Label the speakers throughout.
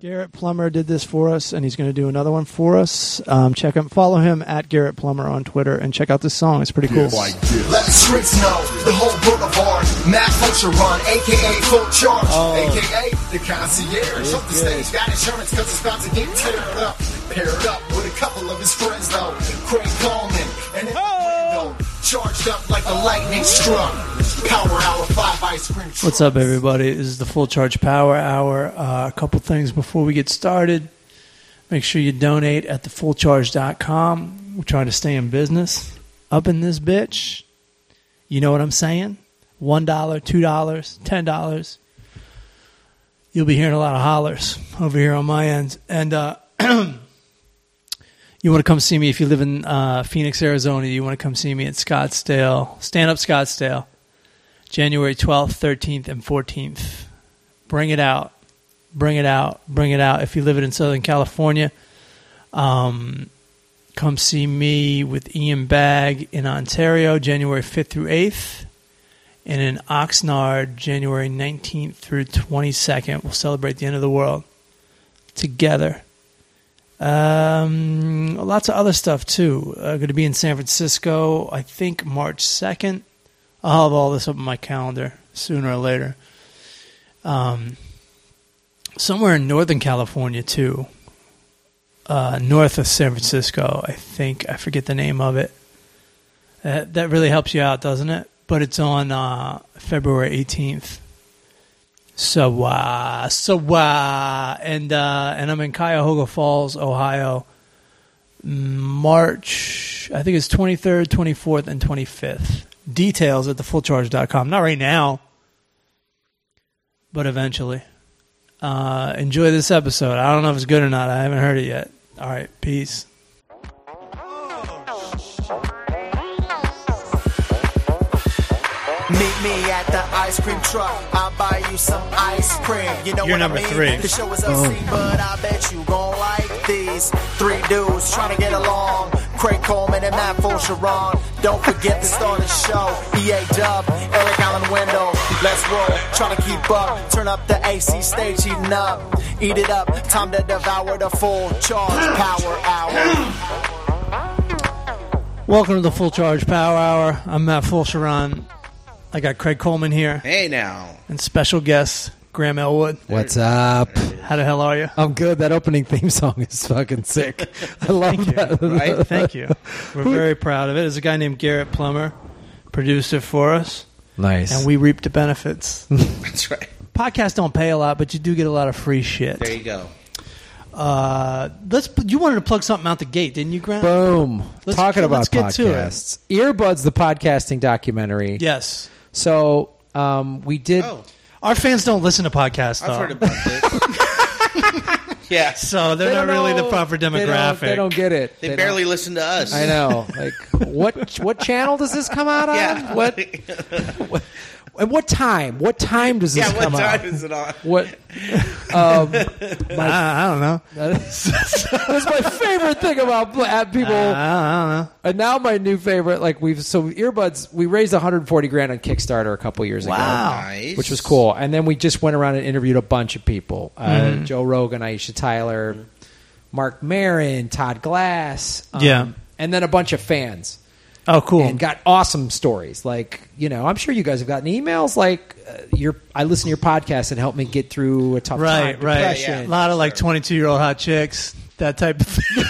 Speaker 1: Garrett Plummer did this for us, and he's going to do another one for us. Um, check him, follow him at Garrett Plummer on Twitter, and check out this song. It's pretty cool.
Speaker 2: Like this.
Speaker 3: Let the streets know the whole boulevard. Matt Fulcheron, aka Full Charge, aka the concierge. Up the stage, got insurance cause it's about to get teared up. Paired up with a couple of his friends though. Craig Coleman and his window. Charged up like the lightning struck. Power hour, five ice cream trucks.
Speaker 1: What's up, everybody? This is the Full Charge Power Hour. Uh, a couple things before we get started. Make sure you donate at thefullcharge.com. We're trying to stay in business. Up in this bitch. You know what I'm saying? $1, $2, $10. You'll be hearing a lot of hollers over here on my end. And uh, you want to come see me if you live in uh, Phoenix, Arizona. You want to come see me at Scottsdale, Stand Up Scottsdale. January 12th, 13th, and 14th. Bring it out. Bring it out. Bring it out. If you live in Southern California, um, come see me with Ian Bagg in Ontario, January 5th through 8th, and in Oxnard, January 19th through 22nd. We'll celebrate the end of the world together. Um, lots of other stuff too. Uh, going to be in San Francisco, I think March 2nd. I'll have all this up on my calendar sooner or later. Um, somewhere in Northern California too, uh, north of San Francisco. I think I forget the name of it. That that really helps you out, doesn't it? But it's on uh, February 18th. So uh, so uh, and uh, and I'm in Cuyahoga Falls, Ohio, March. I think it's 23rd, 24th, and 25th. Details at thefullcharge.com. Not right now, but eventually. Uh, enjoy this episode. I don't know if it's good or not. I haven't heard it yet. All right, peace.
Speaker 3: Meet me at the ice cream truck. I'll buy you some ice cream. You know
Speaker 4: You're
Speaker 3: what
Speaker 4: number
Speaker 3: I mean?
Speaker 4: three.
Speaker 3: The show is obscene, but I bet you gon' like these three dudes trying to get along. Craig Coleman and Matt Fulcheron. Don't forget to start the show. EA Dub, Eric Allen Window. Let's roll. Try to keep up. Turn up the AC stage, heating up. Eat it up. Time to devour the full charge power hour.
Speaker 1: Welcome to the Full Charge Power Hour. I'm Matt Fulcheron. I got Craig Coleman here
Speaker 5: Hey now.
Speaker 1: and special guest Graham Elwood.
Speaker 6: What's up?
Speaker 1: How the hell are you?
Speaker 6: I'm good. That opening theme song is fucking sick. I love that.
Speaker 1: Right? Thank you. We're very proud of it. There's a guy named Garrett Plummer, producer for us,
Speaker 6: Nice.
Speaker 1: and we reap the benefits.
Speaker 5: That's right.
Speaker 1: Podcasts don't pay a lot, but you do get a lot of free
Speaker 5: There
Speaker 1: shit.
Speaker 5: you go.
Speaker 1: Uh, let's. You wanted to plug something out the gate, didn't you, Graham?
Speaker 6: Boom.
Speaker 1: Let's-
Speaker 6: Talking about
Speaker 1: let's get to it.
Speaker 6: podcasts. Earbuds, the podcasting documentary.
Speaker 1: yes.
Speaker 6: So um, we did.
Speaker 5: Oh,
Speaker 1: Our fans don't listen to podcasts, though.
Speaker 5: I've heard about this. yeah,
Speaker 1: so they're
Speaker 6: They
Speaker 1: not
Speaker 6: don't
Speaker 1: really the
Speaker 6: know-
Speaker 1: proper
Speaker 6: they
Speaker 1: demographic.
Speaker 6: don't- They don't, get it.
Speaker 5: they,
Speaker 6: don't-
Speaker 5: barely listen to us.
Speaker 6: I know. Like what? What channel does this come out on?
Speaker 5: Yeah.
Speaker 6: What? And what time? What time does this
Speaker 5: yeah, what
Speaker 6: come
Speaker 5: time
Speaker 6: out?
Speaker 5: is it on?
Speaker 6: What? um,
Speaker 1: Uh, I, I don't know.
Speaker 6: That's my favorite thing about bl- at people.
Speaker 1: Uh, Ah, I don't know.
Speaker 6: And now my new favorite, like we've so earbuds. We raised 140 grand on Kickstarter a couple years
Speaker 1: Wow.
Speaker 5: Nice.
Speaker 6: ago, which was cool. And then we just went around and interviewed a bunch of people: uh,
Speaker 1: Mm-hmm.
Speaker 6: Joe Rogan, Aisha Tyler, Mark Marin, Todd Glass, um,
Speaker 1: Yeah.
Speaker 6: and then a bunch of fans,
Speaker 1: Oh, cool.
Speaker 6: and got awesome stories. Like you know, I'm sure you guys have gotten emails like uh, your I listen to your podcast and help me get through a tough
Speaker 1: right,
Speaker 6: time,
Speaker 1: right.
Speaker 6: depression.
Speaker 1: A lot of like 22 year old hot chicks, that type of thing.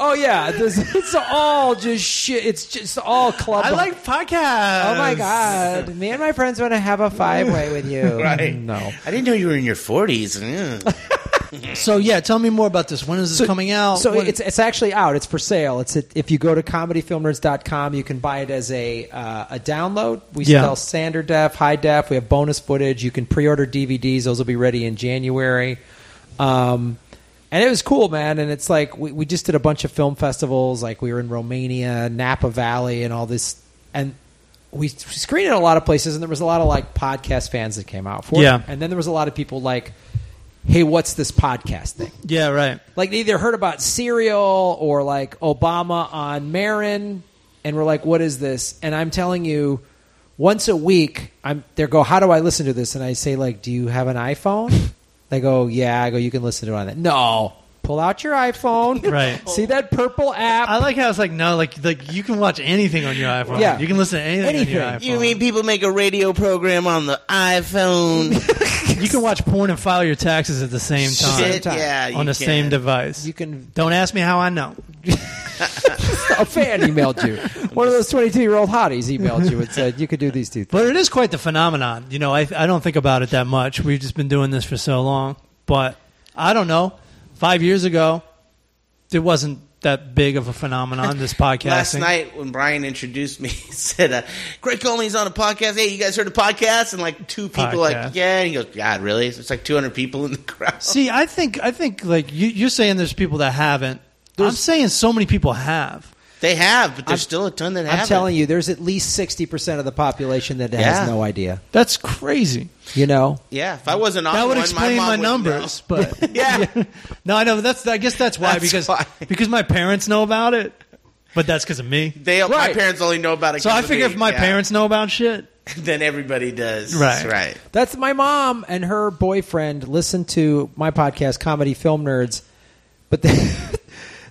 Speaker 6: Oh yeah, this, it's all just shit. It's just all club.
Speaker 1: I like podcasts.
Speaker 6: Oh my god! Me and my friends want to have a five way with you.
Speaker 5: Right.
Speaker 6: No.
Speaker 5: I didn't know you were in your forties.
Speaker 1: So yeah, tell me more about this. When is this coming out?
Speaker 6: So
Speaker 1: When-
Speaker 6: it's it's actually out. It's for sale. It's at, if you go to comedyfilmnerds.com, you can buy it as a uh, a download. We
Speaker 1: Yeah.
Speaker 6: sell standard def, high def. We have bonus footage. You can pre-order DVDs. Those will be ready in January. Um, and it was cool, man. And it's like we, we just did a bunch of film festivals. Like we were in Romania, Napa Valley, and all this. And we screened it a lot of places. And there was a lot of like podcast fans that came out for
Speaker 1: Yeah.
Speaker 6: it. And then there was a lot of people like, "Hey, what's this podcast thing?"
Speaker 1: yeah, right.
Speaker 6: like they either heard about cereal or like Obama on Marin, and we're like, what is this? And I'm telling you, once a week, I'm they go, how do I listen to this? And I say like, do you have an iPhone? They go, yeah. I go, you can listen to it on that. No, pull out your iPhone.
Speaker 1: Right. Uh,
Speaker 6: See that purple app?
Speaker 1: I like how it's like no, like like you can watch anything on your iPhone.
Speaker 6: Yeah.
Speaker 1: you can listen to anything, on your
Speaker 6: Anything.
Speaker 1: iPhone.
Speaker 5: You mean people make a radio program on the iPhone?
Speaker 1: you can watch porn and file your taxes at the same time
Speaker 5: Shit, yeah,
Speaker 1: on
Speaker 5: you
Speaker 1: the same
Speaker 5: can.
Speaker 1: device?
Speaker 6: you can.
Speaker 1: Don't ask me how I know.
Speaker 6: A fan emailed you. One of those twenty-two-year-old hotties emailed you and said you could do these two things.
Speaker 1: But it is quite the phenomenon. You know, I, I don't think about it that much. We've just been doing this for so long. But I don't know. Five years ago, it wasn't that big of a phenomenon, this podcasting.
Speaker 5: Last night when Brian introduced me, he said, uh, "Greg Conley's on a podcast. Hey, you guys heard the podcast?" And like two people,
Speaker 1: Podcast.
Speaker 5: like, "Yeah." And he goes, "God, really?" So it's like 200 people in the crowd.
Speaker 1: See, I think I think like you, you're saying there's people that haven't. I'm saying so many people have.
Speaker 5: They have, but there's
Speaker 6: I'm-
Speaker 5: still a ton that haven't.
Speaker 6: I'm telling you, there's at least sixty percent of the population that
Speaker 5: Yeah.
Speaker 6: has no idea.
Speaker 1: That's crazy.
Speaker 6: You know,
Speaker 5: Yeah, if I wasn't on
Speaker 1: that would
Speaker 5: one,
Speaker 1: explain my,
Speaker 5: my, mom wouldn't
Speaker 1: numbers, but
Speaker 5: know. Yeah,
Speaker 1: no, I know but that's. I guess that's why
Speaker 5: That's
Speaker 1: because
Speaker 5: why.
Speaker 1: because my parents know about it, but that's because of me.
Speaker 5: they my
Speaker 6: Right.
Speaker 5: parents only know about it.
Speaker 1: So
Speaker 5: 'cause
Speaker 1: I
Speaker 5: of
Speaker 1: figure
Speaker 5: me.
Speaker 1: if my
Speaker 5: Yeah.
Speaker 1: parents know about shit,
Speaker 5: then everybody does.
Speaker 1: Right.
Speaker 5: That's right.
Speaker 6: That's my mom and her boyfriend listen to my podcast, Comedy Film Nerds, but they,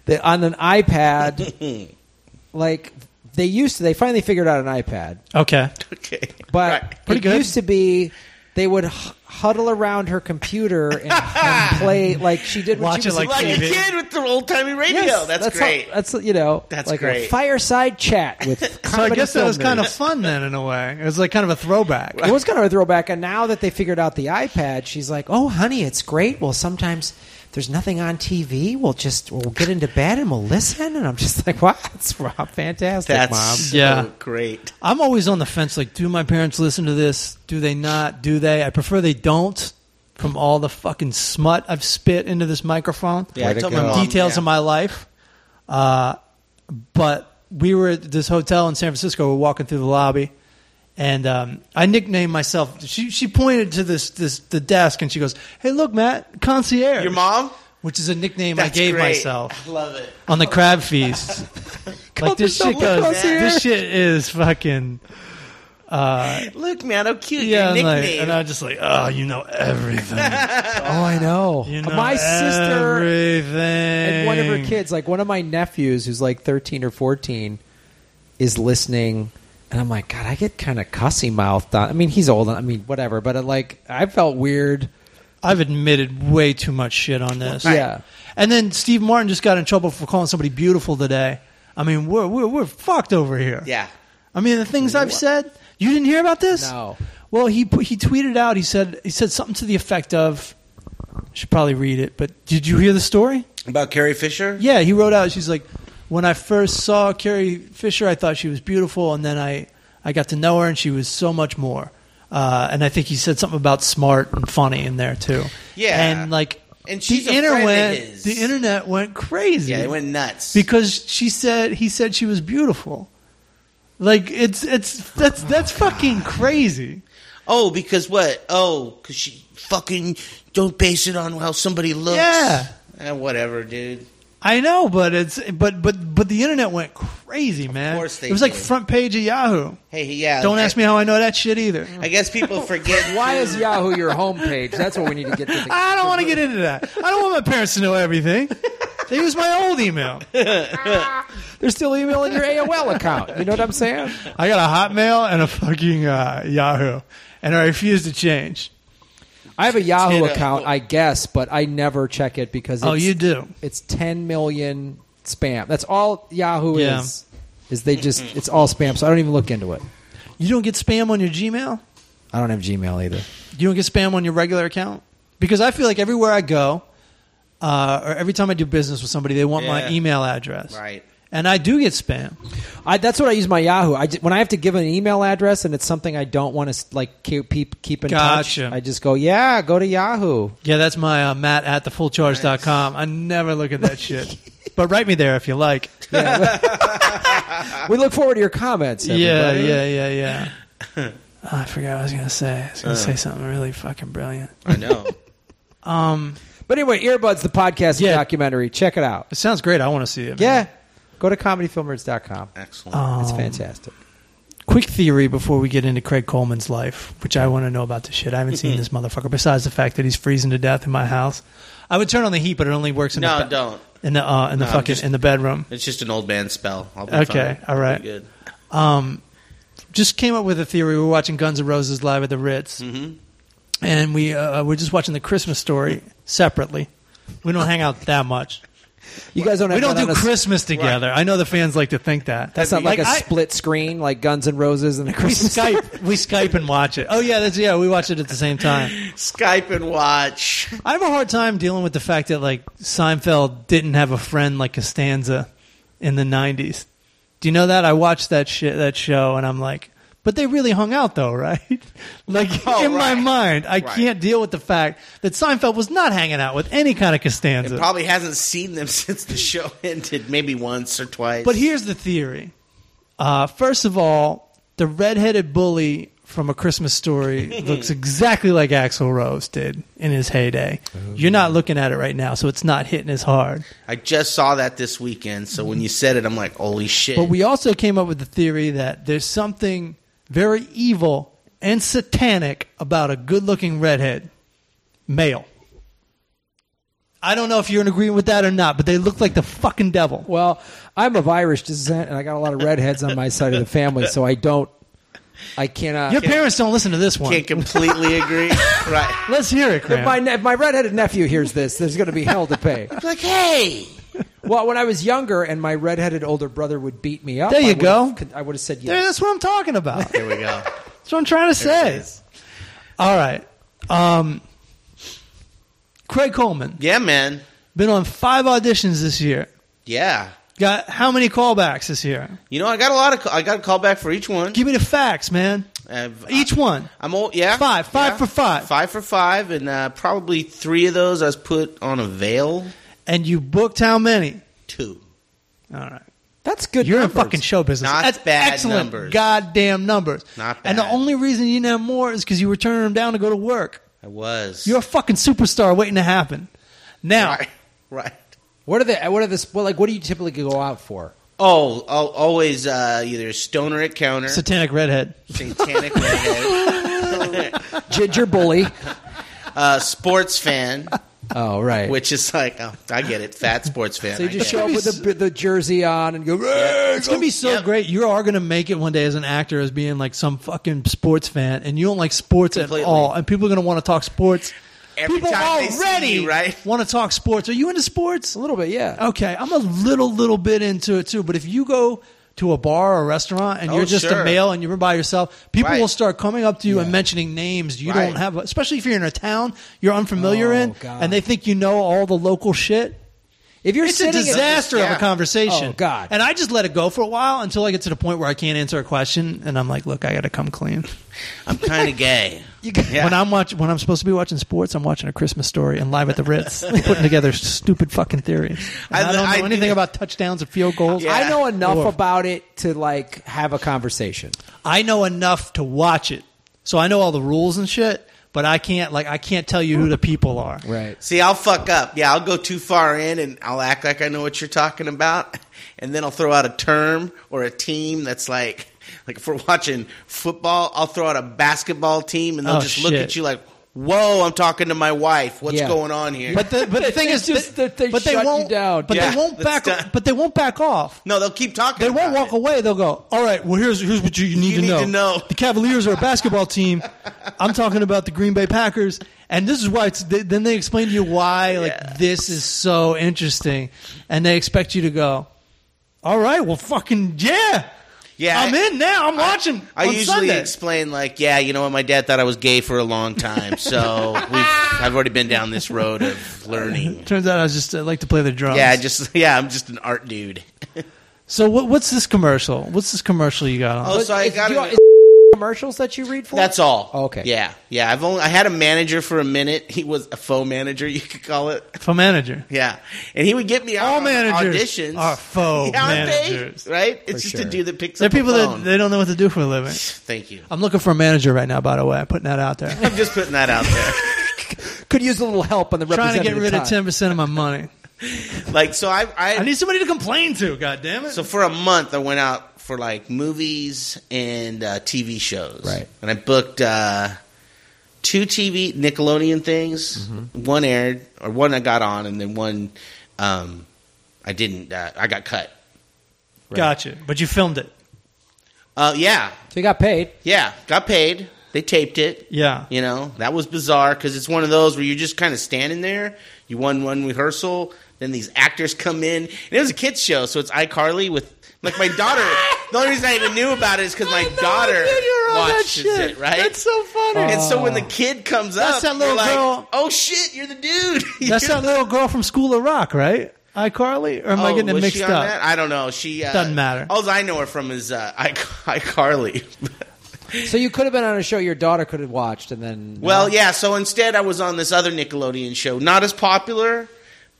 Speaker 6: they, on an iPad, like they used to, they finally figured out an iPad,
Speaker 1: okay,
Speaker 5: Okay.
Speaker 6: but
Speaker 5: Right.
Speaker 1: Pretty
Speaker 6: it
Speaker 1: good.
Speaker 6: used to be they would h- huddle around her computer and, and play like she did when
Speaker 1: Watch
Speaker 6: she
Speaker 1: it
Speaker 6: was
Speaker 1: like
Speaker 6: a
Speaker 5: like
Speaker 6: kid.
Speaker 5: a
Speaker 1: TV.
Speaker 5: kid with the old timey radio.
Speaker 6: Yes,
Speaker 5: that's,
Speaker 6: how-
Speaker 5: great.
Speaker 6: that's you know,
Speaker 5: That's
Speaker 6: like a
Speaker 5: great.
Speaker 6: fireside chat with.
Speaker 1: so I
Speaker 6: Comedy
Speaker 1: guess that
Speaker 6: Film
Speaker 1: was kind of
Speaker 6: Nerds.
Speaker 1: fun then in a way. It was like kind of a throwback.
Speaker 6: It was kind of a throwback, and now that they figured out the iPad, she's like, "Oh, honey, it's great. Well, sometimes there's nothing on TV. We'll just we'll get into bed and we'll listen." And I'm just like, "Wow, that's wow, fantastic,
Speaker 5: that's
Speaker 6: mom."
Speaker 5: so
Speaker 1: Yeah.
Speaker 5: great.
Speaker 1: I'm always on the fence. Like, do my parents listen to this? Do they not? Do they? I prefer they don't. From all the fucking smut I've spit into this microphone.
Speaker 5: Yeah, I
Speaker 6: to
Speaker 5: told
Speaker 6: go.
Speaker 5: my mom,
Speaker 1: details
Speaker 5: yeah.
Speaker 1: of my life. Uh, but we were at this hotel in San Francisco. We're walking through the lobby, and um, I nicknamed myself. She she pointed to this this the desk, and she goes, "Hey, look, Matt, concierge."
Speaker 5: Your mom?
Speaker 1: which is a nickname I
Speaker 5: That's
Speaker 1: gave
Speaker 5: great.
Speaker 1: myself
Speaker 5: I love it.
Speaker 1: on the crab feast. like this
Speaker 6: yourself
Speaker 1: shit
Speaker 6: a
Speaker 1: goes.
Speaker 6: concierge.
Speaker 1: This shit is fucking.
Speaker 5: Look, man, how cute.
Speaker 1: Yeah,
Speaker 5: Your
Speaker 1: and, like,
Speaker 5: nickname.
Speaker 1: and I'm just like, oh, you know everything.
Speaker 6: Oh, I know.
Speaker 1: You know
Speaker 6: my sister
Speaker 1: everything.
Speaker 6: and one of her kids, like one of my nephews, who's like 13 or 14, is listening, and I'm like, God, I get kind of cussy mouthed. On. I mean, he's old. I mean, whatever. But it, like, I felt weird.
Speaker 1: I've admitted way too much shit on this.
Speaker 6: Yeah.
Speaker 1: And then Steve Martin just got in trouble for calling somebody beautiful today. I mean, we're we're, we're fucked over here.
Speaker 5: yeah.
Speaker 1: I mean, the things I've said. You didn't hear about this?
Speaker 6: No.
Speaker 1: Well, he put- he tweeted out. He said he said something to the effect of. Should probably read it, but did you hear the story?
Speaker 5: About Carrie Fisher?
Speaker 1: Yeah, he wrote out. She's like, when I first saw Carrie Fisher, I thought she was beautiful, and then I I got to know her, and she was so much more. Uh, and I think he said something about smart and funny in there too.
Speaker 5: Yeah.
Speaker 1: and like,
Speaker 5: And she's
Speaker 1: the
Speaker 5: a friend of
Speaker 1: internet,
Speaker 5: his.
Speaker 1: the internet went crazy.
Speaker 5: Yeah, it went nuts.
Speaker 1: because she said he said she was beautiful. Like it's it's that's that's fucking crazy.
Speaker 5: oh, because what? Oh, because she fucking don't base it on how somebody looks.
Speaker 1: Yeah.
Speaker 5: Eh, whatever, dude.
Speaker 1: I know, but it's but but but the internet went crazy, man.
Speaker 5: course they
Speaker 1: it was like
Speaker 5: did.
Speaker 1: front page of Yahoo.
Speaker 5: Hey, yeah.
Speaker 1: Don't ask me how I know that shit either.
Speaker 5: I guess people forget.
Speaker 6: Why
Speaker 5: too.
Speaker 6: is Yahoo your homepage? That's what we need to get to. The-
Speaker 1: I don't want to get into that. I don't want my parents to know everything. They use my old email.
Speaker 6: They're still emailing your AOL account. You know what I'm saying?
Speaker 1: I got a Hotmail and a fucking uh, Yahoo, and I refuse to change.
Speaker 6: I have a Yahoo
Speaker 5: Hit up.
Speaker 6: account, I guess, but I never check it because it's,
Speaker 1: Oh, you do.
Speaker 6: it's 10 million spam. That's all Yahoo
Speaker 1: Yeah.
Speaker 6: is. Is they just it's all spam, so I don't even look into it.
Speaker 1: You don't get spam on your Gmail.
Speaker 6: I don't have Gmail either.
Speaker 1: You don't get spam on your regular account because I feel like everywhere I go, uh, or every time I do business with somebody, they want my
Speaker 5: Yeah.
Speaker 1: email address.
Speaker 5: Right.
Speaker 1: And I do get spam.
Speaker 6: I, that's what I use my Yahoo. I ju- when I have to give an email address and it's something I don't want to like keep keep, keep in
Speaker 1: Gotcha.
Speaker 6: touch, I just go yeah, go to Yahoo.
Speaker 1: Yeah, that's my uh, Matt at thefullcharge.com. I never look at that shit. But write me there if you like.
Speaker 6: We look forward to your comments.
Speaker 1: Ah. Yeah,
Speaker 6: Everybody.
Speaker 1: yeah, yeah, yeah. Uh. Oh, I forgot what I was gonna say. I was gonna say something really fucking brilliant.
Speaker 5: I know.
Speaker 6: But anyway, earbuds the podcast
Speaker 1: Yeah.
Speaker 6: documentary. Check it out.
Speaker 1: It sounds great. I want to see it. man.
Speaker 6: Yeah, go to comedyfilmers.com.
Speaker 5: Excellent.
Speaker 1: Um,
Speaker 6: It's fantastic.
Speaker 1: Quick theory before we get into Craig Coleman's life, which I want to know about this shit. I haven't seen this motherfucker. Besides the fact that he's freezing to death in my house, I would turn on the heat, but it only works in
Speaker 5: No,
Speaker 1: the be-
Speaker 5: don't.
Speaker 1: in the uh, in the
Speaker 5: No,
Speaker 1: fucking
Speaker 5: just-
Speaker 1: in the bedroom.
Speaker 5: It's just an old man spell. I'll be
Speaker 1: Okay,
Speaker 5: fine.
Speaker 1: all right.
Speaker 5: Be Good.
Speaker 1: Just came up with a theory. We were watching Guns N' Roses live at the Ritz, and we uh, we're just watching the Christmas Story separately. We don't hang out that much.
Speaker 6: You guys don't have
Speaker 1: We don't
Speaker 6: that
Speaker 1: do
Speaker 6: on a s-
Speaker 1: Christmas together. I know the fans like to think that.
Speaker 6: That's not like, a
Speaker 1: I-
Speaker 6: split screen like Guns and Roses and a
Speaker 1: We
Speaker 6: Christmas.
Speaker 1: Skype. We Skype and watch it. Oh yeah, that's yeah. We watch it at the same time.
Speaker 5: Skype and watch.
Speaker 1: I have a hard time dealing with the fact that like Seinfeld didn't have a friend like Costanza in the '90s. Do you know that? I watched that shit, that show, and I'm like, but they really hung out though, right? like
Speaker 5: Oh,
Speaker 1: in my
Speaker 5: right.
Speaker 1: mind, I
Speaker 5: Right.
Speaker 1: can't deal with the fact that Seinfeld was not hanging out with any kind of Costanza.
Speaker 5: It probably hasn't seen them since the show ended, maybe once or twice.
Speaker 1: But here's the theory. Uh, first of all, the redheaded bully from A Christmas Story looks exactly like Axl Rose did in his heyday. You're
Speaker 6: Oh.
Speaker 1: not looking at it right now, so it's not hitting as hard.
Speaker 5: I just saw that this weekend, so when you said it, I'm like, holy shit.
Speaker 1: But we also came up with the theory that there's something very evil and satanic about a good-looking redhead male. I don't know if you're in agreement with that or not, but they look like the fucking devil.
Speaker 6: Well, I'm of Irish descent, and I got a lot of redheads on my side of the family, so I don't. I cannot.
Speaker 1: Your parents don't listen to this one.
Speaker 5: Can't completely agree. right.
Speaker 1: Let's hear it, Graham.
Speaker 6: If my, ne- if my redheaded nephew hears this, there's going to be hell to pay.
Speaker 5: Like, hey.
Speaker 6: Well, when I was younger and my redheaded older brother would beat me up,
Speaker 1: There you
Speaker 6: I would've
Speaker 1: go.
Speaker 6: con- I would have said
Speaker 1: There,
Speaker 6: yes.
Speaker 1: that's what I'm talking about.
Speaker 5: Here we go.
Speaker 1: That's what I'm trying to
Speaker 5: There it
Speaker 1: say.
Speaker 5: is.
Speaker 1: All right. Um, Craig Coleman
Speaker 5: Yeah, man.
Speaker 1: been on five auditions this year.
Speaker 5: Yeah.
Speaker 1: Got how many callbacks this year?
Speaker 5: You know, I got a lot of. I got a call back for each one.
Speaker 1: Give me the facts, man.
Speaker 5: I've-
Speaker 1: Each one.
Speaker 5: I'm old. Yeah,
Speaker 1: Five. Five
Speaker 5: Yeah.
Speaker 1: for five.
Speaker 5: Five for five, and uh, probably three of those I was put on a veil.
Speaker 1: And you booked how many?
Speaker 5: Two.
Speaker 1: All right.
Speaker 6: That's good.
Speaker 1: You're
Speaker 6: numbers.
Speaker 1: in fucking show business.
Speaker 5: Not
Speaker 1: That's
Speaker 5: bad
Speaker 1: excellent
Speaker 5: numbers.
Speaker 1: goddamn numbers.
Speaker 5: Not
Speaker 1: And the
Speaker 5: bad.
Speaker 1: only reason you didn't have more is because you were turning them down to go to work.
Speaker 5: I was.
Speaker 1: You're a fucking superstar waiting to happen. Now,
Speaker 5: right. Right.
Speaker 6: What are the what are this? Well, like, what do you typically go out for?
Speaker 5: Oh, oh always uh, either stoner at counter,
Speaker 1: satanic redhead.
Speaker 5: satanic redhead,
Speaker 6: Ginger bully.
Speaker 5: uh, sports fan,
Speaker 6: Oh right.
Speaker 5: which is like, oh, I get it, fat sports fan.
Speaker 6: so you
Speaker 5: I
Speaker 6: just
Speaker 5: get
Speaker 6: show up
Speaker 5: it.
Speaker 6: with the, the jersey on and go.
Speaker 1: It's gonna be so
Speaker 5: Yep.
Speaker 1: great. You are gonna make it one day as an actor as being like some fucking sports fan, and you don't like sports
Speaker 5: Completely.
Speaker 1: at all, and people are gonna want to talk sports.
Speaker 5: Every
Speaker 1: people
Speaker 5: time they see
Speaker 1: already
Speaker 5: you, right?
Speaker 1: want to talk sports. Are you into sports?
Speaker 6: A little bit, yeah.
Speaker 1: Okay, I'm a little little bit into it too. But if you go to a bar or a restaurant and
Speaker 5: Oh,
Speaker 1: you're just a
Speaker 5: sure.
Speaker 1: male and you're by yourself, people
Speaker 5: Right.
Speaker 1: will start coming up to you and
Speaker 6: Yeah.
Speaker 1: mentioning names you
Speaker 5: Right.
Speaker 1: don't have, especially if you're in a town you're unfamiliar
Speaker 6: Oh,
Speaker 1: in,
Speaker 6: God.
Speaker 1: and they think you know all the local shit
Speaker 6: If you're
Speaker 1: it's a
Speaker 6: sitting, at-
Speaker 1: disaster of
Speaker 5: Yeah.
Speaker 1: a conversation.
Speaker 6: Oh, God.
Speaker 1: And I just let it go for a while until I get to the point where I can't answer a question, and I'm like, look, I got to come clean.
Speaker 5: I'm kind of gay.
Speaker 6: you go-
Speaker 5: Yeah.
Speaker 1: When I'm watch, when I'm supposed to be watching sports, I'm watching a Christmas story and live at the Ritz, putting together stupid fucking theories. And
Speaker 5: I-
Speaker 1: I, don't know
Speaker 5: I-
Speaker 1: anything about touchdowns or field goals.
Speaker 5: Yeah.
Speaker 6: I know enough
Speaker 1: Or-
Speaker 6: about it to like have a conversation.
Speaker 1: I know enough to watch it, so I know all the rules and shit. But I can't like I can't tell you who the people are.
Speaker 6: Right.
Speaker 5: See, I'll fuck up. Yeah, I'll go too far in and I'll act like I know what you're talking about. And then I'll throw out a term or a team that's like, like if we're watching football, I'll throw out a basketball team and they'll
Speaker 1: Oh,
Speaker 5: just look
Speaker 1: shit.
Speaker 5: at you like, whoa, I'm talking to my wife. What's
Speaker 6: Yeah.
Speaker 5: going on here?
Speaker 1: But the but the thing
Speaker 6: They
Speaker 1: is,
Speaker 6: just-
Speaker 1: that-
Speaker 6: they- they
Speaker 1: but they
Speaker 6: shut you
Speaker 1: won't.
Speaker 6: down.
Speaker 1: But
Speaker 5: Yeah,
Speaker 1: they won't
Speaker 5: that's
Speaker 1: back.
Speaker 5: done.
Speaker 1: But they won't back off.
Speaker 5: no, they'll keep talking.
Speaker 1: They won't
Speaker 5: about
Speaker 1: walk
Speaker 5: it.
Speaker 1: away. They'll go, all right, well, here's, here's what you, you need, to,
Speaker 5: You need
Speaker 1: know.
Speaker 5: to know.
Speaker 1: The Cavaliers are a basketball team. I'm talking about the Green Bay Packers. And this is why it's, they, then they explain to you why, like,
Speaker 5: Yeah.
Speaker 1: this is so interesting. And they expect you to go, all right, well, fucking, yeah.
Speaker 5: Yeah,
Speaker 1: I'm
Speaker 5: I-
Speaker 1: in now. I'm watching.
Speaker 5: I
Speaker 1: on
Speaker 5: usually
Speaker 1: Sunday.
Speaker 5: explain like, yeah, you know what, my dad thought I was gay for a long time, so we've, I've already been down this road of learning.
Speaker 1: Turns out I was just I like to play the drums.
Speaker 5: Yeah, I just yeah, I'm just an art dude.
Speaker 1: so what, what's this commercial? What's this commercial you got on?
Speaker 5: Oh, so I
Speaker 6: Is-
Speaker 5: got
Speaker 6: do
Speaker 5: an-
Speaker 6: you- is commercials that you read for.
Speaker 5: That's all.
Speaker 6: Oh, okay.
Speaker 5: Yeah, yeah. I've only I had a manager for a minute. He was a faux manager, you could call it.
Speaker 1: for manager.
Speaker 5: Yeah, and he would get me out
Speaker 1: All
Speaker 5: on
Speaker 1: managers
Speaker 5: auditions.
Speaker 1: are faux
Speaker 5: Yeah, aren't they?
Speaker 1: managers.
Speaker 5: right? It's just a
Speaker 6: sure.
Speaker 5: dude that picks
Speaker 1: They're
Speaker 5: up a
Speaker 1: people
Speaker 5: phone.
Speaker 1: that they don't know what to do for a living.
Speaker 5: Thank you.
Speaker 1: I'm looking for a manager right now, by the way. I'm putting that out there.
Speaker 5: I'm just putting that out there.
Speaker 6: Could use a little help on the
Speaker 1: trying to get rid
Speaker 6: representative
Speaker 1: of
Speaker 6: time.
Speaker 1: 10% of my money.
Speaker 5: like so, I, I,
Speaker 1: I need somebody to complain to, God damn it.
Speaker 5: so for a month I went out for like movies and uh, TV shows.
Speaker 6: Right.
Speaker 5: And I booked uh, two TV Nickelodeon things.
Speaker 6: Mm-hmm.
Speaker 5: One aired, or one I got on, and then one um, I didn't. Uh, I got cut.
Speaker 1: Gotcha. But you filmed it.
Speaker 5: Uh, yeah,
Speaker 6: So you got paid.
Speaker 5: yeah, got paid. They taped it.
Speaker 1: Yeah.
Speaker 5: You know, that was bizarre because it's one of those where you're just kind of standing there. You won one rehearsal, then these actors come in. And it was a kids' show, so it's iCarly with, like, my daughter. the only reason I even knew about it is because my daughter watches it, right?
Speaker 1: so funny.
Speaker 5: and so when the kid comes
Speaker 1: That's
Speaker 5: up,
Speaker 1: that little
Speaker 5: you're like,
Speaker 1: girl-
Speaker 5: oh shit, you're the dude.
Speaker 1: That's that little girl from School of Rock, right? iCarly? Or am I
Speaker 5: Oh,
Speaker 1: getting it
Speaker 5: was
Speaker 1: mixed
Speaker 5: she on
Speaker 1: up?
Speaker 5: that? I don't know. She uh,
Speaker 1: Doesn't matter.
Speaker 5: All I know her from is uh, I- iCarly.
Speaker 6: So you could have been on a show your daughter could have watched, and then
Speaker 5: Well, yeah. So instead, I was on this other Nickelodeon show, not as popular,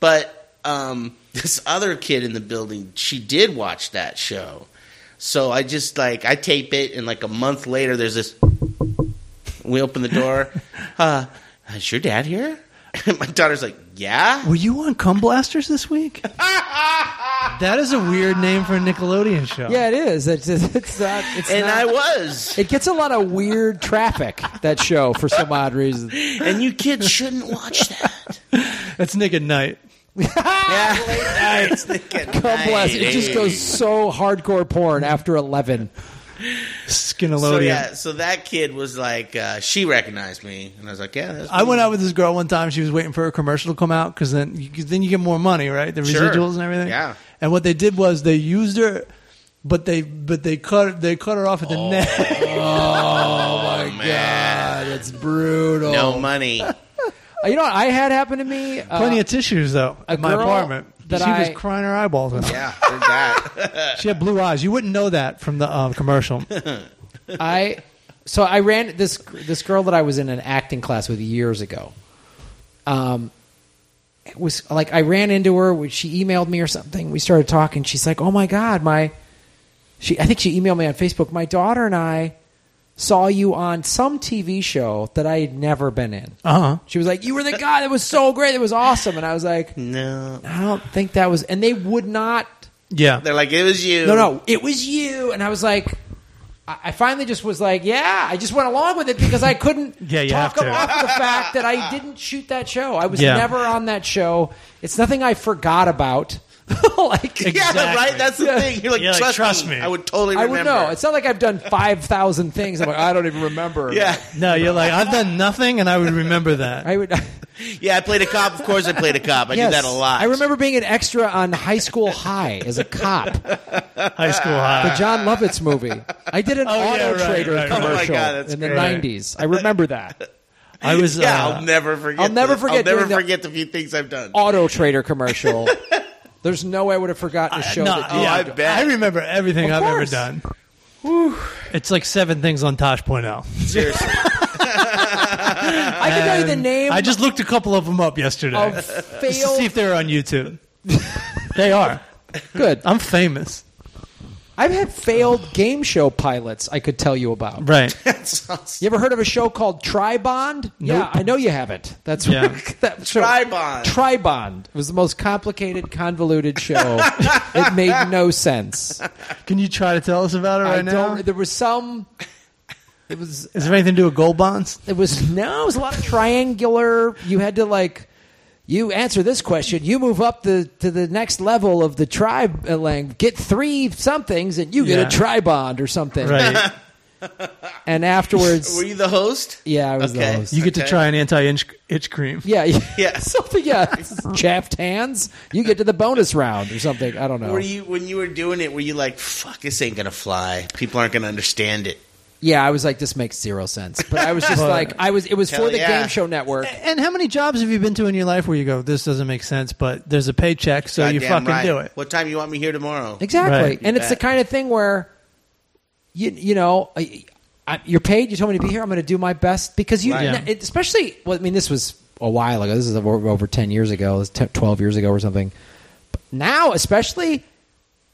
Speaker 5: but um, this other kid in the building, she did watch that show. So I just like I tape it, and like a month later, there's this. We open the door. uh, is your dad here? My daughter's like, yeah.
Speaker 1: Were you on Cum Blasters this week? that is a weird name for a Nickelodeon show.
Speaker 6: yeah, it is. It's it's not. It's
Speaker 5: And
Speaker 6: not-
Speaker 5: I was.
Speaker 6: It gets a lot of weird traffic that show for some odd reason.
Speaker 5: And you kids shouldn't watch that.
Speaker 1: That's Nick at Night.
Speaker 5: Yeah. It's Nick at
Speaker 6: God bless it. It just
Speaker 5: night.
Speaker 6: goes so hardcore porn after eleven.
Speaker 1: Skinalodeon.
Speaker 5: So yeah, so that kid was like, uh, she recognized me, and I was like, yeah. That's
Speaker 1: I went out with this girl one time. She was waiting for her commercial to come out because then you, 'cause then you get more money, right? The
Speaker 5: Sure.
Speaker 1: residuals and everything.
Speaker 5: Yeah.
Speaker 1: And what they did was they used her, but they but they cut they cut her off at the neck.
Speaker 5: Oh, man.
Speaker 1: Uh,
Speaker 6: That's brutal.
Speaker 5: No money.
Speaker 6: You know what I had happen to me? Uh,
Speaker 1: Plenty of tissues though
Speaker 6: a
Speaker 1: at my
Speaker 6: girl
Speaker 1: apartment.
Speaker 6: that
Speaker 1: she was
Speaker 6: I-
Speaker 1: crying her eyeballs out.
Speaker 5: Yeah, heard that.
Speaker 1: She had blue eyes. You wouldn't know that from the uh, commercial.
Speaker 6: I so I ran this this girl that I was in an acting class with years ago. Um, it was like I ran into her. when She emailed me or something. We started talking. She's like, "Oh my god, my," she I think she emailed me on Facebook. My daughter and I saw you on some TV show that I had never been in.
Speaker 1: Uh huh.
Speaker 6: She was like, "You were the guy that was so great. It was awesome." And I was like,
Speaker 5: No.
Speaker 6: "I don't think that was." And they would not
Speaker 1: Yeah.
Speaker 5: They're like, it was you.
Speaker 6: no, no, it was you. And I was like, I I finally just was like, yeah, I just went along with it because I couldn't
Speaker 1: Yeah, you
Speaker 6: talk
Speaker 1: have to.
Speaker 6: them off the fact that I didn't shoot that show. I was
Speaker 1: Yeah.
Speaker 6: never on that show. It's nothing I forgot about. like,
Speaker 5: Yeah,
Speaker 1: Exactly.
Speaker 5: right? That's the
Speaker 6: Yeah.
Speaker 5: thing. You're like,
Speaker 1: You're like,
Speaker 5: trust,
Speaker 1: trust
Speaker 5: me.
Speaker 1: me.
Speaker 5: I would totally
Speaker 6: I
Speaker 5: remember.
Speaker 6: would know. It's not like I've done 5,000 things. I'm like, I don't even remember.
Speaker 5: yeah.
Speaker 1: No, you're like I've done nothing, and I would remember that.
Speaker 6: I would.
Speaker 5: Yeah, I played a cop. Of course I played a cop. I
Speaker 6: yes.
Speaker 5: do that a lot.
Speaker 6: I remember being an extra on High School High as a cop, the
Speaker 1: High school
Speaker 5: Ah.
Speaker 1: high.
Speaker 6: John Lovitz movie. I did an
Speaker 1: Oh, yeah,
Speaker 6: auto
Speaker 1: right,
Speaker 6: trader
Speaker 1: right, right.
Speaker 5: Oh my
Speaker 6: commercial
Speaker 5: God, that's
Speaker 6: in the
Speaker 5: great.
Speaker 6: 90s. I remember that.
Speaker 1: I was.
Speaker 5: Yeah,
Speaker 1: uh,
Speaker 5: I'll never forget.
Speaker 6: I'll never
Speaker 5: that.
Speaker 6: forget
Speaker 5: I'll never
Speaker 6: doing that.
Speaker 5: forget the few things I've done.
Speaker 6: auto trader commercial. There's no way I would have forgotten a show.
Speaker 1: Uh, No,
Speaker 6: that
Speaker 5: Oh,
Speaker 6: you
Speaker 1: yeah,
Speaker 5: I
Speaker 1: I
Speaker 5: bet.
Speaker 1: remember everything I've
Speaker 6: Of
Speaker 1: ever
Speaker 6: course.
Speaker 1: done. It's like seven things on Tosh.0.
Speaker 5: Seriously.
Speaker 6: I can tell you the name
Speaker 1: um, I just looked a couple of them up yesterday.
Speaker 6: of
Speaker 1: just to see if
Speaker 6: failed.
Speaker 1: they're on YouTube. they are.
Speaker 6: Good.
Speaker 1: I'm famous.
Speaker 6: I've had failed game show pilots. I could tell you about.
Speaker 1: Right.
Speaker 5: That's awesome.
Speaker 6: You ever heard of a show called Tribond? Yeah, I know you haven't. That's
Speaker 1: Yeah.
Speaker 6: what, that show.
Speaker 5: Tribond.
Speaker 6: Tribond was the most complicated, convoluted show. it made no sense.
Speaker 1: Can you try to tell us about it right
Speaker 6: I
Speaker 1: now?
Speaker 6: don't. There was some. It was
Speaker 1: Is there anything to do with gold bonds?
Speaker 6: It was no, it was a lot of triangular. You had to like, you answer this question, you move up the to the next level of the tribe uh, lang, get three somethings, and you get
Speaker 1: Yeah.
Speaker 6: a tribond or something.
Speaker 1: Right.
Speaker 6: And afterwards,
Speaker 5: Were you the host?
Speaker 6: yeah, I was
Speaker 5: Okay.
Speaker 6: those.
Speaker 1: You get to
Speaker 5: Okay.
Speaker 1: try an anti itch cream.
Speaker 6: yeah,
Speaker 5: Yeah.
Speaker 6: something. Yeah, chapped hands. You get to the bonus round or something. I don't know.
Speaker 5: Were you when you were doing it? Were you like, "Fuck, this ain't gonna fly. People aren't gonna understand it."
Speaker 6: yeah, I was like, this makes zero sense. But I was just like, I was. It was
Speaker 5: Hell
Speaker 6: for the
Speaker 5: yeah.
Speaker 6: game show network.
Speaker 1: And how many jobs have you been to in your life where you go, this doesn't make sense, but there's a paycheck, so you
Speaker 5: Goddamn
Speaker 1: fucking
Speaker 5: right.
Speaker 1: do it?
Speaker 5: What time you want me here tomorrow?
Speaker 6: Exactly.
Speaker 1: Right.
Speaker 6: And
Speaker 5: You
Speaker 6: it's
Speaker 5: bet.
Speaker 6: the kind of thing where you you know I, I, you're paid. You told me to be here. I'm going to do my best because you,
Speaker 5: Right.
Speaker 1: Yeah.
Speaker 6: it- especially. Well, I mean, this was a while ago. This is over, over ten years ago. It was 10, twelve years ago or something. But now, especially,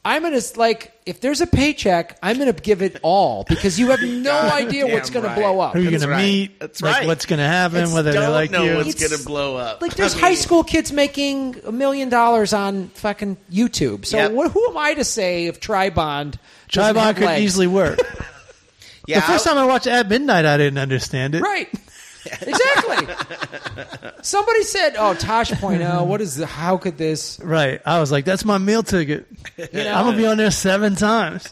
Speaker 6: I'm gonna like if there's a paycheck, I'm gonna give it all because you have no idea what's
Speaker 5: Damn
Speaker 6: gonna
Speaker 5: right.
Speaker 6: blow up.
Speaker 1: Who you
Speaker 5: That's
Speaker 1: going
Speaker 5: right.
Speaker 1: to meet?
Speaker 5: That's
Speaker 1: like,
Speaker 5: right.
Speaker 1: What's going to happen?
Speaker 5: It's-
Speaker 1: whether they
Speaker 5: don't
Speaker 1: like
Speaker 5: know
Speaker 1: you?
Speaker 5: what's
Speaker 6: It's-
Speaker 5: gonna blow up.
Speaker 6: Like there's
Speaker 5: I
Speaker 6: high
Speaker 5: mean-
Speaker 6: school kids making a million dollars on fucking YouTube. So
Speaker 5: Yep.
Speaker 6: what, who am I to say if Tribond doesn't
Speaker 1: Tribon
Speaker 6: have
Speaker 1: could
Speaker 6: legs?
Speaker 1: easily work.
Speaker 5: Yeah,
Speaker 1: the first
Speaker 5: I-
Speaker 1: time I watched At Midnight, I didn't understand it.
Speaker 6: Right. Exactly. Somebody said, "Oh, Tosh point oh, what is the, how could this?
Speaker 1: Right. I was like, that's my meal ticket.
Speaker 6: know?
Speaker 1: I'm going to be on there seven times.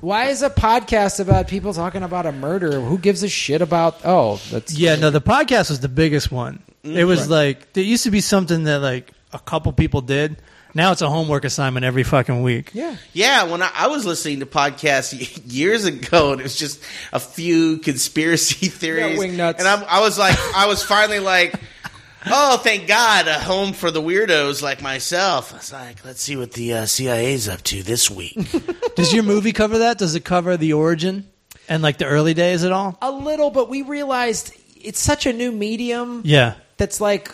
Speaker 6: Why is a podcast about people talking about a murder? Who gives a shit about? Oh, that's
Speaker 1: Yeah, no, the podcast was the biggest one.
Speaker 5: Mm-hmm.
Speaker 1: It was like, there used to be something that like a couple people did. Now it's a homework assignment every fucking week.
Speaker 6: yeah.
Speaker 5: Yeah, when I, I was listening to podcasts y- years ago, and it was just a few conspiracy theories,
Speaker 6: wing nuts.
Speaker 5: and I'm, I was like, I was finally like, oh, thank God, a home for the weirdos like myself. I was like, let's see what the uh, CIA's up to this week.
Speaker 1: Does your movie cover that? Does it cover the origin and like the early days at all?
Speaker 6: A little, but we realized it's such a new medium
Speaker 1: Yeah.
Speaker 6: that's like.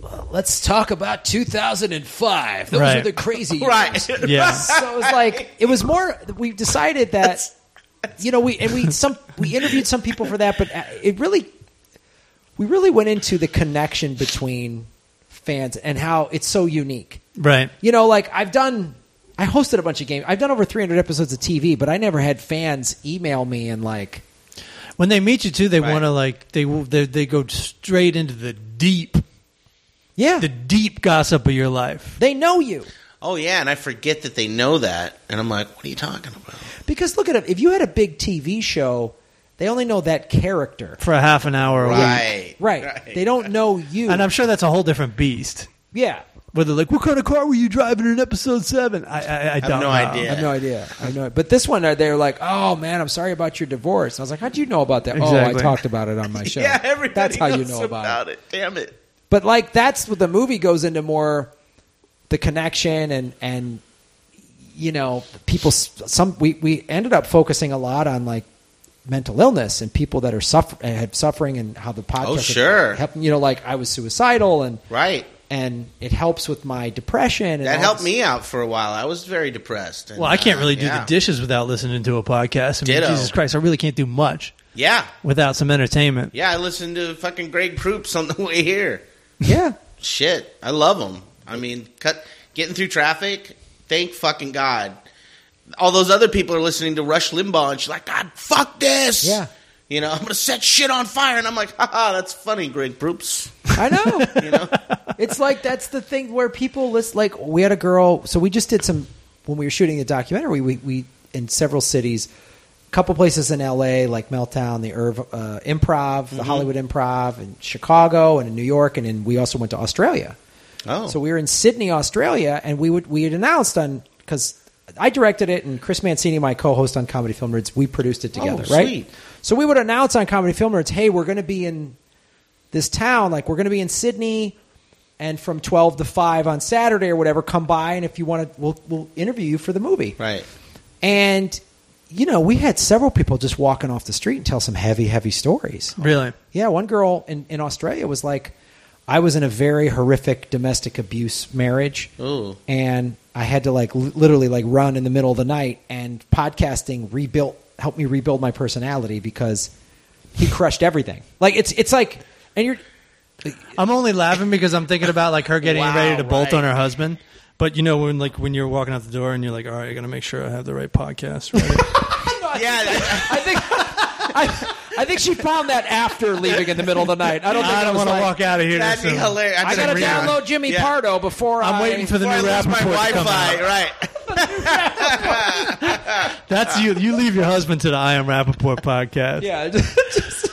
Speaker 6: well, Let's talk about 2005. Those
Speaker 1: Right.
Speaker 6: are the crazy years.
Speaker 5: right?
Speaker 1: Yeah.
Speaker 6: So it was like it was more. We decided that you know we and we some we interviewed some people for that, but uh, it really we really went into the connection between fans and how it's so unique.
Speaker 1: Right.
Speaker 6: You know, like I've done, I hosted a bunch of games. I've done over 300 episodes of TV, but I never had fans email me and like,
Speaker 1: When they meet you too, they
Speaker 5: Right.
Speaker 1: want to like they, they they go straight into the deep
Speaker 6: yeah,
Speaker 1: the deep gossip of your life.
Speaker 6: they know you.
Speaker 5: Oh yeah, and I forget that they know that, and I'm like, what are you talking about?
Speaker 6: Because look at it. If you had a big TV show, they only know that character.
Speaker 1: For a half an hour a week.
Speaker 5: Right,
Speaker 6: Right. They don't know you.
Speaker 1: And I'm sure that's a whole different beast.
Speaker 6: yeah.
Speaker 1: Where they're like, "What kind of car were you driving in episode 7? I, I, I don't
Speaker 5: no
Speaker 1: know.
Speaker 5: idea.
Speaker 6: I have no idea. I know it. But this one, uh, they're like, "Oh man, I'm sorry about your divorce." And I was like, "How do you know about that?" Oh, I
Speaker 1: Exactly.
Speaker 6: talked about it on my show.
Speaker 5: Yeah, everybody
Speaker 6: That's how you
Speaker 5: knows
Speaker 6: know
Speaker 5: about
Speaker 6: about, it.
Speaker 5: it. Damn it.
Speaker 6: But like, that's what the movie goes into more the connection and and you know people. s- Some we we ended up focusing a lot on like mental illness and people that are suffer have suffering and how the podcast
Speaker 5: Oh, sure.
Speaker 6: help you know like I was suicidal and
Speaker 5: Right.
Speaker 6: and it helps with my depression and
Speaker 5: That
Speaker 6: all
Speaker 5: helped
Speaker 6: this-
Speaker 5: me out for a while. I was very depressed. and,
Speaker 1: Well, I can't
Speaker 5: uh,
Speaker 1: really do
Speaker 5: yeah.
Speaker 1: the dishes without listening to a podcast. I mean,
Speaker 5: Ditto.
Speaker 1: Jesus Christ, I really can't do much
Speaker 5: Yeah,
Speaker 1: without some entertainment.
Speaker 5: yeah. I listened to fucking Greg Proops on the way here.
Speaker 6: Yeah.
Speaker 5: Shit, I love them. I mean, cut getting through traffic. Thank fucking God. All those other people are listening to Rush Limbaugh, and she's like, God, fuck this.
Speaker 6: Yeah.
Speaker 5: You know, I'm gonna set shit on fire, and I'm like, haha, that's funny, Greg Proops.
Speaker 6: I know.
Speaker 5: You know,
Speaker 6: it's like that's the thing where people list like we had a girl so we just did some when we were shooting the documentary we, we in several cities a couple places in la like meltdown the Irv, uh, improv
Speaker 5: Mm-hmm.
Speaker 6: the hollywood improv in chicago and in new york and then we also went to australia
Speaker 5: oh,
Speaker 6: so we were in Sydney, Australia, and we would we had announced on because I directed it, and Chris Mancini, my co-host on Comedy Film Nerds, we produced it together,
Speaker 5: Oh,
Speaker 6: right?
Speaker 5: sweet.
Speaker 6: So we would announce on Comedy Film Nerds, hey, we're going to be in this town, like we're going to be in Sydney, and from twelve to five on Saturday or whatever, come by, and if you want to, we'll we'll interview you for the movie,
Speaker 5: right.
Speaker 6: And you know, we had several people just walking off the street and tell some heavy, heavy stories.
Speaker 1: Really?
Speaker 6: Yeah, one girl in, in Australia was like, I was in a very horrific domestic abuse marriage.
Speaker 5: Ooh.
Speaker 6: And I had to like li- literally like run in the middle of the night and podcasting rebuilt helped me rebuild my personality because he crushed everything. Like it's it's like and you're
Speaker 1: I'm only laughing because I'm thinking about like her getting
Speaker 5: Wow,
Speaker 1: ready to bolt
Speaker 5: right.
Speaker 1: on her husband. But you know when like when you're walking out the door and you're like, all right, I got to make sure I have the right podcast. Right?
Speaker 5: Yeah, that-
Speaker 6: I think I, I think she found that after leaving in the middle of the night. I don't think
Speaker 1: I
Speaker 6: it
Speaker 1: don't
Speaker 6: was
Speaker 1: want to
Speaker 6: like,
Speaker 1: walk out of here.
Speaker 5: that'd be
Speaker 1: so-
Speaker 5: hilarious.
Speaker 6: I gotta
Speaker 5: Yeah.
Speaker 6: download Jimmy
Speaker 5: Yeah.
Speaker 6: Pardo before
Speaker 1: I'm
Speaker 6: I
Speaker 1: waiting for the
Speaker 5: Before I
Speaker 1: new rap
Speaker 5: lose my
Speaker 1: report to come
Speaker 5: Wi-Fi,
Speaker 1: out.
Speaker 5: right?
Speaker 1: That's you. You leave your husband to the I Am Rappaport podcast.
Speaker 6: Yeah. just-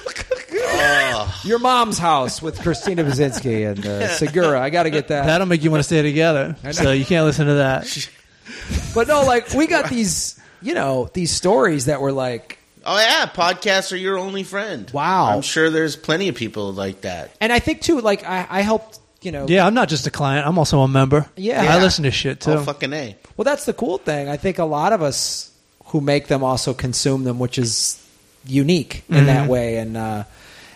Speaker 6: Your mom's house with Christina Bazinski and uh, Segura. I got to get that.
Speaker 1: That'll make you want to stay together. So you can't listen to that.
Speaker 6: But no, like we got these, you know, these stories that were like,
Speaker 5: Oh yeah, podcasts are your only friend.
Speaker 6: Wow.
Speaker 5: I'm sure there's plenty of people like that.
Speaker 6: and I think too, like I, I helped, you know.
Speaker 1: Yeah, I'm not just a client. I'm also a member.
Speaker 6: Yeah.
Speaker 1: I listen to shit too.
Speaker 5: Oh fucking a.
Speaker 6: Well, that's the cool thing. I think a lot of us who make them also consume them, which is unique in that way. And uh,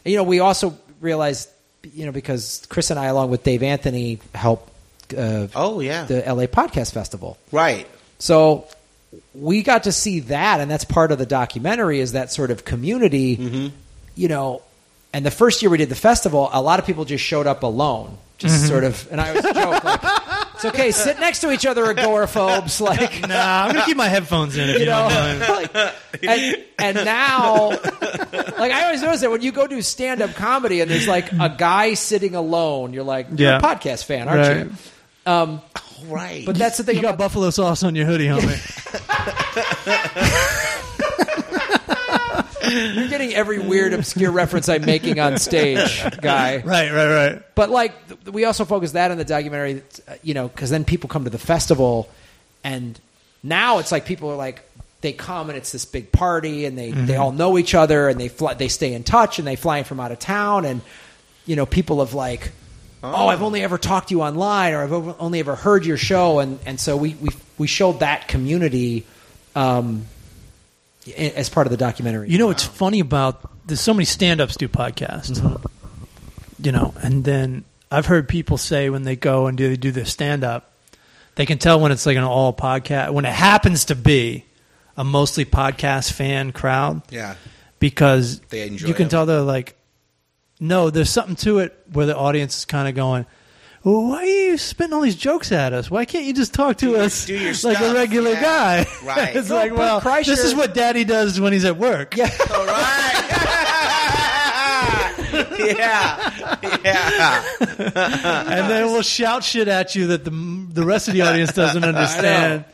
Speaker 6: you know, we also realized, you know, because Chris and I, along with Dave Anthony, helped uh,
Speaker 5: Oh yeah,
Speaker 6: the LA Podcast Festival.
Speaker 5: right.
Speaker 6: So we got to see that, and that's part of the documentary is that sort of community, you know. And the first year we did the festival, a lot of people just showed up alone, just
Speaker 1: Mm-hmm.
Speaker 6: sort of. And I always joke like, "It's okay, sit next to each other, agoraphobes." Like,
Speaker 1: Nah, I'm gonna keep my headphones in. If you,
Speaker 6: you
Speaker 1: don't
Speaker 6: know,
Speaker 1: mind.
Speaker 6: like, and, and now, like I always notice that when you go do stand up comedy and there's like a guy sitting alone, you're like, you're
Speaker 1: Yeah.
Speaker 6: a podcast fan, aren't you? Um,
Speaker 5: Right.
Speaker 6: but that's the thing
Speaker 1: You got
Speaker 6: about
Speaker 1: buffalo sauce on your hoodie, homie.
Speaker 6: you're getting every weird obscure reference I'm making on stage, guy.
Speaker 1: right, right, right.
Speaker 6: But like th- we also focus that on the documentary, uh, you know, because then people come to the festival, and now it's like people are like they come and it's this big party and they they all know each other and they fly, they stay in touch and they fly in from out of town and you know people have like. Oh, I've only ever talked to you online, or I've over- only ever heard your show, and, and so we, we we showed that community um, i- as part of the documentary.
Speaker 1: You know what's funny about there's so many stand-ups do podcasts,
Speaker 5: Mm-hmm.
Speaker 1: you know, and then I've heard people say when they go and do they do their stand-up, they can tell when it's like an all podcast when it happens to be a mostly podcast fan crowd
Speaker 5: yeah.
Speaker 1: because
Speaker 5: They enjoy
Speaker 1: you can
Speaker 5: it.
Speaker 1: tell they're like, no, there's something to it where the audience is kind of going. "Well, Why are you spitting all these jokes at us? Why can't you just talk to
Speaker 5: your-
Speaker 1: us
Speaker 5: do your
Speaker 1: like a
Speaker 5: stuff."
Speaker 1: regular
Speaker 5: Yeah.
Speaker 1: guy?
Speaker 5: Right.
Speaker 1: it's
Speaker 5: No,
Speaker 1: like,
Speaker 6: but
Speaker 1: well, this
Speaker 6: Kreischer-
Speaker 1: is what Daddy does when he's at work.
Speaker 6: yeah.
Speaker 5: All right. yeah. Yeah.
Speaker 1: and then we'll shout shit at you that the the rest of the audience doesn't understand.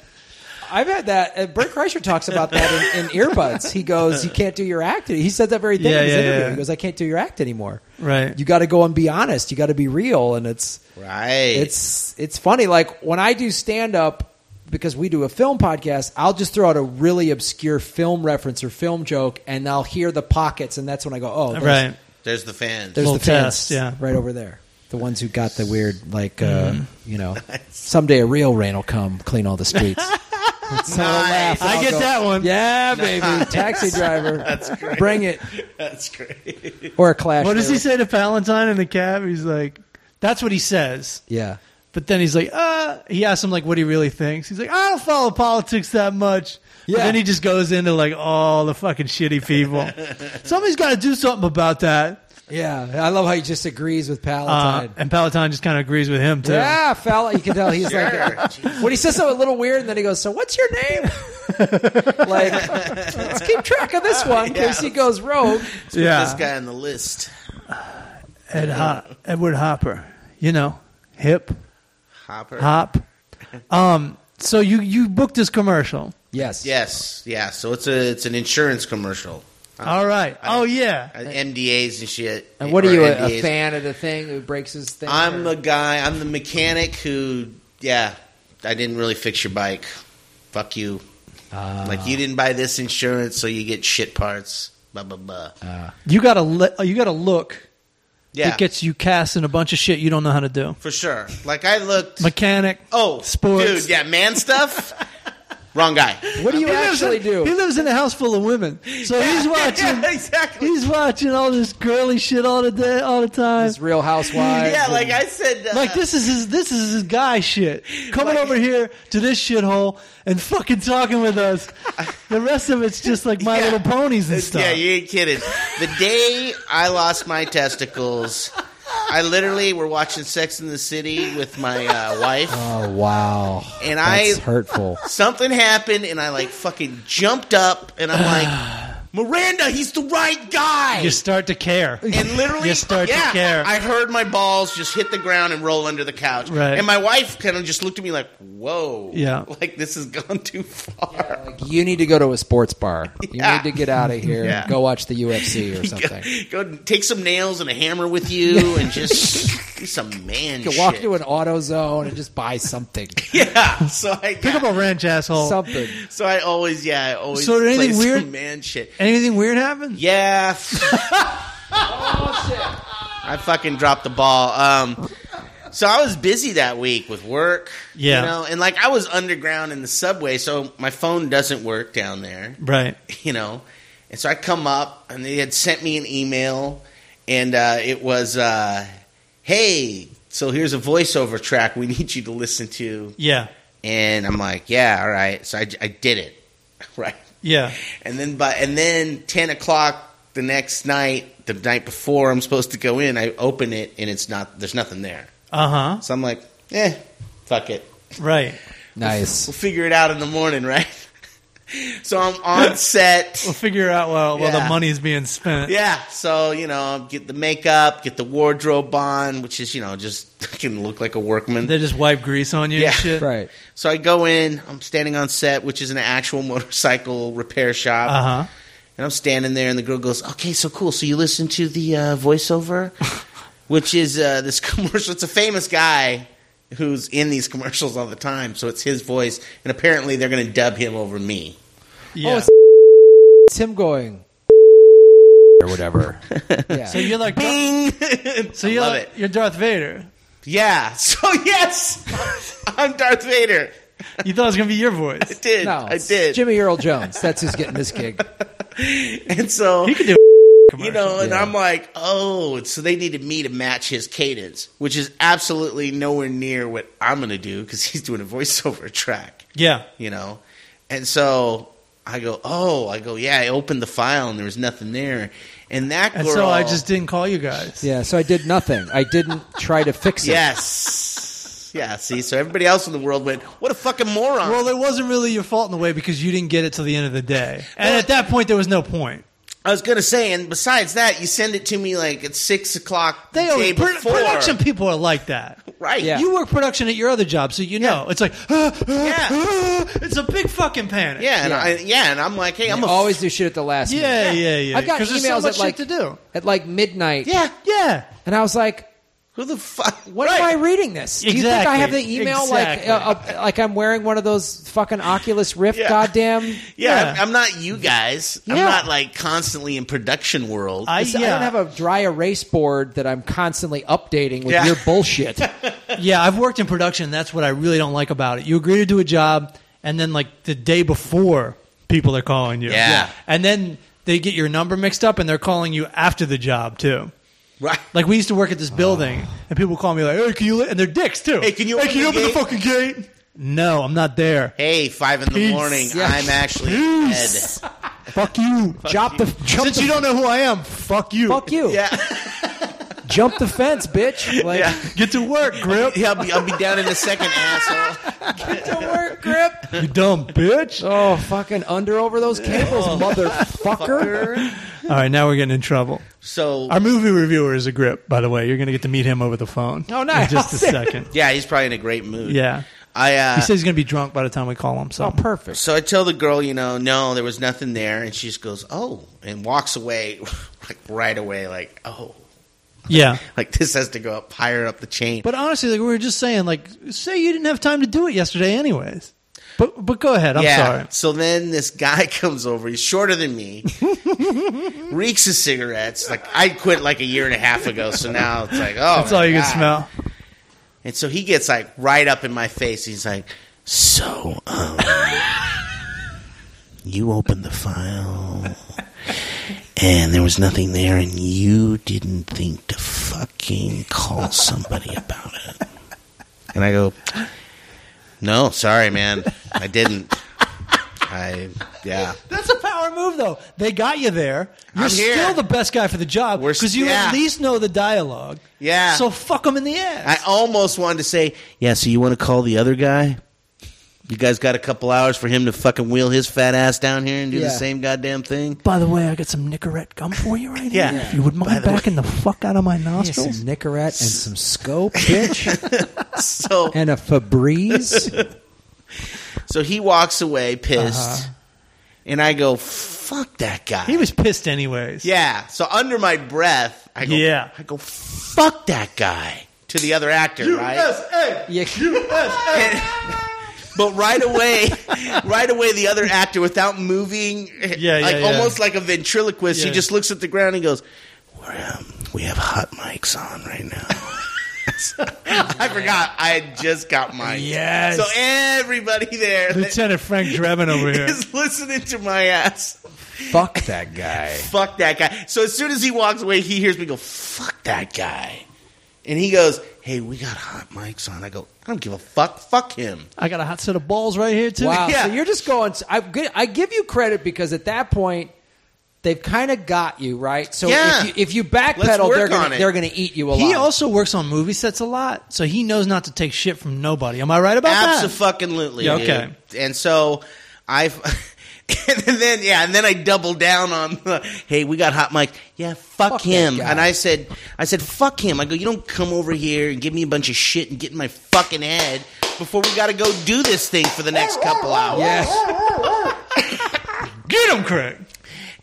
Speaker 6: I've had that. Uh, Bert Kreischer talks about that in, in earbuds. He goes, "You can't do your act." He said that very thing
Speaker 1: Yeah,
Speaker 6: in his
Speaker 1: yeah,
Speaker 6: interview.
Speaker 1: yeah.
Speaker 6: He goes, "I can't do your act anymore.
Speaker 1: Right.
Speaker 6: You got to go and be honest. You got to be real." And it's
Speaker 5: Right.
Speaker 6: it's it's funny. Like when I do stand up because we do a film podcast, I'll just throw out a really obscure film reference or film joke, and I'll hear the pockets, and that's when I go, "Oh, there's,
Speaker 1: right.
Speaker 5: There's the fans.
Speaker 6: There's
Speaker 1: Little
Speaker 6: the fans,
Speaker 1: test, yeah. Mm.
Speaker 6: right over there." The ones who got the weird, like, uh, you know, someday a real rain will come clean all the streets. So I'll laugh and
Speaker 1: I
Speaker 6: I'll
Speaker 1: get
Speaker 6: go,
Speaker 1: that one.
Speaker 6: yeah, baby, taxi driver. That's
Speaker 5: great.
Speaker 6: Bring it
Speaker 5: That's great.
Speaker 6: or a clash.
Speaker 1: What does he
Speaker 6: there.
Speaker 1: say to Valentine in the cab? He's like, that's what he says.
Speaker 6: Yeah.
Speaker 1: But then he's like, uh, he asks him like what he really thinks. He's like, I don't follow politics that much. Yeah.
Speaker 6: Yeah.
Speaker 1: then he just goes into like all the fucking shitty people. Somebody's got to do something about that.
Speaker 6: Yeah, I love how he just agrees with
Speaker 1: Uh,
Speaker 6: Palatine.
Speaker 1: and Palatine just kind of agrees with him too.
Speaker 6: yeah, fella, you can tell he's like when he says something a little weird, and then he goes, "So what's your name?" like, let's keep track of this one in case he goes rogue.
Speaker 1: yeah.
Speaker 5: This guy on the list.
Speaker 1: Ed Ho- Edward Hopper, you know, hip
Speaker 5: Hopper.
Speaker 1: hop. Um, so you you booked this commercial.
Speaker 6: Yes.
Speaker 5: Yes. Yeah. So it's a it's an insurance commercial.
Speaker 1: All right. oh yeah.
Speaker 5: Uh, MDAs and shit.
Speaker 6: And what
Speaker 5: Or
Speaker 6: are you a, a
Speaker 5: NDAs.
Speaker 6: fan of the thing who breaks his thing?
Speaker 5: I'm the
Speaker 6: or-
Speaker 5: guy. I'm the mechanic who. Yeah, I didn't really fix your bike. Fuck you.
Speaker 6: Ah.
Speaker 5: Like you didn't buy this insurance, so you get shit parts. Blah blah blah.
Speaker 6: Uh,
Speaker 1: you got to le- uh, you got to look.
Speaker 5: yeah,
Speaker 1: It gets you cast in a bunch of shit you don't know how to do.
Speaker 5: for sure. Like I looked.
Speaker 1: Mechanic.
Speaker 5: oh,
Speaker 1: sports.
Speaker 5: dude. Yeah, man stuff. Wrong guy.
Speaker 6: what do you
Speaker 1: He lives
Speaker 6: actually
Speaker 1: in-
Speaker 6: do?
Speaker 1: He lives in a house full of women, so he's watching.
Speaker 5: Yeah, exactly.
Speaker 1: He's watching all this girly shit all the day, all the time.
Speaker 6: His Real Housewives.
Speaker 5: Yeah, like
Speaker 6: and-
Speaker 5: I said. Uh,
Speaker 1: Like this is his this is his guy shit coming over here to this shithole and fucking talking with us. The rest of it's just like My
Speaker 5: Yeah.
Speaker 1: Little Ponies and stuff.
Speaker 5: Yeah, you ain't kidding. The day I lost my testicles, I literally were watching Sex in the City with my uh, wife.
Speaker 6: Oh wow!
Speaker 5: And
Speaker 6: That's
Speaker 5: I-
Speaker 6: hurtful.
Speaker 5: something happened and I like fucking jumped up and I'm like, Miranda, he's the right guy.
Speaker 1: You start to care.
Speaker 5: and literally,
Speaker 1: you start to
Speaker 5: yeah,
Speaker 1: care.
Speaker 5: I heard my balls just hit the ground and roll under the couch.
Speaker 1: Right.
Speaker 5: And my wife kind of just looked at me like, "Whoa,
Speaker 1: Yeah.
Speaker 5: like this has gone too far."
Speaker 6: Like, you need to go to a sports bar. You
Speaker 5: Yeah.
Speaker 6: need to get out of here. and
Speaker 5: Yeah.
Speaker 6: Go watch the UFC or something.
Speaker 5: go, go take some nails and a hammer with you, and just do some man
Speaker 6: You can walk
Speaker 5: shit.
Speaker 6: into an auto zone and just buy something.
Speaker 5: yeah. So I
Speaker 1: Pick up a wrench,
Speaker 5: Oh.
Speaker 1: asshole.
Speaker 6: something.
Speaker 5: so I always yeah I always
Speaker 1: So did anything
Speaker 5: play some
Speaker 1: weird-
Speaker 5: man shit.
Speaker 1: Anything weird happen?
Speaker 5: Yeah. I fucking dropped the ball. Um, so I was busy that week with work.
Speaker 1: Yeah.
Speaker 5: You know, and like I was underground in the subway, so my phone doesn't work down there,
Speaker 1: Right.
Speaker 5: you know. And so I come up, and they had sent me an email, and uh, it was, uh, hey, so here's a voiceover track we need you to listen to
Speaker 1: Yeah.
Speaker 5: and I'm like, yeah, all right. So I, I did it, right?
Speaker 1: Yeah.
Speaker 5: And then by and then ten o'clock the next night, the night before I'm supposed to go in, I open it and it's not there's nothing there.
Speaker 1: Uh huh.
Speaker 5: So I'm like, eh, fuck it.
Speaker 1: Right.
Speaker 6: Nice.
Speaker 5: We'll figure it out in the morning, right? so I'm on set.
Speaker 1: We'll figure out while while the
Speaker 5: Yeah.
Speaker 1: money's being spent.
Speaker 5: Yeah, so you know, get the makeup, get the wardrobe on, which is you know just fucking look like a workman.
Speaker 1: They just wipe grease on you
Speaker 5: Yeah.
Speaker 1: and shit.
Speaker 6: Right.
Speaker 5: So I go in, I'm standing on set, which is an actual motorcycle repair shop.
Speaker 1: Uh huh.
Speaker 5: And I'm standing there, and the girl goes, "Okay, so cool. So you listen to the uh, voiceover, which is uh, this commercial. It's a famous guy who's in these commercials all the time. So it's his voice, and apparently they're going to dub him over me.
Speaker 1: Yeah.
Speaker 6: it's- It's him going or whatever. yeah.
Speaker 1: so you're like.
Speaker 5: Bing!
Speaker 1: So
Speaker 5: I
Speaker 1: you're
Speaker 5: love
Speaker 1: like,
Speaker 5: it.
Speaker 1: you're Darth Vader.
Speaker 5: Yeah. So yes, I'm Darth Vader.
Speaker 1: You thought it was gonna be your
Speaker 5: I
Speaker 1: voice.
Speaker 5: did.
Speaker 6: no,
Speaker 5: I
Speaker 6: it's
Speaker 5: did.
Speaker 6: Jimmy Earl Jones. That's who's getting this gig.
Speaker 5: And so
Speaker 1: You could do.
Speaker 5: you know, and
Speaker 6: yeah.
Speaker 5: I'm like, oh, so they needed me to match his cadence, which is absolutely nowhere near what I'm going to do because he's doing a voiceover track,
Speaker 1: Yeah.
Speaker 5: you know? And so I go, oh, I go, yeah, I opened the file and there was nothing there. And that girl.
Speaker 1: And so I just didn't call you guys.
Speaker 6: Yeah. So I did nothing. I didn't try to fix it.
Speaker 5: Yes. yeah, see, so everybody else in the world went, what a fucking moron.
Speaker 1: Well, it wasn't really your fault in a way because you didn't get it till the end of the day. And at that point, there was no point.
Speaker 5: I was going to say, and besides that, you send it to me like at 6 o'clock the
Speaker 1: They always
Speaker 5: day
Speaker 1: pro-
Speaker 5: before.
Speaker 1: production people are like that.
Speaker 5: Right.
Speaker 6: Yeah.
Speaker 1: You work production at your other job, so you know it's like, ah, ah,
Speaker 5: Yeah.
Speaker 1: ah. it's a big fucking panic.
Speaker 5: Yeah, and
Speaker 6: Yeah.
Speaker 5: I, yeah, and I'm like, hey, I'm
Speaker 6: You
Speaker 5: a
Speaker 6: always do shit at the last
Speaker 1: yeah,
Speaker 6: minute.
Speaker 1: yeah, yeah.
Speaker 6: I've got
Speaker 1: 'Cause there's
Speaker 6: emails
Speaker 1: so much
Speaker 6: at like
Speaker 1: shit to do.
Speaker 6: at like midnight.
Speaker 5: yeah,
Speaker 1: Yeah,
Speaker 6: And I was like,
Speaker 5: Who the fuck?
Speaker 6: What
Speaker 5: Right.
Speaker 6: am I reading this? Do you think I
Speaker 1: Exactly.
Speaker 6: have the email
Speaker 1: Exactly.
Speaker 6: like uh, uh, like I'm wearing one of those fucking Oculus Rift?
Speaker 5: Yeah.
Speaker 6: Goddamn!
Speaker 5: Yeah,
Speaker 1: Yeah.
Speaker 5: I'm, I'm not you guys. I'm
Speaker 6: Yeah.
Speaker 5: not like constantly in production world.
Speaker 1: I,
Speaker 6: This-
Speaker 1: yeah,
Speaker 6: I don't have a dry erase board that I'm constantly updating with
Speaker 5: Yeah.
Speaker 6: your bullshit.
Speaker 1: yeah. I've worked in production. That's what I really don't like about it. You agree to do a job, and then like the day before, people are calling you.
Speaker 5: Yeah.
Speaker 1: and then they get your number mixed up, and they're calling you after the job too.
Speaker 5: right.
Speaker 1: Like we used to work at this building, and people call me like, "Hey, can you?" li-" And they're dicks too.
Speaker 5: Hey, can you
Speaker 1: Hey,
Speaker 5: open
Speaker 1: can you
Speaker 5: the
Speaker 1: open the fucking
Speaker 5: gate?"
Speaker 1: gate? No, I'm not there.
Speaker 5: Hey, five in the
Speaker 1: Peace.
Speaker 5: morning.
Speaker 6: Yeah.
Speaker 5: I'm actually
Speaker 1: Peace.
Speaker 5: dead.
Speaker 1: Fuck you.
Speaker 6: Jump the jump
Speaker 1: Since
Speaker 6: the,
Speaker 1: you don't know who I am, fuck you.
Speaker 6: fuck you.
Speaker 5: Yeah,
Speaker 6: Jump the fence, bitch. Like
Speaker 5: yeah.
Speaker 1: Get to work, Grip.
Speaker 5: Yeah, I'll be, I'll be down in a second, asshole.
Speaker 6: don't work grip.
Speaker 1: You dumb bitch. All
Speaker 6: Oh, fucking under over those cables,
Speaker 5: Oh.
Speaker 6: motherfucker.
Speaker 1: right, now we're getting in trouble.
Speaker 5: So
Speaker 1: Our movie reviewer is a grip, by the way. You're going to get to meet him over the phone.
Speaker 6: Oh, nice.
Speaker 1: In just a second.
Speaker 5: yeah, he's probably in a great mood.
Speaker 1: Yeah.
Speaker 5: I uh,
Speaker 1: He says he's going to be drunk by the time we call him. So
Speaker 6: Oh, perfect.
Speaker 5: So I tell the girl, you know, no, there was nothing there, and she just goes, oh, and walks away, like right away, like oh,
Speaker 1: yeah.
Speaker 5: like this has to go up higher up the chain.
Speaker 1: But honestly, like we were just saying, like say you didn't have time to do it yesterday, anyways. But but go ahead. I'm sorry.
Speaker 5: So then this guy comes over. He's shorter than me. reeks of cigarettes. Like I quit like a year and a half ago. So now it's like, oh,
Speaker 1: That's all you
Speaker 5: my
Speaker 1: can
Speaker 5: God.
Speaker 1: smell.
Speaker 5: And so he gets like right up in my face. He's like, so um, you opened the file, and there was nothing there, and you didn't think to fucking call somebody about it. And I go, no, sorry, man, I didn't. I yeah.
Speaker 1: That's a power move, though. They got you there. You're
Speaker 5: I'm here.
Speaker 1: still the best guy for the job
Speaker 5: We're-
Speaker 1: because you
Speaker 5: yeah.
Speaker 1: at least know the dialogue.
Speaker 5: Yeah.
Speaker 1: So fuck them in the ass.
Speaker 5: Ah. I almost wanted to say, yeah, so you want to call the other guy? You guys got a couple hours for him to fucking wheel his fat ass down here and do the
Speaker 6: Yeah.
Speaker 5: same goddamn thing?
Speaker 1: By the way, I got some Nicorette gum for you right
Speaker 5: Yeah.
Speaker 1: here. If you would mind backing the fuck out of my
Speaker 6: Some
Speaker 1: nostrils.
Speaker 6: Nicorette and some scope, bitch,
Speaker 5: So
Speaker 6: and a Febreze.
Speaker 5: so he walks away pissed. And I go, fuck that guy.
Speaker 1: Uh-huh. He was pissed anyways.
Speaker 5: yeah. So under my breath, I go,
Speaker 1: Yeah.
Speaker 5: I go, fuck that guy to the other actor, right?
Speaker 6: You-
Speaker 5: And- but right away, right away, the other actor, without moving,
Speaker 1: yeah,
Speaker 5: like
Speaker 1: yeah.
Speaker 5: almost like a ventriloquist,
Speaker 1: Yeah.
Speaker 5: he just looks at the ground and goes, We're, um, "We have hot mics on right now." I forgot. I had just got mine.
Speaker 1: Yes.
Speaker 5: So everybody there
Speaker 1: Lieutenant Frank Drebin over here.
Speaker 5: is listening to my ass.
Speaker 6: Fuck that guy.
Speaker 5: Fuck that guy. So as soon as he walks away, he hears me go, "Fuck that guy," and he goes, hey, we got hot mics on. I go, I don't give a fuck. Fuck him.
Speaker 1: I got a hot set of balls right here too.
Speaker 6: Wow.
Speaker 5: Yeah.
Speaker 6: So you're just going. I, gi- I give you credit because at that point, they've kind of got you right. So
Speaker 5: Yeah.
Speaker 6: if, you, if you
Speaker 5: Let's
Speaker 6: backpedal,
Speaker 5: work
Speaker 6: they're
Speaker 5: on
Speaker 6: gonna,
Speaker 5: it.
Speaker 6: they're going to eat you alive.
Speaker 1: He also works on movie sets a lot, so he knows not to take shit from nobody. Am I right about that?
Speaker 5: Absolutely.
Speaker 1: Yeah, okay.
Speaker 5: dude. And so I've. And then yeah, and then I doubled down on the hey, we got hot mic. Yeah, fuck,
Speaker 6: Fuck that
Speaker 5: him.
Speaker 6: guy.
Speaker 5: And I said I said, fuck him. I go, you don't come over here and give me a bunch of shit and get in my fucking head before we gotta go do this thing for the next couple hours.
Speaker 6: yes.
Speaker 1: Get him, Craig.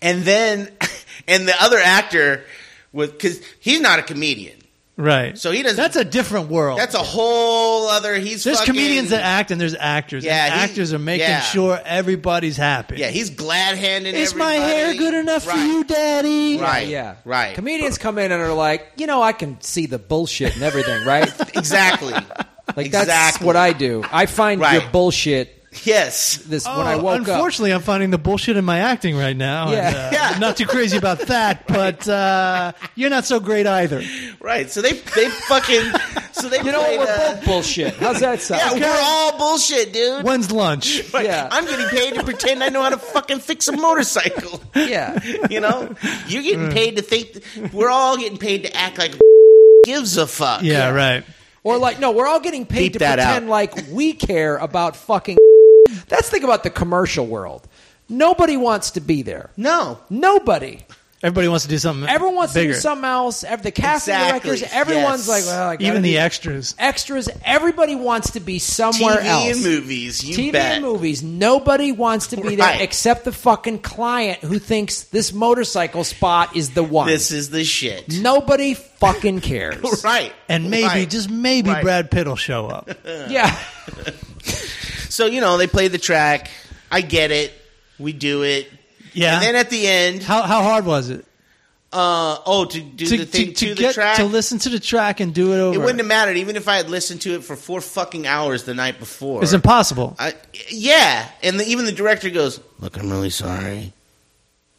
Speaker 5: And then and the other actor was cause he's not a comedian.
Speaker 1: Right.
Speaker 5: So he doesn't
Speaker 1: That's a different world.
Speaker 5: that's a whole other he's
Speaker 1: there's
Speaker 5: fucking-
Speaker 1: comedians that act and there's actors.
Speaker 5: Yeah,
Speaker 1: and
Speaker 5: he-
Speaker 1: actors are making
Speaker 5: yeah.
Speaker 1: sure everybody's happy.
Speaker 5: Yeah, he's glad handing
Speaker 1: Is my hair good enough for you, Daddy?
Speaker 5: Right.
Speaker 6: Yeah.
Speaker 5: Right.
Speaker 6: Comedians come in and are like, you know, I can see the bullshit and everything, right?
Speaker 5: Exactly.
Speaker 6: Like that's
Speaker 5: exactly.
Speaker 6: what I do. I find your
Speaker 5: Right.
Speaker 6: bullshit.
Speaker 5: Yes.
Speaker 6: This
Speaker 1: Oh,
Speaker 6: when I woke up.
Speaker 1: unfortunately, I'm finding the bullshit in my acting right now. and,
Speaker 6: Yeah.
Speaker 1: uh,
Speaker 5: Yeah.
Speaker 1: Not too crazy about that, but uh, you're not so great either.
Speaker 5: Right. So they they fucking so they
Speaker 6: You know what?
Speaker 5: played,
Speaker 6: We're
Speaker 5: uh,
Speaker 6: both bullshit. How's that
Speaker 5: Yeah,
Speaker 6: sound?
Speaker 5: we're all bullshit, dude.
Speaker 1: When's lunch?
Speaker 5: Right.
Speaker 6: Yeah.
Speaker 5: I'm getting paid to pretend I know how to fucking fix a motorcycle.
Speaker 6: Yeah.
Speaker 5: You know? You're getting
Speaker 6: Mm.
Speaker 5: paid to think we're all getting paid to act like gives a fuck.
Speaker 1: Yeah, right.
Speaker 6: Or like, no, we're all getting paid
Speaker 5: Beep
Speaker 6: to
Speaker 5: that
Speaker 6: pretend
Speaker 5: out.
Speaker 6: like we care about fucking. That's the thing about the commercial world. Nobody wants to be there.
Speaker 5: No.
Speaker 6: Nobody.
Speaker 1: Everybody wants to do something.
Speaker 6: Everyone wants
Speaker 1: bigger.
Speaker 6: to do something else. Ev- The casting
Speaker 5: Exactly.
Speaker 6: directors,
Speaker 5: Yes.
Speaker 6: everyone's like, well, I gotta
Speaker 1: Even
Speaker 6: be-
Speaker 1: the extras.
Speaker 6: extras. Everybody wants to be somewhere
Speaker 5: TV
Speaker 6: else.
Speaker 5: and movies, you
Speaker 6: TV
Speaker 5: bet.
Speaker 6: and movies. Nobody wants to be there
Speaker 5: Right.
Speaker 6: except the fucking client who thinks this motorcycle spot is the one.
Speaker 5: This is the shit.
Speaker 6: Nobody fucking cares.
Speaker 5: Right.
Speaker 1: And maybe,
Speaker 5: Right.
Speaker 1: just maybe,
Speaker 5: Right.
Speaker 1: Brad Pitt will show up.
Speaker 6: Yeah.
Speaker 5: So, you know, they play the track. I get it. We do it.
Speaker 1: Yeah.
Speaker 5: And then at the end,
Speaker 1: how how hard was it
Speaker 5: uh, oh, to do the thing to, the
Speaker 1: get
Speaker 5: track?
Speaker 1: to listen to the track and do it over?
Speaker 5: It wouldn't have mattered even if I had listened to it for four fucking hours the night before.
Speaker 1: It's impossible.
Speaker 5: I, yeah, and the, even the director goes, "Look, I'm really sorry.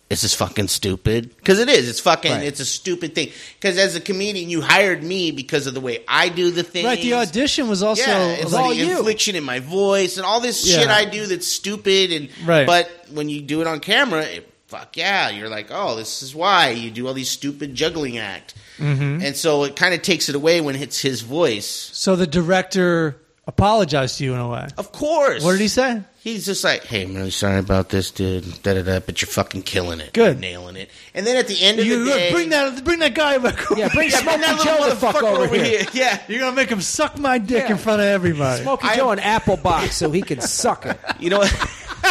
Speaker 5: This is fucking stupid because it is. It's fucking.
Speaker 6: Right.
Speaker 5: It's a stupid thing. Because as a comedian, you hired me because of the way I do the thing.
Speaker 1: right. The audition was also
Speaker 5: Yeah, it's
Speaker 1: all
Speaker 5: like the
Speaker 1: you.
Speaker 5: infliction in my voice and all this
Speaker 1: Yeah.
Speaker 5: shit I do that's stupid and
Speaker 1: Right.
Speaker 5: But when you do it on camera, it, fuck yeah, you're like, oh, this is why you do all these stupid juggling act.
Speaker 1: Mm-hmm.
Speaker 5: And so it kind of takes it away when it's his voice.
Speaker 1: So the director apologized to you in a way.
Speaker 5: Of course.
Speaker 1: What did he say?
Speaker 5: He's just like, hey, I'm really sorry about this, dude. Da da da. But you're fucking killing it.
Speaker 1: Good.
Speaker 5: You're nailing it. And then at the end of
Speaker 1: You
Speaker 5: the day,
Speaker 1: bring that bring that guy back. over
Speaker 6: Yeah, bring
Speaker 1: here.
Speaker 5: Yeah, bring
Speaker 6: Smokey
Speaker 5: that
Speaker 6: Joe
Speaker 5: little
Speaker 6: the fuck
Speaker 5: motherfucker
Speaker 6: over here.
Speaker 5: Yeah.
Speaker 1: You're gonna make him suck my dick
Speaker 6: Yeah.
Speaker 1: in front of everybody.
Speaker 6: Smokey
Speaker 5: I-
Speaker 6: Joe an apple box so he can suck it.
Speaker 5: You know.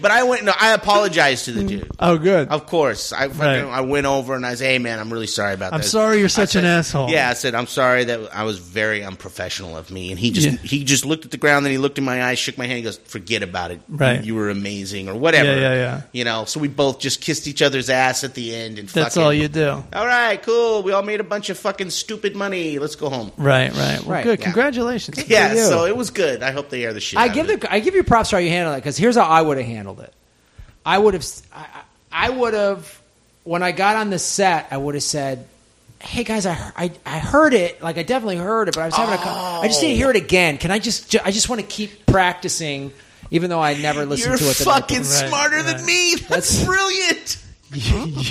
Speaker 5: but I went. No, I apologized to the dude.
Speaker 1: Oh, good.
Speaker 5: Of course, I fucking,
Speaker 1: Right.
Speaker 5: I went over and I said, "Hey, man, I'm really sorry about
Speaker 1: I'm
Speaker 5: this.
Speaker 1: sorry you're
Speaker 5: I
Speaker 1: such an
Speaker 5: said-
Speaker 1: asshole.
Speaker 5: Yeah, I said I'm sorry that I was very unprofessional of me. And he just
Speaker 1: Yeah.
Speaker 5: he just looked at the ground, then he looked in my eyes, shook my hand, and goes, "Forget about it.
Speaker 1: Right.
Speaker 5: You were amazing, or whatever.
Speaker 1: Yeah, yeah, yeah.
Speaker 5: You know. So we both just kissed each other's ass at the end, and
Speaker 1: That's
Speaker 5: fucking-
Speaker 1: all you do.
Speaker 5: All right, cool. We all made a bunch of fucking stupid money. Let's go home.
Speaker 1: Right, right. Well,
Speaker 6: Right,
Speaker 1: good.
Speaker 5: yeah.
Speaker 1: Congratulations.
Speaker 5: Yeah,
Speaker 6: you.
Speaker 5: so it was good. I hope they air the shit.
Speaker 6: I
Speaker 5: out
Speaker 6: give
Speaker 5: of it.
Speaker 6: the I give you props for how you handled it because here's how I would have handled it. I would have I, I I would have when I got on the set I would have said, "Hey guys, I, he- I I heard it. Like I definitely heard it, but I was having a co- I just need to hear it
Speaker 5: Oh.
Speaker 6: again. Can I just ju- I just want to keep practicing, even though I never listened
Speaker 5: You're
Speaker 6: to it. the night
Speaker 5: fucking
Speaker 6: before."
Speaker 1: Right,
Speaker 5: smarter
Speaker 1: right.
Speaker 5: than me. That's,
Speaker 6: That's-
Speaker 5: brilliant.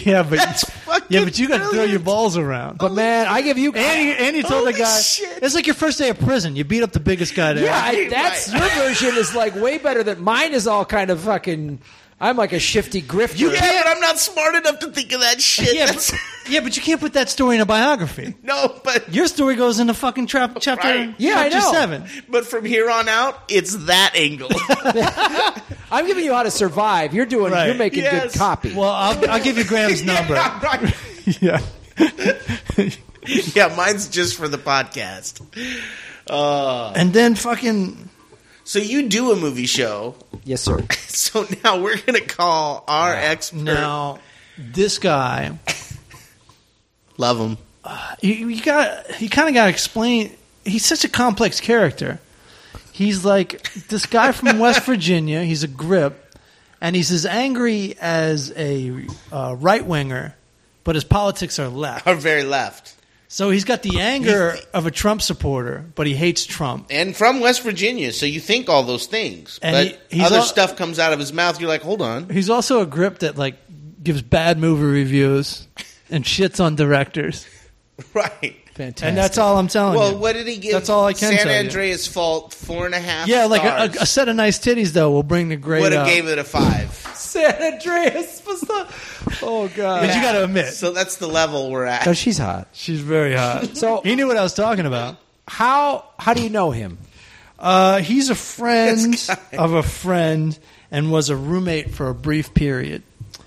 Speaker 1: yeah, but
Speaker 5: That's
Speaker 1: yeah,
Speaker 5: fucking
Speaker 1: but you got to throw your
Speaker 5: brilliant.
Speaker 1: balls around.
Speaker 6: But man, I give you.
Speaker 1: and you, and you told
Speaker 5: Holy
Speaker 1: the guy,
Speaker 5: shit.
Speaker 1: it's like your first day of prison. You beat up the biggest guy there.
Speaker 6: yeah, I, that's
Speaker 5: Right.
Speaker 6: your version is like way better than mine. Is all kind of fucking. I'm like a shifty grifter.
Speaker 5: You can't. I'm not smart enough to think of that shit.
Speaker 1: yeah,
Speaker 5: That's-
Speaker 1: but, yeah, but you can't put that story in a biography.
Speaker 5: no, but
Speaker 1: Your story goes in the fucking trap chapter.
Speaker 5: Right.
Speaker 6: Yeah, I
Speaker 1: chapter
Speaker 6: know.
Speaker 1: seven.
Speaker 5: but from here on out, it's that angle.
Speaker 6: I'm giving you how to survive. You're doing.
Speaker 1: Right.
Speaker 6: You're making
Speaker 5: Yes.
Speaker 6: good copy.
Speaker 1: Well, I'll, I'll give you Graham's number.
Speaker 5: yeah, right.
Speaker 1: yeah.
Speaker 5: Yeah, mine's just for the podcast. Uh,
Speaker 1: And then fucking
Speaker 5: so you do a movie show.
Speaker 6: yes, sir.
Speaker 5: So now we're gonna call our expert.
Speaker 1: now, this guy,
Speaker 5: Love him.
Speaker 1: you, you got you kind of got to explain. He's such a complex character. He's like this guy from West Virginia. He's a grip, and he's as angry as a uh, right winger, but his politics are left.
Speaker 5: Our very left.
Speaker 1: So he's got the anger of a Trump supporter, but he hates Trump.
Speaker 5: and from West Virginia, so you think all those things,
Speaker 1: And
Speaker 5: but
Speaker 1: he- he's
Speaker 5: other
Speaker 1: al-
Speaker 5: stuff comes out of his mouth. You're like, hold on,
Speaker 1: He's also a grip that like gives bad movie reviews and shits on directors.
Speaker 5: right?
Speaker 6: Fantastic.
Speaker 1: And that's all I'm telling
Speaker 5: Well,
Speaker 1: you.
Speaker 5: what did he give?
Speaker 1: That's all I can
Speaker 5: San
Speaker 1: tell you.
Speaker 5: Andreas Fault four and a half.
Speaker 1: yeah, like a, a, a
Speaker 5: stars.
Speaker 1: set of nice titties though will bring the uh, grade
Speaker 5: would have
Speaker 1: up.
Speaker 5: gave it a five.
Speaker 6: San Andreas was the. Oh
Speaker 1: but
Speaker 6: god.
Speaker 1: you got to admit,
Speaker 5: So that's the level we're
Speaker 6: No,
Speaker 5: at.
Speaker 6: she's hot.
Speaker 1: she's very hot.
Speaker 6: So-
Speaker 1: he knew what I was talking about.
Speaker 6: How how do you know him?
Speaker 1: Uh, he's a friend of a friend and was a roommate for a brief period.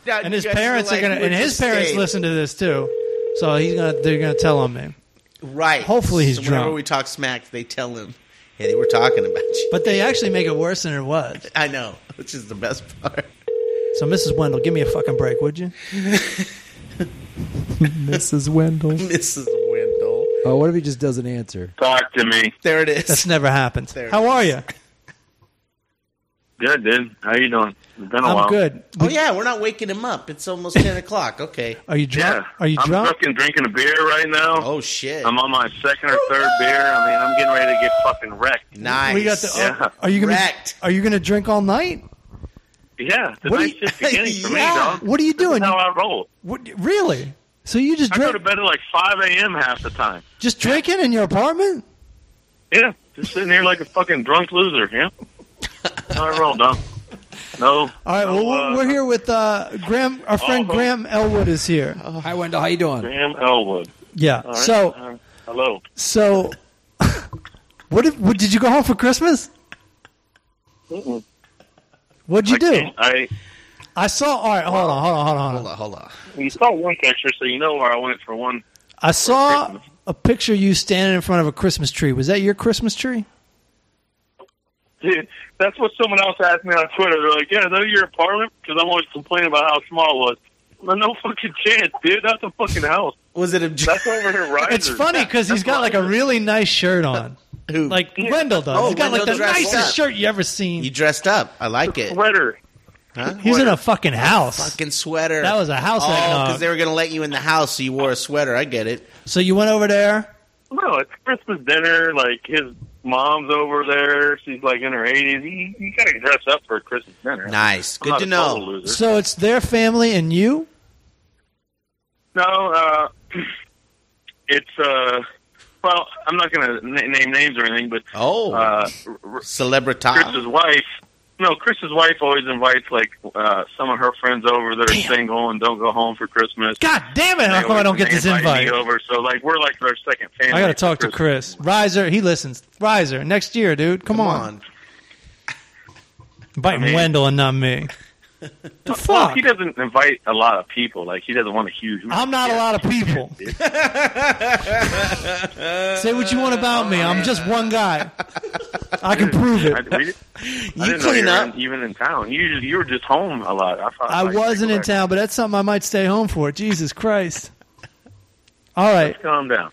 Speaker 5: Not
Speaker 1: And his
Speaker 5: just
Speaker 1: parents
Speaker 5: like
Speaker 1: are gonna and
Speaker 5: with
Speaker 1: his
Speaker 5: the
Speaker 1: parents
Speaker 5: state.
Speaker 1: listen to this too. So he's gonna they're gonna tell on me.
Speaker 5: Right.
Speaker 1: Hopefully he's
Speaker 5: so whenever
Speaker 1: drunk.
Speaker 5: we talk smack, they tell him, "Hey, they were talking about you."
Speaker 1: But they actually make it worse than it was.
Speaker 5: I know, which is the best part.
Speaker 1: So Mrs. Wendell, give me a fucking break, would you?
Speaker 6: Mrs. Wendell.
Speaker 5: Mrs. Wendell.
Speaker 6: Oh, what if he just doesn't answer?
Speaker 2: Talk to me.
Speaker 5: There it is.
Speaker 1: That's never happened.
Speaker 5: There it
Speaker 1: How are you?
Speaker 2: Good, dude. How you doing? It's been a while.
Speaker 1: I'm good.
Speaker 5: oh yeah, we're not waking him up. It's almost ten o'clock. Okay.
Speaker 1: Are you
Speaker 2: Yeah.
Speaker 1: drunk? Are you
Speaker 2: I'm
Speaker 1: drunk?
Speaker 2: fucking drinking a beer right now.
Speaker 5: Oh shit.
Speaker 2: I'm on my second or third beer. I mean, I'm getting ready to get fucking wrecked.
Speaker 5: nice.
Speaker 1: We got the. oh,
Speaker 2: Yeah.
Speaker 1: Are you gonna?
Speaker 5: Wrecked.
Speaker 1: Are you gonna drink all night?
Speaker 2: Yeah,
Speaker 1: What do
Speaker 2: tonight's
Speaker 1: you-
Speaker 2: just beginning for me,
Speaker 1: Yeah.
Speaker 2: dog.
Speaker 1: What are you
Speaker 2: This is
Speaker 1: doing?
Speaker 2: how I roll.
Speaker 1: What, really? So you just
Speaker 2: I go
Speaker 1: drink,
Speaker 2: to bed at like 5 a.m. half the time.
Speaker 1: just drinking in your apartment?
Speaker 2: Yeah, just sitting here like a fucking drunk loser. Yeah, That's how I roll, dog. No.
Speaker 1: All right. Well,
Speaker 2: no,
Speaker 1: we're-
Speaker 2: uh,
Speaker 1: we're here with uh, Graham. Our friend
Speaker 2: uh-huh.
Speaker 1: Graham Elwood is here.
Speaker 6: Oh. Hi Wendell, how you doing?
Speaker 2: Graham Elwood.
Speaker 1: Yeah.
Speaker 2: Uh-huh. All right.
Speaker 1: So,
Speaker 2: Uh, hello.
Speaker 1: so, what, if, what did you go home for Christmas?
Speaker 2: Mm-mm.
Speaker 1: What'd you
Speaker 2: I
Speaker 1: do?
Speaker 2: can't- I
Speaker 1: I saw. All right. Hold on. Hold on. Hold on. Hold
Speaker 5: Hold
Speaker 1: on.
Speaker 5: on, hold on.
Speaker 2: you saw one picture, so you know where I went for one.
Speaker 1: I saw
Speaker 2: Christmas.
Speaker 1: a picture of you standing in front of a Christmas tree. Was that your Christmas tree?
Speaker 2: Dude, that's what someone else asked me on Twitter. They're like, "Yeah, is that your apartment?" Because I'm always complaining about how small it was. No, no fucking chance, dude. That's a fucking house.
Speaker 5: Was it a
Speaker 2: That's over here, right?
Speaker 1: It's funny because he's got like a really nice shirt on,
Speaker 5: who?
Speaker 1: like Wendell does.
Speaker 5: Oh,
Speaker 1: he's got like the
Speaker 5: Wendell dressed
Speaker 1: nicest
Speaker 5: up.
Speaker 1: shirt you ever seen.
Speaker 5: you dressed up. I like it.
Speaker 2: sweater.
Speaker 5: Huh?
Speaker 1: he's in a fucking house.
Speaker 5: Fucking sweater.
Speaker 1: That was a house
Speaker 5: Oh,
Speaker 1: that
Speaker 5: because
Speaker 1: knocked.
Speaker 5: they were gonna let you in the house, so you wore a sweater. I get it.
Speaker 1: So you went over there.
Speaker 2: No, it's Christmas dinner. Like his mom's over there. She's like in her 80s. You, you gotta dress up for a Christmas dinner.
Speaker 5: Nice.
Speaker 2: I'm
Speaker 5: Good
Speaker 2: not
Speaker 5: to
Speaker 2: a
Speaker 5: know.
Speaker 2: total loser.
Speaker 1: So it's their family and you.
Speaker 2: No, uh, it's uh, well, I'm not gonna n- name names or anything, but
Speaker 5: Oh,
Speaker 2: uh, r- r- Chris's
Speaker 5: celebrita.
Speaker 1: Um,
Speaker 2: wife. No, Chris's wife always invites like uh, some of her friends over that are
Speaker 1: Damn.
Speaker 2: single and don't go home for Christmas.
Speaker 1: God damn it! How
Speaker 2: They
Speaker 1: come I
Speaker 2: always
Speaker 1: don't get this
Speaker 2: invite me
Speaker 1: invite?
Speaker 2: over? So like we're like their second family.
Speaker 1: I got to
Speaker 2: for
Speaker 1: talk to
Speaker 2: Christmas.
Speaker 1: Chris Riser. He listens. Riser next year, dude. Come,
Speaker 5: Come
Speaker 1: on.
Speaker 5: on.
Speaker 1: biting
Speaker 2: I mean-
Speaker 1: Wendell and not me. The
Speaker 2: Well,
Speaker 1: fuck!
Speaker 2: he doesn't invite a lot of people. Like he doesn't want a huge.
Speaker 1: I'm not a lot of people. Say what you want about me. I'm just one guy. I can prove
Speaker 2: I,
Speaker 1: it.
Speaker 2: we, you I
Speaker 5: You
Speaker 2: didn't know you
Speaker 5: clean
Speaker 2: were
Speaker 5: up.
Speaker 2: in- even in town. You you were just home a lot. I, thought,
Speaker 1: I
Speaker 2: like,
Speaker 1: wasn't in
Speaker 2: like,
Speaker 1: town, but that's something I might stay home for. Jesus Christ. All right.
Speaker 2: Calm down.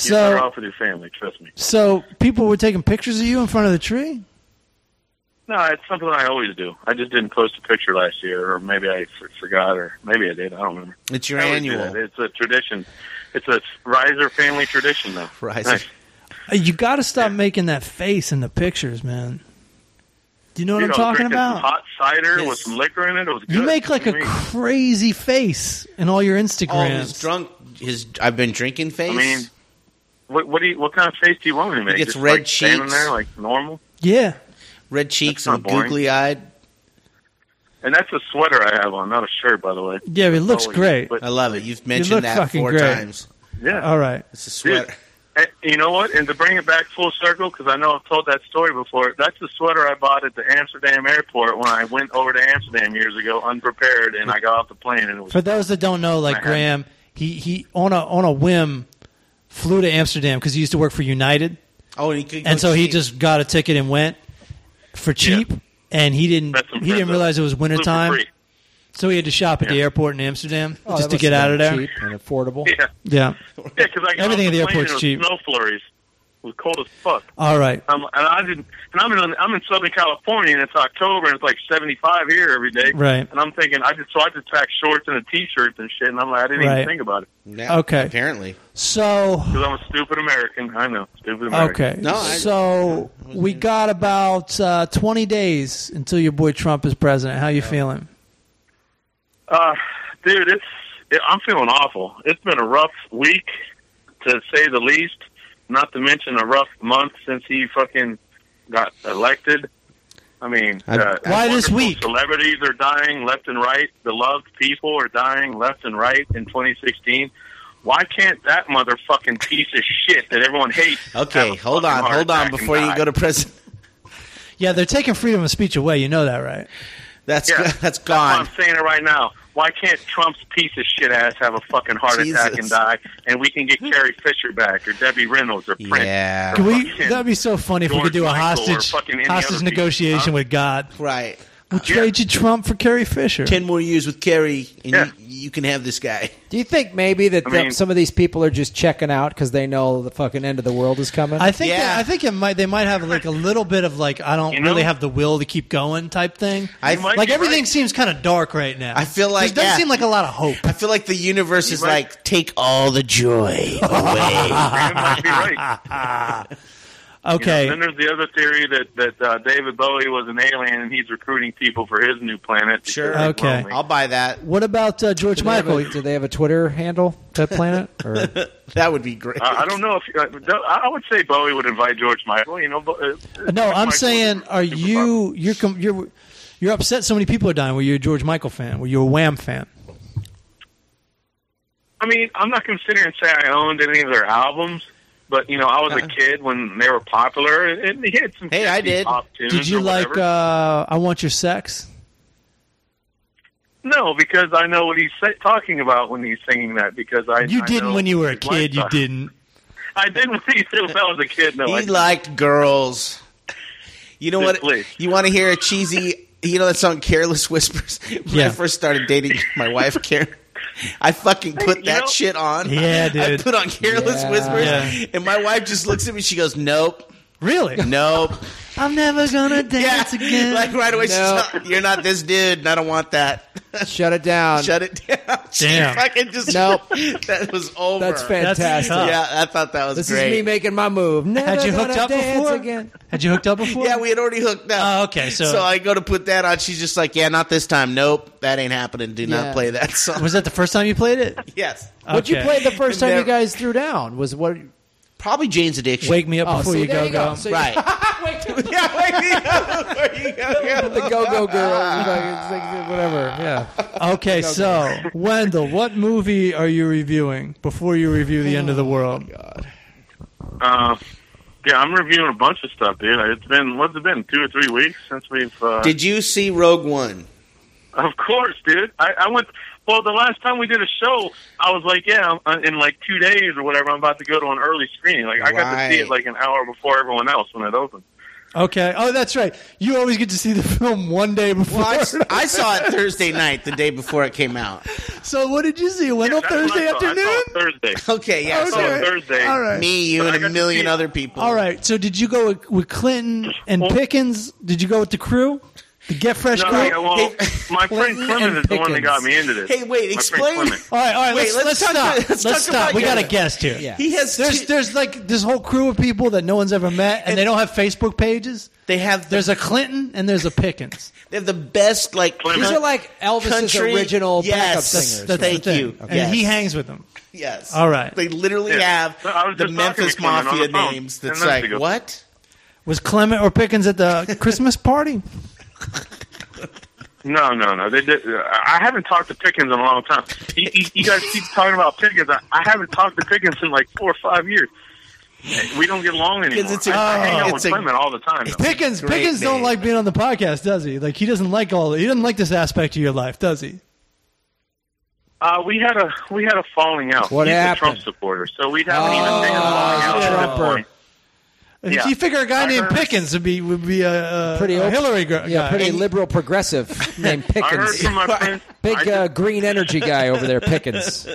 Speaker 2: You're
Speaker 1: So
Speaker 2: better off with your family. Trust me.
Speaker 1: so people were taking pictures of you in front of the tree?
Speaker 2: No, it's something I always do. I just didn't post a picture last year, or maybe I f- forgot, or maybe I did. I don't remember.
Speaker 5: It's your
Speaker 2: I always do that.
Speaker 5: annual.
Speaker 2: It's a tradition. It's a riser family tradition, though.
Speaker 5: Riser.
Speaker 2: Nice.
Speaker 1: Uh, You got to stop making that face in the pictures, man. Do you know what
Speaker 2: Dude,
Speaker 1: I'm
Speaker 2: I was
Speaker 1: talking
Speaker 2: drinking some
Speaker 1: about?
Speaker 2: hot cider
Speaker 5: Yes.
Speaker 2: with some liquor in it. It was
Speaker 1: You
Speaker 2: good.
Speaker 1: make like a
Speaker 2: I mean,
Speaker 1: crazy face in all your
Speaker 5: Oh, his
Speaker 1: Instagrams.
Speaker 5: drunk. His I've been drinking face.
Speaker 2: I mean, what what do you, what kind of face do you want me to make?
Speaker 5: gets
Speaker 2: Just
Speaker 5: red
Speaker 2: like standing
Speaker 5: cheeks.
Speaker 2: there like normal.
Speaker 1: yeah.
Speaker 5: Red cheeks
Speaker 2: not
Speaker 5: and
Speaker 2: boring.
Speaker 5: googly eyed.
Speaker 2: And that's a sweater I have on, not a shirt, by the way.
Speaker 1: Yeah, but it looks
Speaker 2: Always.
Speaker 1: great.
Speaker 2: But
Speaker 5: I love it. You've
Speaker 1: look
Speaker 5: mentioned that
Speaker 1: fucking
Speaker 5: four
Speaker 1: great.
Speaker 5: times.
Speaker 2: yeah,
Speaker 1: All right.
Speaker 5: It's a
Speaker 2: Dude,
Speaker 5: sweater.
Speaker 2: eh, you know what? And to bring it back full circle, because I know I've told that story before. That's the sweater I bought at the Amsterdam airport when I went over to Amsterdam years ago, unprepared, and I got off the plane and it was.
Speaker 1: For those that don't know, like
Speaker 2: Man.
Speaker 1: Graham, he, he on a on a whim flew to Amsterdam because he used to work for United,
Speaker 5: Oh, and, he could go
Speaker 1: and so he
Speaker 5: cheap.
Speaker 1: just got a ticket and went for cheap. And he didn't
Speaker 2: Met some
Speaker 1: he didn't
Speaker 2: friends,
Speaker 1: realize it
Speaker 2: though.
Speaker 1: was winter
Speaker 2: Super
Speaker 1: time,
Speaker 2: free.
Speaker 1: so he had to shop at the
Speaker 2: Yeah.
Speaker 1: airport in Amsterdam
Speaker 6: Oh,
Speaker 1: just
Speaker 6: that
Speaker 1: to get
Speaker 6: must
Speaker 1: out
Speaker 6: have
Speaker 1: of
Speaker 6: been
Speaker 1: there.
Speaker 6: cheap and affordable.
Speaker 2: Yeah,
Speaker 1: Yeah,
Speaker 2: yeah, because I got
Speaker 1: Everything
Speaker 2: off
Speaker 1: at the
Speaker 2: plane and
Speaker 1: airport's
Speaker 2: it was
Speaker 1: cheap.
Speaker 2: Snow flurries. It was cold as fuck.
Speaker 1: All right.
Speaker 2: Um, and I didn't, and I'm in I'm in Southern California, and it's October, and it's like 75 here every day.
Speaker 1: Right.
Speaker 2: And I'm thinking, I just so I just packed shorts and a t-shirt and shit, and I'm like, I didn't
Speaker 1: Right.
Speaker 2: even think about it
Speaker 5: Yeah,
Speaker 1: Okay.
Speaker 5: Apparently,
Speaker 1: So
Speaker 2: because I'm a stupid American. I know, stupid American.
Speaker 1: okay.
Speaker 5: No, I-
Speaker 1: so
Speaker 5: I was
Speaker 1: we
Speaker 5: there.
Speaker 1: got about uh, 20 days until your boy Trump is president. How you feeling?
Speaker 2: Uh, dude, it's it, I'm feeling awful. It's been a rough week, to say the least. Not to mention a rough month since he fucking got elected. I mean,
Speaker 5: I-
Speaker 2: uh,
Speaker 1: Why this
Speaker 2: wonderful
Speaker 1: week?
Speaker 2: Celebrities are dying left and right. Beloved people are dying left and right in 2016. Why can't that motherfucking piece of shit that everyone hates?
Speaker 5: okay.
Speaker 2: have a
Speaker 5: Hold
Speaker 2: fucking
Speaker 5: on,
Speaker 2: heart
Speaker 5: hold on.
Speaker 2: attack and
Speaker 5: Before you
Speaker 2: die?
Speaker 5: go to prison,
Speaker 1: Yeah, they're taking freedom of speech away. You know that, right?
Speaker 5: that's
Speaker 2: Yeah,
Speaker 5: that's
Speaker 2: why
Speaker 5: gone.
Speaker 2: I'm saying it right now. Why can't Trump's piece of shit ass have a fucking heart attack
Speaker 5: Jesus.
Speaker 2: and die, and we can get Carrie Fisher back or Debbie Reynolds or Prince?
Speaker 5: Yeah.
Speaker 1: Hmm.
Speaker 2: or
Speaker 1: Can we?
Speaker 2: fucking
Speaker 1: That'd be so funny if we could do
Speaker 2: George
Speaker 1: a
Speaker 2: Michael or
Speaker 1: hostage
Speaker 2: fucking any other
Speaker 1: hostage
Speaker 2: people,
Speaker 1: negotiation
Speaker 2: huh?
Speaker 1: with God.
Speaker 5: Right.
Speaker 1: We'll
Speaker 2: Yeah.
Speaker 1: trade you Trump for Carrie Fisher.
Speaker 5: Ten more years with Kerry, and
Speaker 2: Yeah.
Speaker 5: you, you can have this guy.
Speaker 6: Do you think maybe that
Speaker 2: I
Speaker 6: the-
Speaker 2: mean-
Speaker 6: some of these people are just checking out because they know the fucking end of the world is coming?
Speaker 1: I think.
Speaker 5: Yeah.
Speaker 1: that- I think it might. They might have like a little bit of like I don't
Speaker 2: You know?
Speaker 1: really have the will to keep going type thing.
Speaker 5: I
Speaker 2: You might
Speaker 1: like
Speaker 2: be
Speaker 1: everything
Speaker 2: right.
Speaker 1: seems kind of dark right now.
Speaker 5: I feel like-
Speaker 1: there doesn't
Speaker 5: yeah.
Speaker 1: seem like a lot of hope.
Speaker 5: I feel like the universe is
Speaker 2: might-
Speaker 5: like take all the joy away.
Speaker 2: Graham might be right. You know,
Speaker 1: Okay.
Speaker 2: Then there's the other theory that that uh, David Bowie was an alien and he's recruiting people for his new planet. because
Speaker 5: Sure.
Speaker 2: he's
Speaker 1: Okay.
Speaker 2: lonely.
Speaker 5: I'll buy that.
Speaker 1: what about uh, George
Speaker 6: Do they have a-
Speaker 1: Michael?
Speaker 6: do they have a Twitter handle to Planet? Or?
Speaker 5: That would be great.
Speaker 2: I I don't know if uh, I would say Bowie would invite George Michael. You know, but, uh,
Speaker 1: no,
Speaker 2: George
Speaker 1: I'm
Speaker 2: Michael
Speaker 1: saying,
Speaker 2: was a
Speaker 1: are
Speaker 2: super
Speaker 1: you you're com- you're you're upset? So many people are dying. Were you a George Michael fan? Were you a Wham fan?
Speaker 2: I mean, I'm not going to sit here and say I owned any of their albums, but you know, I was a kid when they were popular, and they had some.
Speaker 5: Hey, I
Speaker 2: catchy
Speaker 5: did.
Speaker 2: Pop tunes
Speaker 1: Uh-huh. Did you
Speaker 2: or
Speaker 1: like
Speaker 2: whatever.
Speaker 1: uh, I Want Your Sex?
Speaker 2: no, because I know what he's sa- talking about when he's singing that. Because I
Speaker 1: You
Speaker 2: I
Speaker 1: didn't
Speaker 2: know
Speaker 1: when you were a
Speaker 2: his
Speaker 1: kid. You
Speaker 2: lifestyle.
Speaker 1: didn't.
Speaker 2: I didn't when he- when I was a kid. No, I
Speaker 5: He liked girls. You know what?
Speaker 2: Simply.
Speaker 5: You want to hear a cheesy? You know that song "Careless Whispers." When I
Speaker 1: Yeah.
Speaker 5: first started dating my wife, Karen, I fucking put
Speaker 2: you
Speaker 5: that
Speaker 2: know-
Speaker 5: shit on.
Speaker 1: Yeah,
Speaker 5: I
Speaker 1: dude.
Speaker 5: put on "Careless
Speaker 6: Yeah.
Speaker 5: Whispers,"
Speaker 1: Yeah.
Speaker 5: and my wife just looks at me. She goes, "Nope,
Speaker 1: Really?
Speaker 5: nope."
Speaker 1: I'm never gonna
Speaker 5: yeah,
Speaker 1: dance again.
Speaker 5: like right away.
Speaker 6: No.
Speaker 5: She's not, You're not this dude, and I don't want that.
Speaker 6: Shut it down.
Speaker 5: Shut it down. She
Speaker 1: Damn.
Speaker 5: fucking just
Speaker 6: Nope.
Speaker 5: That was over.
Speaker 6: That's fantastic.
Speaker 1: tough.
Speaker 5: Yeah, I thought that was
Speaker 6: This
Speaker 5: great.
Speaker 6: is me making my move. Never
Speaker 1: Had you hooked
Speaker 6: gonna
Speaker 1: up
Speaker 6: dance
Speaker 1: before?
Speaker 6: Again.
Speaker 1: Had you hooked up before?
Speaker 5: Yeah, we had already hooked up.
Speaker 1: Oh, okay, so-
Speaker 5: I go to put that on. She's just like, "Yeah, not this time. Nope, that ain't happening. Do
Speaker 6: Yeah.
Speaker 5: not play that song."
Speaker 1: Was that the first time you played it?
Speaker 5: yes,
Speaker 6: What you
Speaker 1: Okay.
Speaker 6: played the first time
Speaker 5: Never-
Speaker 6: you guys threw down was what?
Speaker 5: probably Jane's Addiction.
Speaker 1: Wake me up
Speaker 6: Oh,
Speaker 1: before
Speaker 6: see,
Speaker 1: you
Speaker 6: there
Speaker 1: go
Speaker 6: you go.
Speaker 1: go.
Speaker 6: So you-
Speaker 5: right? yeah, wake me up. Where you go,
Speaker 6: the Go Go Girls, fucking- whatever. Yeah.
Speaker 1: Okay,
Speaker 6: go.
Speaker 1: so Wendell, what movie are you reviewing before you review The End of the World?
Speaker 2: Uh, yeah, I'm reviewing a bunch of stuff, dude. It's been what's it been two or three weeks since we've. Uh,
Speaker 5: Did you see Rogue One?
Speaker 2: of course, dude. I, I went. Well, the last time we did a show, I was like, yeah, I'm, uh, in like two days or whatever, I'm about to go to an early screening. Like I got to see
Speaker 5: Right.
Speaker 2: it like an hour before everyone else when it opened.
Speaker 1: Okay. Oh, that's right. You always get to see the film one day before.
Speaker 5: Well, I, I saw it Thursday night, the day before it came out.
Speaker 1: so what did you see? Wendell
Speaker 2: That's what
Speaker 1: Thursday
Speaker 2: I saw. I
Speaker 1: afternoon.
Speaker 2: saw it Thursday.
Speaker 5: Okay, yeah, I saw
Speaker 2: Okay.
Speaker 5: it.
Speaker 2: Thursday.
Speaker 1: All right.
Speaker 5: me, you,
Speaker 2: But I
Speaker 5: and a
Speaker 2: got to
Speaker 5: million
Speaker 2: see-
Speaker 5: other people.
Speaker 1: All right. So did you go with, with Clinton and
Speaker 2: Well-
Speaker 1: Pickens? Did you go with the crew? The Get Fresh
Speaker 2: No,
Speaker 1: crew.
Speaker 2: yeah, well,
Speaker 5: Hey,
Speaker 2: my friend
Speaker 6: Clinton
Speaker 2: Clement
Speaker 6: and
Speaker 2: is the one that got me into this.
Speaker 5: Hey, wait,
Speaker 2: My friend
Speaker 5: explain-
Speaker 2: Clement.
Speaker 1: All right, all right. let's,
Speaker 5: Wait, let's
Speaker 1: let's,
Speaker 5: talk
Speaker 1: stop.
Speaker 5: to- let's
Speaker 1: let's
Speaker 5: talk
Speaker 1: stop.
Speaker 5: about
Speaker 1: We
Speaker 5: your-
Speaker 1: got a guest here.
Speaker 6: Yeah.
Speaker 5: He has
Speaker 1: There's
Speaker 5: two-
Speaker 1: there's like this whole crew of people that no one's ever met, and, they don't have Facebook pages.
Speaker 5: They have the,
Speaker 1: There's a Clinton and there's a Pickens.
Speaker 5: they have the best like
Speaker 2: Clement.
Speaker 6: These are like Elvis's
Speaker 5: Country-
Speaker 6: original backup
Speaker 5: yes,
Speaker 6: singers.
Speaker 5: that's-
Speaker 6: right?
Speaker 5: Thank
Speaker 1: the thing.
Speaker 5: you.
Speaker 1: And
Speaker 5: Yes.
Speaker 1: he hangs with them.
Speaker 5: Yes.
Speaker 1: All right.
Speaker 5: They literally
Speaker 2: Yeah. No, I
Speaker 5: have
Speaker 2: was
Speaker 5: the
Speaker 2: just talking
Speaker 5: Memphis
Speaker 2: to Clement on
Speaker 5: Mafia
Speaker 2: the phone
Speaker 5: names.
Speaker 2: ten
Speaker 5: That's
Speaker 2: minutes
Speaker 5: like
Speaker 2: ago.
Speaker 5: what?
Speaker 1: Was Clement or Pickens at the Christmas party?
Speaker 2: No, no, no. They did. uh, I haven't talked to Pickens in a long time. You, you, you guys keep talking about Pickens. I, I haven't talked to Pickens in like four or five years. We don't get along anymore.
Speaker 5: it's a-
Speaker 2: I, I hang
Speaker 5: Oh.
Speaker 2: out with
Speaker 5: it's a-
Speaker 2: Clement all the time. though.
Speaker 1: Pickens
Speaker 5: Great
Speaker 1: Pickens
Speaker 5: name.
Speaker 1: don't like being on the podcast, does he? Like he doesn't like all he doesn't like this aspect of your life, does he?
Speaker 2: Uh, we had a we had a falling out.
Speaker 6: What
Speaker 2: He's
Speaker 6: happened? Oh,
Speaker 2: a Trump supporter, so we haven't even been a falling out. at this
Speaker 6: Trumper.
Speaker 2: point. Yeah.
Speaker 1: You figure a guy
Speaker 2: I
Speaker 1: named
Speaker 2: heard-
Speaker 1: Pickens would be would be a, a
Speaker 6: Pretty
Speaker 1: a
Speaker 6: open-
Speaker 1: Hillary gr-
Speaker 6: Yeah,
Speaker 1: guy.
Speaker 6: pretty liberal progressive named
Speaker 2: I heard
Speaker 6: Pickens.
Speaker 2: from my friends. I
Speaker 6: Big
Speaker 2: just-
Speaker 6: uh, green energy guy over there, Pickens.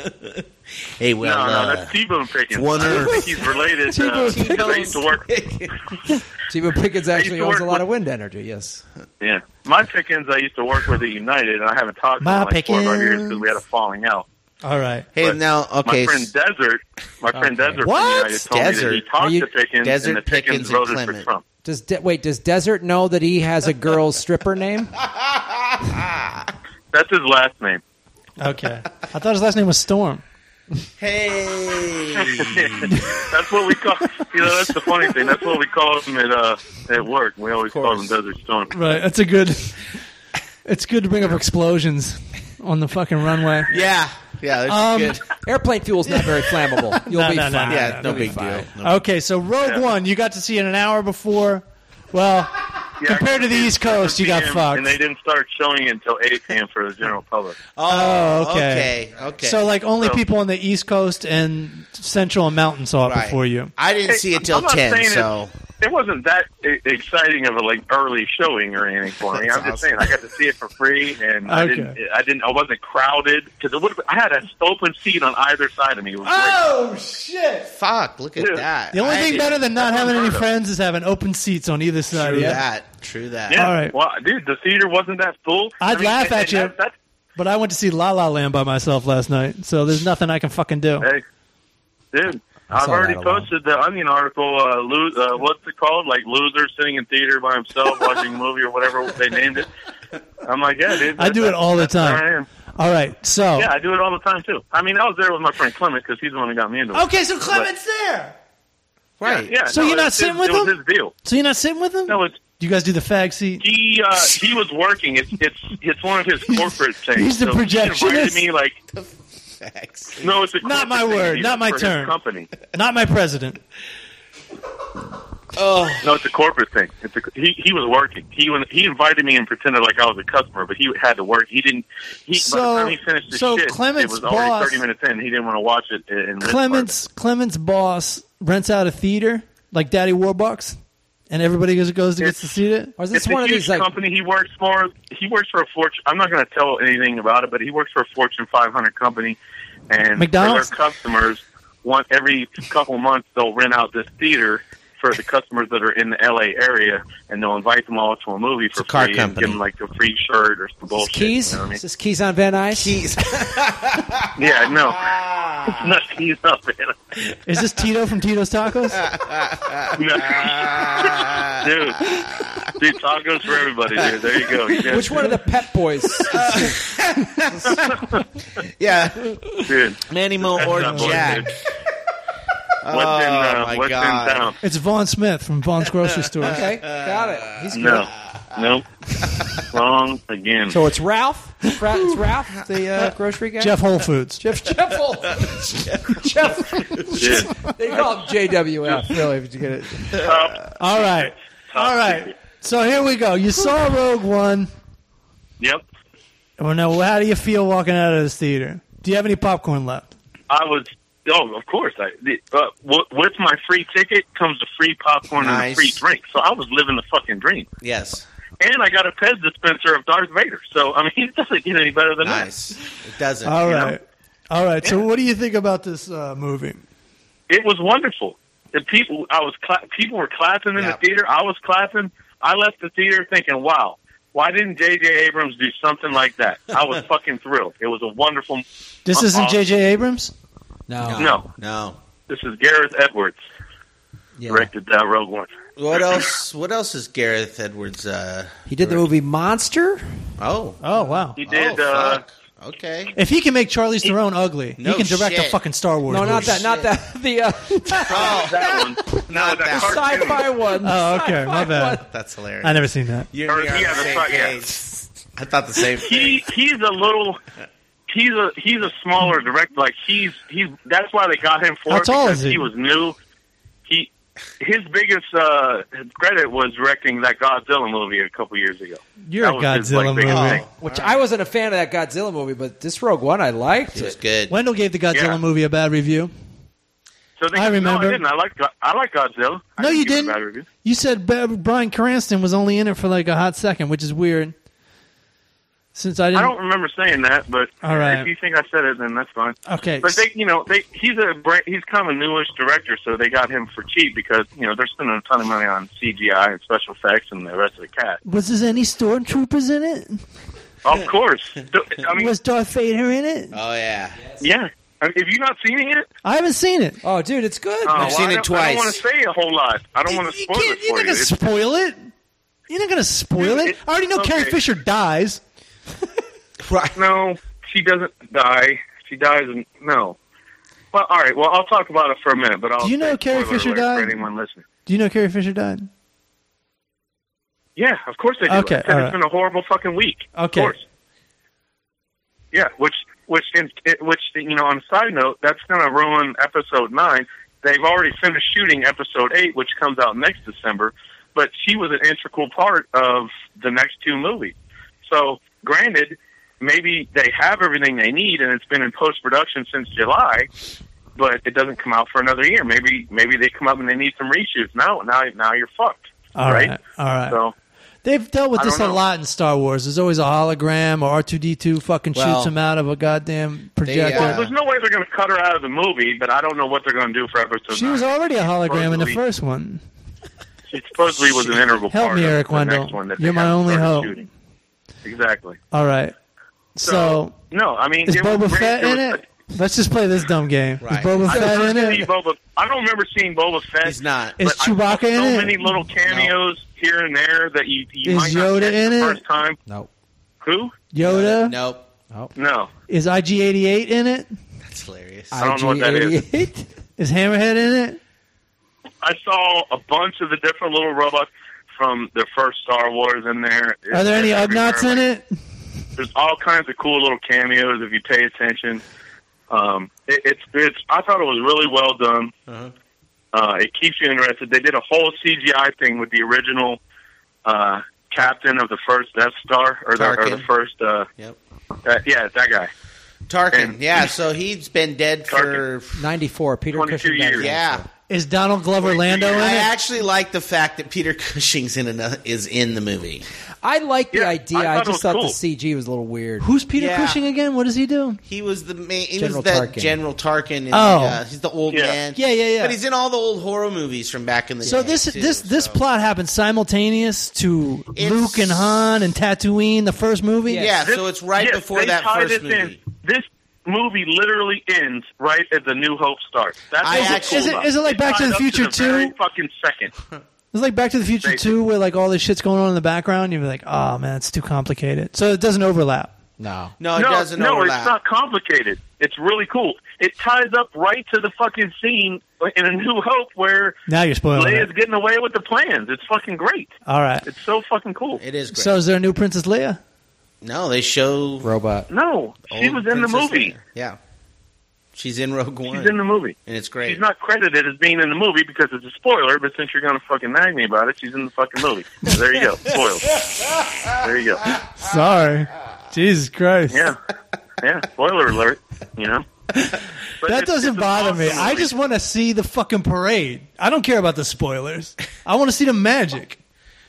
Speaker 5: Hey, well,
Speaker 2: no,
Speaker 5: uh,
Speaker 2: no, that's T-Bone Pickens.
Speaker 5: one
Speaker 2: I don't
Speaker 5: Earth.
Speaker 2: think he's related. Uh,
Speaker 6: T-Bone Pickens.
Speaker 2: I used to work.
Speaker 6: Stephen Pickens actually
Speaker 2: to
Speaker 6: owns
Speaker 2: work
Speaker 6: a lot of
Speaker 2: with-
Speaker 6: wind energy. Yes.
Speaker 2: Yeah, my Pickens. I used to work with at United, and I haven't talked to
Speaker 1: My
Speaker 2: him in like four or five years because we had a
Speaker 1: Pickens.
Speaker 2: falling out.
Speaker 1: All right.
Speaker 5: hey,
Speaker 2: But
Speaker 5: now, okay.
Speaker 2: My friend Desert, my friend
Speaker 6: Okay.
Speaker 2: Desert
Speaker 5: What?
Speaker 2: from United told me
Speaker 5: Desert?
Speaker 2: that he talked
Speaker 6: Are you-
Speaker 2: to Pickens
Speaker 5: Desert,
Speaker 2: and that Pickens,
Speaker 5: Pickens, and
Speaker 2: voted
Speaker 5: Clement.
Speaker 2: for Trump.
Speaker 6: Does De- wait? Does Desert know that he has a girl's stripper name?
Speaker 2: That's his last name.
Speaker 1: Okay. I thought his last name was Storm.
Speaker 5: hey.
Speaker 2: that's what we call. You know, that's the funny thing. That's what we call him at uh, at work. We always call him
Speaker 5: course.
Speaker 2: Desert Storm.
Speaker 1: Right. That's a good. It's good to bring up explosions on the fucking runway.
Speaker 5: yeah. Yeah, that's
Speaker 1: Um,
Speaker 5: good.
Speaker 6: Airplane fuel's not very flammable. You'll
Speaker 1: No,
Speaker 6: be
Speaker 1: no, no,
Speaker 6: fine.
Speaker 1: no,
Speaker 5: Yeah, no
Speaker 6: You'll be
Speaker 5: big deal.
Speaker 6: fine.
Speaker 5: No
Speaker 1: Okay, so Rogue
Speaker 2: Yeah.
Speaker 1: One, you got to see it an hour before. Well,
Speaker 2: Yeah,
Speaker 1: compared to the East Coast, you got
Speaker 2: 7 p.m.,
Speaker 1: fucked.
Speaker 2: And they didn't start showing it until 8 p.m. for the general public.
Speaker 1: Oh, okay.
Speaker 5: Okay. Okay.
Speaker 1: So, like, only
Speaker 2: So-
Speaker 1: people on the East Coast and Central and Mountain saw it
Speaker 5: Right.
Speaker 1: before you.
Speaker 5: I didn't see it till
Speaker 2: I'm not
Speaker 5: ten.
Speaker 2: saying
Speaker 5: So
Speaker 2: It wasn't that e- exciting of a like early showing or anything for me. I'm
Speaker 5: That's
Speaker 2: just
Speaker 5: awesome.
Speaker 2: saying I got to see it for free, and I
Speaker 1: Okay.
Speaker 2: didn't. I didn't. I wasn't crowded because it would. I had an open seat on either side of me. It was
Speaker 1: Ah!
Speaker 2: great.
Speaker 5: oh shit! Fuck! Look at
Speaker 2: Dude.
Speaker 5: that.
Speaker 1: The only
Speaker 5: I
Speaker 1: thing
Speaker 5: didn't-
Speaker 1: better than not having any
Speaker 2: unheard of.
Speaker 1: friends is having open seats on either side.
Speaker 5: True
Speaker 1: of you.
Speaker 5: that. True that.
Speaker 2: Yeah.
Speaker 1: All right.
Speaker 2: Well, dude, the theater wasn't that full.
Speaker 1: I'd laugh
Speaker 2: and-
Speaker 1: at
Speaker 2: and
Speaker 1: you.
Speaker 2: That, that's-
Speaker 1: But I went to see La La Land by myself last night, so there's nothing I can fucking do.
Speaker 2: hey, dude, I've
Speaker 6: saw
Speaker 2: already
Speaker 6: that a lot.
Speaker 2: posted the Onion article. Uh, lo- uh, what's it called? Like loser sitting in theater by himself watching a movie or whatever they named it. I'm like, yeah, dude.
Speaker 1: I do it
Speaker 2: that's-
Speaker 1: all the
Speaker 2: that's where
Speaker 1: time.
Speaker 2: I am.
Speaker 1: All right, so
Speaker 2: Yeah, I do it all the time too. I mean, I was there with my friend Clement because he's the one who got me into it.
Speaker 1: okay, so Clement's there.
Speaker 5: Right.
Speaker 2: Yeah.
Speaker 1: So
Speaker 2: no,
Speaker 1: you're not
Speaker 2: it was
Speaker 1: sitting
Speaker 2: his-
Speaker 1: with
Speaker 2: it was
Speaker 1: him?
Speaker 2: His deal.
Speaker 1: So you're not sitting with him?
Speaker 2: No, it's
Speaker 1: Do you guys do the fag seat?
Speaker 2: he. Uh, he was working. It's it's it's one of his corporate things.
Speaker 1: he's the
Speaker 2: so he
Speaker 1: projectionist?
Speaker 2: invited me like
Speaker 5: Facts.
Speaker 2: no, it's a
Speaker 1: Not
Speaker 2: corporate
Speaker 1: my
Speaker 2: thing he
Speaker 1: word,
Speaker 2: did
Speaker 1: not my
Speaker 2: for his
Speaker 1: term.
Speaker 2: Company.
Speaker 1: Not my president.
Speaker 2: No, it's a corporate thing. It's a, he he was working. He when he invited me and pretended like I was a customer, but he had to work. He didn't. He, by
Speaker 1: So-
Speaker 2: the time he finished the
Speaker 1: so
Speaker 2: shit,
Speaker 1: Clement's
Speaker 2: it was already
Speaker 1: boss-
Speaker 2: thirty minutes in. He didn't want to watch it. In in this
Speaker 1: Clement's Clement's boss rents out a theater like Daddy Warbucks, and everybody goes goes to gets to see it.
Speaker 6: Or is
Speaker 2: part.
Speaker 6: this
Speaker 2: It's
Speaker 6: one
Speaker 2: a
Speaker 6: of
Speaker 2: huge
Speaker 6: these like?
Speaker 2: company. He works for. He works for a fortune. I'm not going to tell anything about it, but he works for a Fortune 500 company, and
Speaker 1: McDonald's?
Speaker 2: their customers want every couple months they'll rent out this theater for the customers that are in the LA area, and they'll invite them all to a movie for
Speaker 5: a car
Speaker 2: free and
Speaker 5: company.
Speaker 2: give them like a free shirt or some
Speaker 6: Is this
Speaker 2: bullshit.
Speaker 6: keys?
Speaker 2: You know what I mean?
Speaker 6: Is this keys on Van Nuys?
Speaker 2: Yeah, no.
Speaker 5: Ah.
Speaker 2: no, he's not man.
Speaker 1: Is this Tito from Tito's Tacos?
Speaker 5: Ah.
Speaker 2: No. dude, dude, tacos for everybody, dude. There you go. You guys-
Speaker 6: Which one of the Pep Boys?
Speaker 5: yeah.
Speaker 2: Dude,
Speaker 5: Manny Mo or
Speaker 2: not boy,
Speaker 5: Jack.
Speaker 2: dude. what's in, uh,
Speaker 5: Oh, my
Speaker 2: what's
Speaker 5: God.
Speaker 2: in town?
Speaker 1: It's Vaughn Smith from Vaughn's grocery store.
Speaker 6: okay, got it. He's good.
Speaker 2: No. Nope. Wrong again.
Speaker 6: So it's Ralph. It's Ra- it's Ralph, the uh, grocery guy.
Speaker 1: Jeff Whole Foods.
Speaker 6: Jeff. Jeff. Ol- Jeff.
Speaker 2: Dude,
Speaker 6: They call him JWF. Really, if you get it.
Speaker 2: top-
Speaker 1: All right,
Speaker 2: top
Speaker 1: all right.
Speaker 2: secret.
Speaker 1: So here we go. You saw Rogue One.
Speaker 2: Yep.
Speaker 1: Well, now how do you feel walking out of this theater? Do you have any popcorn left?
Speaker 2: I was. Oh, of course. I the, uh, w- with my free ticket comes a free popcorn and a
Speaker 5: Nice.
Speaker 2: free drink. So I was living the fucking dream,
Speaker 5: Yes.
Speaker 2: and I got a Pez dispenser of Darth Vader. So I mean, it doesn't get any better than that.
Speaker 5: Nice. It doesn't.
Speaker 1: All
Speaker 2: Yeah.
Speaker 1: right, all right. So what do you think about this uh, movie?
Speaker 2: it was wonderful. The people, I was cla- people were clapping in
Speaker 5: Yeah.
Speaker 2: the theater. I was clapping. I left the theater thinking, "Wow, why didn't J.J. Abrams do something like that?" I was fucking thrilled. It was a wonderful.
Speaker 1: This
Speaker 2: Uh,
Speaker 1: isn't
Speaker 2: uh,
Speaker 1: J.J. Abrams.
Speaker 6: No.
Speaker 2: No,
Speaker 5: No.
Speaker 2: this is Gareth Edwards
Speaker 6: Yeah.
Speaker 2: directed that Rogue One.
Speaker 5: What else? What else is Gareth Edwards? Uh,
Speaker 6: He did the movie Monster.
Speaker 5: oh.
Speaker 1: Oh wow.
Speaker 2: He did.
Speaker 5: oh,
Speaker 2: uh,
Speaker 5: fuck. Okay.
Speaker 1: If he can make Charlize Theron ugly,
Speaker 5: No
Speaker 1: he can direct a
Speaker 5: shit.
Speaker 1: fucking Star Wars.
Speaker 6: No, not
Speaker 1: movie.
Speaker 6: that. Not that. The uh,
Speaker 5: Oh,
Speaker 2: that one. No,
Speaker 5: Not
Speaker 2: that
Speaker 5: that.
Speaker 2: cartoon.
Speaker 6: sci-fi one.
Speaker 1: Oh, okay, my
Speaker 6: Sci-fi
Speaker 1: bad.
Speaker 6: one.
Speaker 5: That's hilarious.
Speaker 1: I never seen that.
Speaker 5: You and me
Speaker 2: Or-
Speaker 5: are on
Speaker 2: yeah,
Speaker 5: the
Speaker 2: that's
Speaker 5: same
Speaker 2: right, yeah.
Speaker 5: page. I thought the same thing.
Speaker 2: he he's a little he's a he's a smaller director. Like he's he's that's why they got him for
Speaker 1: How
Speaker 2: it
Speaker 1: tall
Speaker 2: because
Speaker 1: is he?
Speaker 2: was new. He his biggest uh, credit was directing that Godzilla movie a couple years ago.
Speaker 1: You're
Speaker 2: That
Speaker 1: a
Speaker 2: was his,
Speaker 1: Godzilla
Speaker 2: like, biggest
Speaker 1: movie.
Speaker 2: thing.
Speaker 6: Which I wasn't a fan of that Godzilla movie, but this Rogue One I liked.
Speaker 5: It was
Speaker 6: It.
Speaker 5: good.
Speaker 1: Wendell gave the Godzilla
Speaker 2: Yeah.
Speaker 1: movie a bad review.
Speaker 2: So they
Speaker 1: I remember.
Speaker 2: No, I didn't. I like I like Godzilla. I
Speaker 1: No, you
Speaker 2: give it a
Speaker 1: didn't.
Speaker 2: bad review.
Speaker 1: You said Ba- Brian Cranston was only in it for like a hot second, which is weird. Since I
Speaker 2: I
Speaker 1: didn't.
Speaker 2: don't remember saying that, but
Speaker 1: All right.
Speaker 2: if you think I said it, then that's fine.
Speaker 1: okay.
Speaker 2: But they, you know, they he's a brand, he's kind of a newish director, so they got him for cheap because you know they're spending a ton of money on CGI and special effects and the rest of the cat.
Speaker 1: was there any stormtroopers in it?
Speaker 2: Of course, So, I mean,
Speaker 1: was Darth Vader in it?
Speaker 5: Oh yeah.
Speaker 2: yeah. I mean, if you've not seen it,
Speaker 1: I haven't seen it.
Speaker 6: Oh, dude, it's good.
Speaker 2: oh,
Speaker 5: I've seen
Speaker 2: I
Speaker 5: it
Speaker 2: don't-
Speaker 5: twice.
Speaker 2: I don't want to say a whole lot. I don't
Speaker 1: You-
Speaker 2: want to
Speaker 1: you
Speaker 2: spoil
Speaker 1: can't-
Speaker 2: it
Speaker 1: You're
Speaker 2: for
Speaker 1: not
Speaker 2: you.
Speaker 1: gonna
Speaker 2: It's-
Speaker 1: spoil it. You're not gonna spoil
Speaker 2: Dude,
Speaker 1: it.
Speaker 2: it-
Speaker 1: I already know Carrie
Speaker 2: okay.
Speaker 1: Fisher dies.
Speaker 5: Right.
Speaker 2: no, she doesn't die. She dies, and no. Well, all right. Well, I'll talk about it for a minute, but I'll
Speaker 1: Do you know
Speaker 2: say
Speaker 1: Carrie
Speaker 2: spoiler
Speaker 1: Fisher
Speaker 2: alert for
Speaker 1: died?
Speaker 2: anyone listening.
Speaker 1: Do you know Carrie Fisher died?
Speaker 2: Yeah, of course they do.
Speaker 1: Okay,
Speaker 2: I said
Speaker 1: all
Speaker 2: it's
Speaker 1: right.
Speaker 2: been a horrible fucking week.
Speaker 1: Okay.
Speaker 2: Of course. Yeah, which which in, it- which you know on a side note, that's going to ruin episode 9. They've already finished shooting episode 8 which comes out next December, but she was an integral part of the next two movies. So, granted, maybe they have everything they need and it's been in post-production since July, but it doesn't come out for another year. Maybe maybe they come up and they need some reshoots. Now now now you're fucked.
Speaker 1: All
Speaker 2: right.
Speaker 1: right, all right.
Speaker 2: So
Speaker 1: They've dealt with
Speaker 2: I
Speaker 1: this a
Speaker 2: don't know.
Speaker 1: lot in Star Wars. There's always a hologram or R two D two fucking
Speaker 5: Well,
Speaker 1: shoots him out of a goddamn projector.
Speaker 5: Well,
Speaker 2: There's no way they're going to cut her out of the movie, but I don't know what they're going to do for episode.
Speaker 1: she was
Speaker 2: nine.
Speaker 1: already a hologram in the
Speaker 2: Supposedly-
Speaker 1: first one.
Speaker 2: She supposedly was an integral
Speaker 1: Help
Speaker 2: part
Speaker 1: me,
Speaker 2: of
Speaker 1: Eric
Speaker 2: the next
Speaker 1: Wendell.
Speaker 2: one that they
Speaker 1: You're my
Speaker 2: haven't
Speaker 1: only
Speaker 2: started
Speaker 1: hope.
Speaker 2: shooting. Exactly.
Speaker 1: All right. So,
Speaker 2: So, no, I mean,
Speaker 1: is
Speaker 2: it was
Speaker 1: Boba
Speaker 2: great.
Speaker 1: Fett in
Speaker 2: was-
Speaker 1: it? Let's just play this dumb game.
Speaker 5: Right.
Speaker 1: Is Boba
Speaker 2: I
Speaker 1: Fett in
Speaker 2: don't, see
Speaker 1: it?
Speaker 2: Boba, I don't remember seeing Boba Fett.
Speaker 5: He's not.
Speaker 1: Is
Speaker 2: but I saw
Speaker 1: Chewbacca in
Speaker 2: so
Speaker 1: it?
Speaker 2: many little cameos here and there that you, you
Speaker 1: Is
Speaker 2: might not
Speaker 1: Yoda
Speaker 2: catch
Speaker 1: in
Speaker 2: the
Speaker 1: it?
Speaker 2: first time.
Speaker 6: No.
Speaker 2: Who?
Speaker 1: Yoda?
Speaker 5: Nope.
Speaker 2: No.
Speaker 1: Is IG eighty eight in it?
Speaker 5: That's hilarious.
Speaker 2: I don't know what that is.
Speaker 6: IG-88?
Speaker 1: Is Hammerhead in it?
Speaker 2: I saw a bunch of the different little robots from the first Star Wars in there.
Speaker 1: Are there any
Speaker 2: It's
Speaker 1: Ugnaughts
Speaker 2: everywhere.
Speaker 1: in it?
Speaker 2: there's all kinds of cool little cameos if you pay attention. Um, it, it's it's I thought it was really well done.
Speaker 5: Uh-huh.
Speaker 2: Uh, it keeps you interested. They did a whole CGI thing with the original uh, captain of the first Death Star or the, or the
Speaker 5: Tarkin.
Speaker 2: first uh,
Speaker 5: Yep.
Speaker 2: that, yeah that guy.
Speaker 5: Tarkin.
Speaker 2: And-
Speaker 5: Yeah. So he's been dead for.
Speaker 6: 94. Peter
Speaker 2: 22
Speaker 6: Cushing. died.
Speaker 2: years.
Speaker 5: Yeah.
Speaker 1: Is Donald Glover Lando in
Speaker 5: I
Speaker 1: it?
Speaker 5: actually like the fact that Peter Cushing's in another, is in the movie.
Speaker 6: I like the
Speaker 2: Yeah,
Speaker 6: idea.
Speaker 2: I
Speaker 6: I,
Speaker 2: thought it
Speaker 6: just
Speaker 2: was
Speaker 6: thought
Speaker 2: cool.
Speaker 6: the CG was a little weird.
Speaker 1: Who's Peter
Speaker 5: Yeah.
Speaker 1: Cushing again? What does he do?
Speaker 5: He was the main. He
Speaker 6: General
Speaker 5: was that
Speaker 6: Tarkin.
Speaker 5: General Tarkin. In
Speaker 1: Oh.
Speaker 5: the, uh, he's the old
Speaker 2: Yeah.
Speaker 5: man.
Speaker 1: Yeah, yeah, yeah.
Speaker 5: But he's in all the old horror movies from back in the
Speaker 1: So
Speaker 5: day.
Speaker 1: this
Speaker 5: too,
Speaker 1: this this
Speaker 5: so-
Speaker 1: plot happened simultaneous to
Speaker 5: It's-
Speaker 1: Luke and Han and Tatooine, the first movie.
Speaker 5: Yeah.
Speaker 2: This-
Speaker 5: so it's right
Speaker 2: yes,
Speaker 5: before
Speaker 2: they
Speaker 5: that
Speaker 2: tie
Speaker 5: first
Speaker 2: this in.
Speaker 5: movie.
Speaker 2: This movie literally ends right as the New Hope starts. That's
Speaker 5: I
Speaker 2: what's
Speaker 5: actually-
Speaker 2: cool
Speaker 5: is it-
Speaker 2: about
Speaker 1: is it like Back to
Speaker 2: tied
Speaker 1: the
Speaker 2: up
Speaker 1: Future
Speaker 2: to the very
Speaker 1: too?
Speaker 2: Fucking second.
Speaker 1: It's like Back to the Future
Speaker 2: Basically.
Speaker 1: Two, where like all this shit's going on in the background. You'd be like, oh man, it's too complicated. So it doesn't overlap.
Speaker 6: No.
Speaker 5: No, it
Speaker 2: no,
Speaker 5: doesn't
Speaker 2: no,
Speaker 5: overlap.
Speaker 2: it's not complicated. It's really cool. It ties up right to the fucking scene in A New Hope where
Speaker 1: Now you're spoiling
Speaker 2: Leia's
Speaker 1: it.
Speaker 2: getting away with the plans. It's fucking great.
Speaker 1: All right.
Speaker 2: It's so fucking cool.
Speaker 5: It is great.
Speaker 1: So is there a new Princess Leia?
Speaker 5: no, they show
Speaker 6: Robot.
Speaker 2: No, she
Speaker 5: old
Speaker 2: was in the
Speaker 5: Princess
Speaker 2: movie.
Speaker 5: Leia. Yeah, she's in Rogue One,
Speaker 2: She's in the movie.
Speaker 5: and it's great.
Speaker 2: She's not credited as being in the movie because it's a spoiler. But since you're gonna fucking nag me about it, she's in the fucking movie. So there you go. Spoiled. There you go.
Speaker 1: Sorry, Jesus Christ.
Speaker 2: Yeah, yeah. Spoiler alert. You know. But
Speaker 1: That
Speaker 2: it's-
Speaker 1: doesn't
Speaker 2: it's an
Speaker 1: bother me.
Speaker 2: awesome
Speaker 1: I
Speaker 2: movie.
Speaker 1: just want to see the fucking parade. I don't care about the spoilers. I want to see the magic.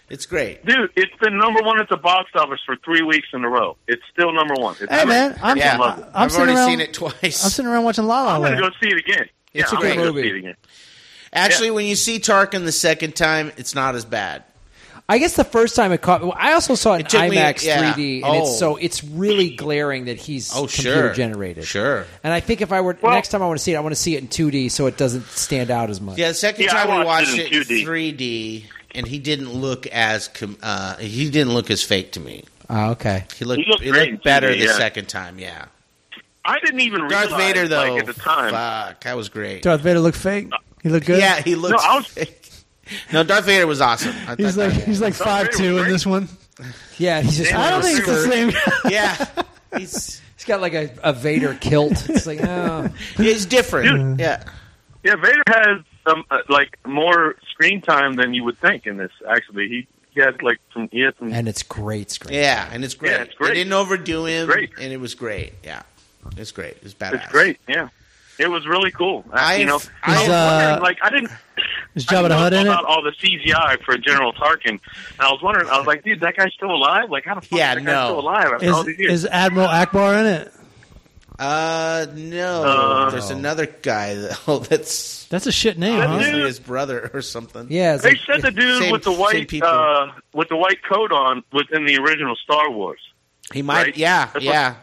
Speaker 5: It's great.
Speaker 2: Dude, it's been number one at the box office for three weeks in a row. It's still number one. It's
Speaker 1: Hey
Speaker 2: great.
Speaker 1: man, I'm
Speaker 5: Yeah,
Speaker 2: love it.
Speaker 1: I'm
Speaker 5: have
Speaker 1: sitting
Speaker 5: already
Speaker 1: around-
Speaker 5: seen it twice.
Speaker 1: I'm sitting around watching La La
Speaker 2: I'm gonna
Speaker 1: Land.
Speaker 2: go see it again.
Speaker 5: It's
Speaker 2: yeah,
Speaker 5: a
Speaker 2: I'm
Speaker 5: great
Speaker 2: gonna
Speaker 6: movie.
Speaker 2: Go see it again.
Speaker 5: Actually, when you see Tarkin the second time, it's not as bad.
Speaker 6: I guess the first time it caught. well, I also saw it in
Speaker 5: It took me-
Speaker 6: IMAX
Speaker 5: yeah.
Speaker 6: 3D, and
Speaker 5: Oh.
Speaker 6: it's so it's really glaring that he's
Speaker 5: Oh, sure.
Speaker 6: computer generated.
Speaker 5: Sure.
Speaker 6: And I think if I were
Speaker 2: Well-
Speaker 6: next time I want to see it, I want to see it in 2D so it doesn't stand out as much.
Speaker 5: Yeah, the second
Speaker 2: Yeah, I
Speaker 5: time we
Speaker 2: watched
Speaker 5: watched it
Speaker 2: it in
Speaker 5: in
Speaker 2: 2D.
Speaker 5: 3D, and he didn't look as com- uh, he didn't look as fake to me.
Speaker 6: Ah, okay.
Speaker 5: He looked
Speaker 2: He looked great in
Speaker 5: better
Speaker 2: 2D,
Speaker 5: the
Speaker 2: yeah.
Speaker 5: second time. Yeah,
Speaker 2: I didn't even realize
Speaker 5: Darth Vader though.
Speaker 2: like, at the time.
Speaker 5: fuck, that was great.
Speaker 1: Darth Vader look fake. He look good.
Speaker 5: Yeah, he looked.
Speaker 2: No, I was-
Speaker 5: fake. No, Darth Vader was awesome. I
Speaker 1: He's
Speaker 5: thought
Speaker 1: like
Speaker 5: Darth-
Speaker 1: he's like
Speaker 2: Darth Vader
Speaker 1: five two
Speaker 2: was
Speaker 1: in this one.
Speaker 6: Yeah, he's just.
Speaker 1: I
Speaker 2: I
Speaker 1: don't think it's the same.
Speaker 5: yeah, he's
Speaker 6: he's got like a, a Vader kilt. It's like, oh.
Speaker 5: he's different.
Speaker 2: Dude.
Speaker 5: Yeah,
Speaker 2: Yeah, Vader has um, uh, like more screen time than you would think in this. Actually, he, he has like some. He has some.
Speaker 6: and it's great screen.
Speaker 5: yeah, and it's great.
Speaker 2: Yeah, it's great.
Speaker 5: They didn't overdo him,
Speaker 2: great.
Speaker 5: and it was great. Yeah, it's great. It's badass.
Speaker 2: it's great. Yeah. It was really cool. I,
Speaker 5: I-
Speaker 2: you know, I
Speaker 5: Is,
Speaker 2: was
Speaker 1: uh,
Speaker 2: wondering, like I didn't.
Speaker 1: Is
Speaker 2: I
Speaker 1: Jabba
Speaker 2: didn't
Speaker 1: the
Speaker 2: know
Speaker 1: Hutt in it?
Speaker 2: about all the CGI for General Tarkin. And I was wondering, I was like, dude, that guy's still alive? Like, how the fuck
Speaker 5: Yeah,
Speaker 2: is that
Speaker 5: no.
Speaker 2: guy still alive after all
Speaker 1: Is,
Speaker 2: these years?
Speaker 1: is Admiral Akbar in it?
Speaker 5: Uh, no.
Speaker 2: Uh,
Speaker 5: There's another guy that, oh, that's
Speaker 1: That's a shit name, huh?
Speaker 2: I knew-
Speaker 5: obviously his brother or something.
Speaker 6: Yeah, it's
Speaker 2: they
Speaker 6: like-
Speaker 2: said the dude
Speaker 5: same-
Speaker 2: with the
Speaker 5: same
Speaker 2: white
Speaker 5: people.
Speaker 2: uh, with the white coat on was in the original Star Wars.
Speaker 5: He might.
Speaker 2: Right?
Speaker 5: Yeah,
Speaker 2: That's what-
Speaker 5: yeah,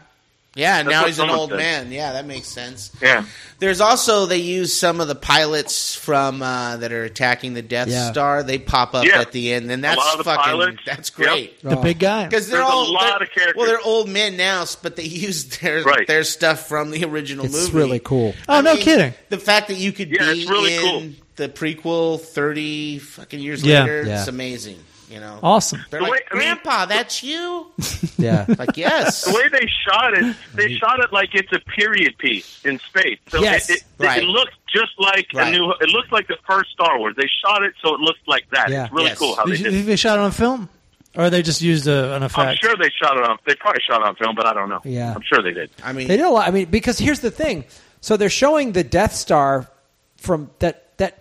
Speaker 5: yeah. and
Speaker 2: that's
Speaker 5: Now
Speaker 2: what
Speaker 5: he's an
Speaker 2: someone
Speaker 5: old
Speaker 2: said.
Speaker 5: man. Yeah, that makes sense.
Speaker 2: Yeah,
Speaker 5: There's also they use some of the pilots from uh, that are attacking the Death
Speaker 6: Yeah.
Speaker 5: Star. They pop up
Speaker 2: Yeah.
Speaker 5: at the end, and
Speaker 2: A
Speaker 5: that's
Speaker 2: lot of the
Speaker 5: fucking
Speaker 2: pilots.
Speaker 5: that's
Speaker 2: Yep.
Speaker 5: great.
Speaker 6: Oh,
Speaker 1: The big guy.
Speaker 5: Because they're
Speaker 2: There's a
Speaker 5: all
Speaker 2: lot
Speaker 5: they're-
Speaker 2: of characters.
Speaker 5: Well, they're old men now, but they used their
Speaker 2: Right.
Speaker 5: their stuff from the original
Speaker 6: It's
Speaker 5: movie.
Speaker 6: really cool.
Speaker 1: Oh, no kidding.
Speaker 5: The fact that you could
Speaker 2: Yeah,
Speaker 5: be
Speaker 2: it's really
Speaker 5: in
Speaker 2: cool.
Speaker 5: the prequel thirty fucking years
Speaker 1: Yeah.
Speaker 5: later,
Speaker 6: Yeah.
Speaker 5: it's amazing. You know,
Speaker 1: Awesome.
Speaker 5: they're
Speaker 2: The
Speaker 5: like,
Speaker 2: way- I mean-
Speaker 5: Grandpa, that's you.
Speaker 6: Yeah.
Speaker 5: Like, yes,
Speaker 2: the way they shot it, they shot it like it's a period piece in space. So
Speaker 6: Yes,
Speaker 2: it, it,
Speaker 5: right.
Speaker 2: it looked just like
Speaker 5: Right.
Speaker 2: a new. It looked like the first Star Wars. They shot it so it looked like that.
Speaker 6: Yeah.
Speaker 2: It's really
Speaker 5: Yes.
Speaker 2: cool how
Speaker 1: Did
Speaker 2: they
Speaker 1: you,
Speaker 2: did. it.
Speaker 1: think they shot it on film, or they just used a, an
Speaker 2: I'm
Speaker 1: effect?
Speaker 2: sure they shot it on. They probably shot it on film, but I don't know.
Speaker 6: Yeah.
Speaker 2: I'm sure they did.
Speaker 5: I mean,
Speaker 6: They did a lot. I mean, because here's the thing. So they're showing the Death Star from that that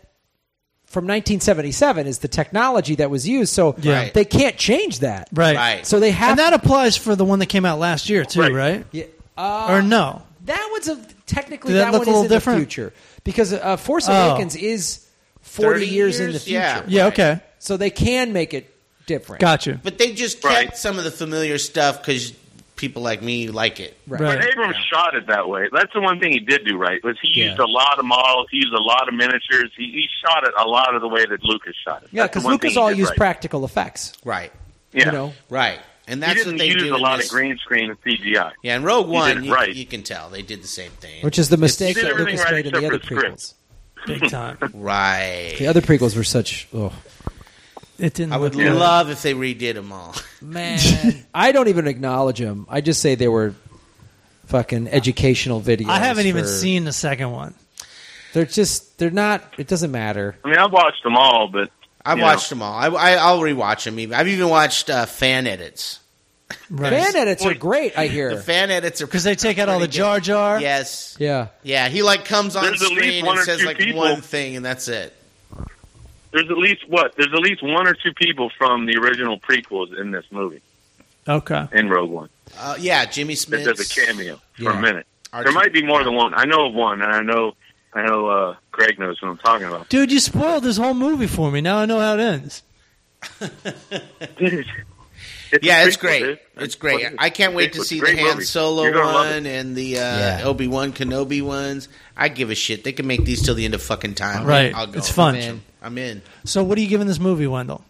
Speaker 6: from 1977 is the technology that was used. So
Speaker 1: Yeah.
Speaker 6: they can't change that.
Speaker 1: Right.
Speaker 5: Right.
Speaker 6: So they have
Speaker 1: And that applies for the one that came out last year too, right?
Speaker 2: Right.
Speaker 6: Yeah. Uh,
Speaker 1: Or no?
Speaker 6: That one's a, technically
Speaker 1: Did that
Speaker 6: that,
Speaker 1: look
Speaker 6: one
Speaker 1: a
Speaker 6: is
Speaker 1: little
Speaker 6: in
Speaker 1: different?
Speaker 6: the future because uh, Force
Speaker 1: Oh.
Speaker 6: Awakens is 40
Speaker 5: 30
Speaker 6: years, in the
Speaker 5: years?
Speaker 6: future.
Speaker 5: Yeah.
Speaker 1: Yeah.
Speaker 5: Right.
Speaker 1: Okay.
Speaker 6: So they can make it different.
Speaker 1: Got you.
Speaker 5: But they just kept
Speaker 2: Right.
Speaker 5: some of the familiar stuff because people like me like it.
Speaker 6: Right.
Speaker 1: Right.
Speaker 2: But Abrams shot it that way. That's the one thing he did do right. Was he
Speaker 6: Yeah.
Speaker 2: used a lot of models, he used a lot of miniatures. He, he shot it a lot of the way that Lucas shot it.
Speaker 6: Yeah,
Speaker 2: That's the
Speaker 6: because
Speaker 2: one thing
Speaker 6: Lucas
Speaker 2: he
Speaker 6: all
Speaker 2: did
Speaker 6: used
Speaker 2: right.
Speaker 6: practical effects.
Speaker 5: Right.
Speaker 2: Yeah.
Speaker 6: You know.
Speaker 5: Right. And
Speaker 2: he
Speaker 5: that's
Speaker 2: didn't
Speaker 5: what they
Speaker 2: use
Speaker 5: do.
Speaker 2: a
Speaker 5: in
Speaker 2: lot
Speaker 5: this.
Speaker 2: of green screen and CGI.
Speaker 5: Yeah, in Rogue
Speaker 2: He did
Speaker 5: One,
Speaker 2: it
Speaker 5: you,
Speaker 2: right.
Speaker 5: you can tell they did the same thing.
Speaker 6: Which is the mistake
Speaker 2: did
Speaker 6: that
Speaker 2: everything
Speaker 6: Lucas made
Speaker 2: right
Speaker 6: in the
Speaker 2: except
Speaker 6: other
Speaker 2: for the script.
Speaker 6: prequels.
Speaker 1: Big time.
Speaker 5: right.
Speaker 6: The other prequels were such. Oh
Speaker 1: It didn't.
Speaker 5: I would
Speaker 1: look good.
Speaker 5: love if they redid them all.
Speaker 6: man, I don't even acknowledge them. I just say they were fucking educational videos.
Speaker 1: I haven't even
Speaker 6: for-
Speaker 1: seen the second one.
Speaker 6: They're just. They're not. It doesn't matter.
Speaker 2: I mean, I've watched them all, but
Speaker 5: I've
Speaker 2: Yeah.
Speaker 5: watched them all. I, I, I'll rewatch them. Even. I've even watched uh, fan edits.
Speaker 1: Right.
Speaker 6: Fan edits are
Speaker 2: Wait.
Speaker 6: great. I hear.
Speaker 5: The fan edits are
Speaker 1: because they take out all the
Speaker 5: pretty
Speaker 1: Jar Jar.
Speaker 5: good. Yes.
Speaker 6: yeah.
Speaker 5: Yeah, he like comes on
Speaker 2: There's at least
Speaker 5: screen
Speaker 2: one
Speaker 5: and
Speaker 2: or
Speaker 5: says
Speaker 2: two
Speaker 5: like
Speaker 2: people-
Speaker 5: one thing, and that's it.
Speaker 2: there's at least what? There's at least one or two people from the original prequels in this movie,
Speaker 1: Okay.
Speaker 2: in Rogue One,
Speaker 5: Uh, yeah, Jimmy Smith
Speaker 2: that does a cameo for
Speaker 6: Yeah.
Speaker 2: a minute. There might be more than one. I know of one, and I know I know uh, Greg knows what I'm talking about.
Speaker 1: Dude, you spoiled this whole movie for me. Now I know how it ends.
Speaker 2: Dude, a
Speaker 5: Yeah, it's
Speaker 2: prequel,
Speaker 5: great.
Speaker 2: dude.
Speaker 5: It's great.
Speaker 2: It's
Speaker 5: I can't wait to
Speaker 2: prequel.
Speaker 5: see the
Speaker 2: Great
Speaker 5: Han
Speaker 2: movie.
Speaker 5: Solo
Speaker 2: You're gonna love it.
Speaker 5: one and the uh,
Speaker 6: Yeah.
Speaker 5: Obi Wan Kenobi ones. I give a shit. They can make these till the end of fucking time.
Speaker 1: Right.
Speaker 5: I'll go.
Speaker 1: It's fun.
Speaker 5: I'm in. I'm in.
Speaker 1: So, what are you giving this movie, Wendell?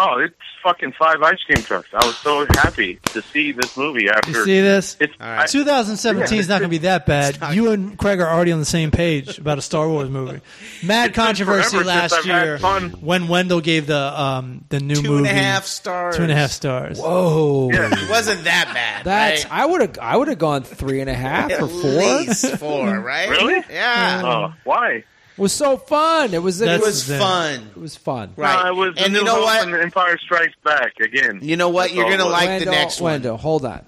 Speaker 2: Oh, it's fucking five ice cream trucks. I was so happy to see this movie after.
Speaker 1: You see this?
Speaker 2: It's
Speaker 5: All right.
Speaker 2: I-
Speaker 1: 2017 is not going to be that bad.
Speaker 5: not-
Speaker 1: You and Craig are already on the same page about a Star Wars movie. Mad
Speaker 2: It's been
Speaker 1: controversy
Speaker 2: forever since
Speaker 1: last
Speaker 2: I've had
Speaker 1: year
Speaker 2: fun.
Speaker 1: when Wendell gave the um, the new
Speaker 5: Two and
Speaker 1: movie
Speaker 5: a half stars.
Speaker 1: two and a half stars.
Speaker 6: Oh,
Speaker 5: It wasn't that bad.
Speaker 6: that's.
Speaker 5: right?
Speaker 6: I would have. I would have gone three and a half
Speaker 5: at
Speaker 6: or four. It
Speaker 5: least four. Right?
Speaker 2: Really?
Speaker 5: Yeah.
Speaker 2: oh, why?
Speaker 6: was so fun. It was. It
Speaker 1: That's-
Speaker 5: it
Speaker 6: was.
Speaker 5: was
Speaker 1: Then-
Speaker 5: fun.
Speaker 6: It was fun.
Speaker 5: Right.
Speaker 2: No, it was the
Speaker 5: and
Speaker 2: New
Speaker 5: you know
Speaker 2: Hope
Speaker 5: what?
Speaker 2: and Empire Strikes Back again.
Speaker 5: You know what?
Speaker 2: That's
Speaker 5: You're
Speaker 2: all it
Speaker 5: gonna
Speaker 2: was.
Speaker 5: like- the next one.
Speaker 6: Wendell, hold on.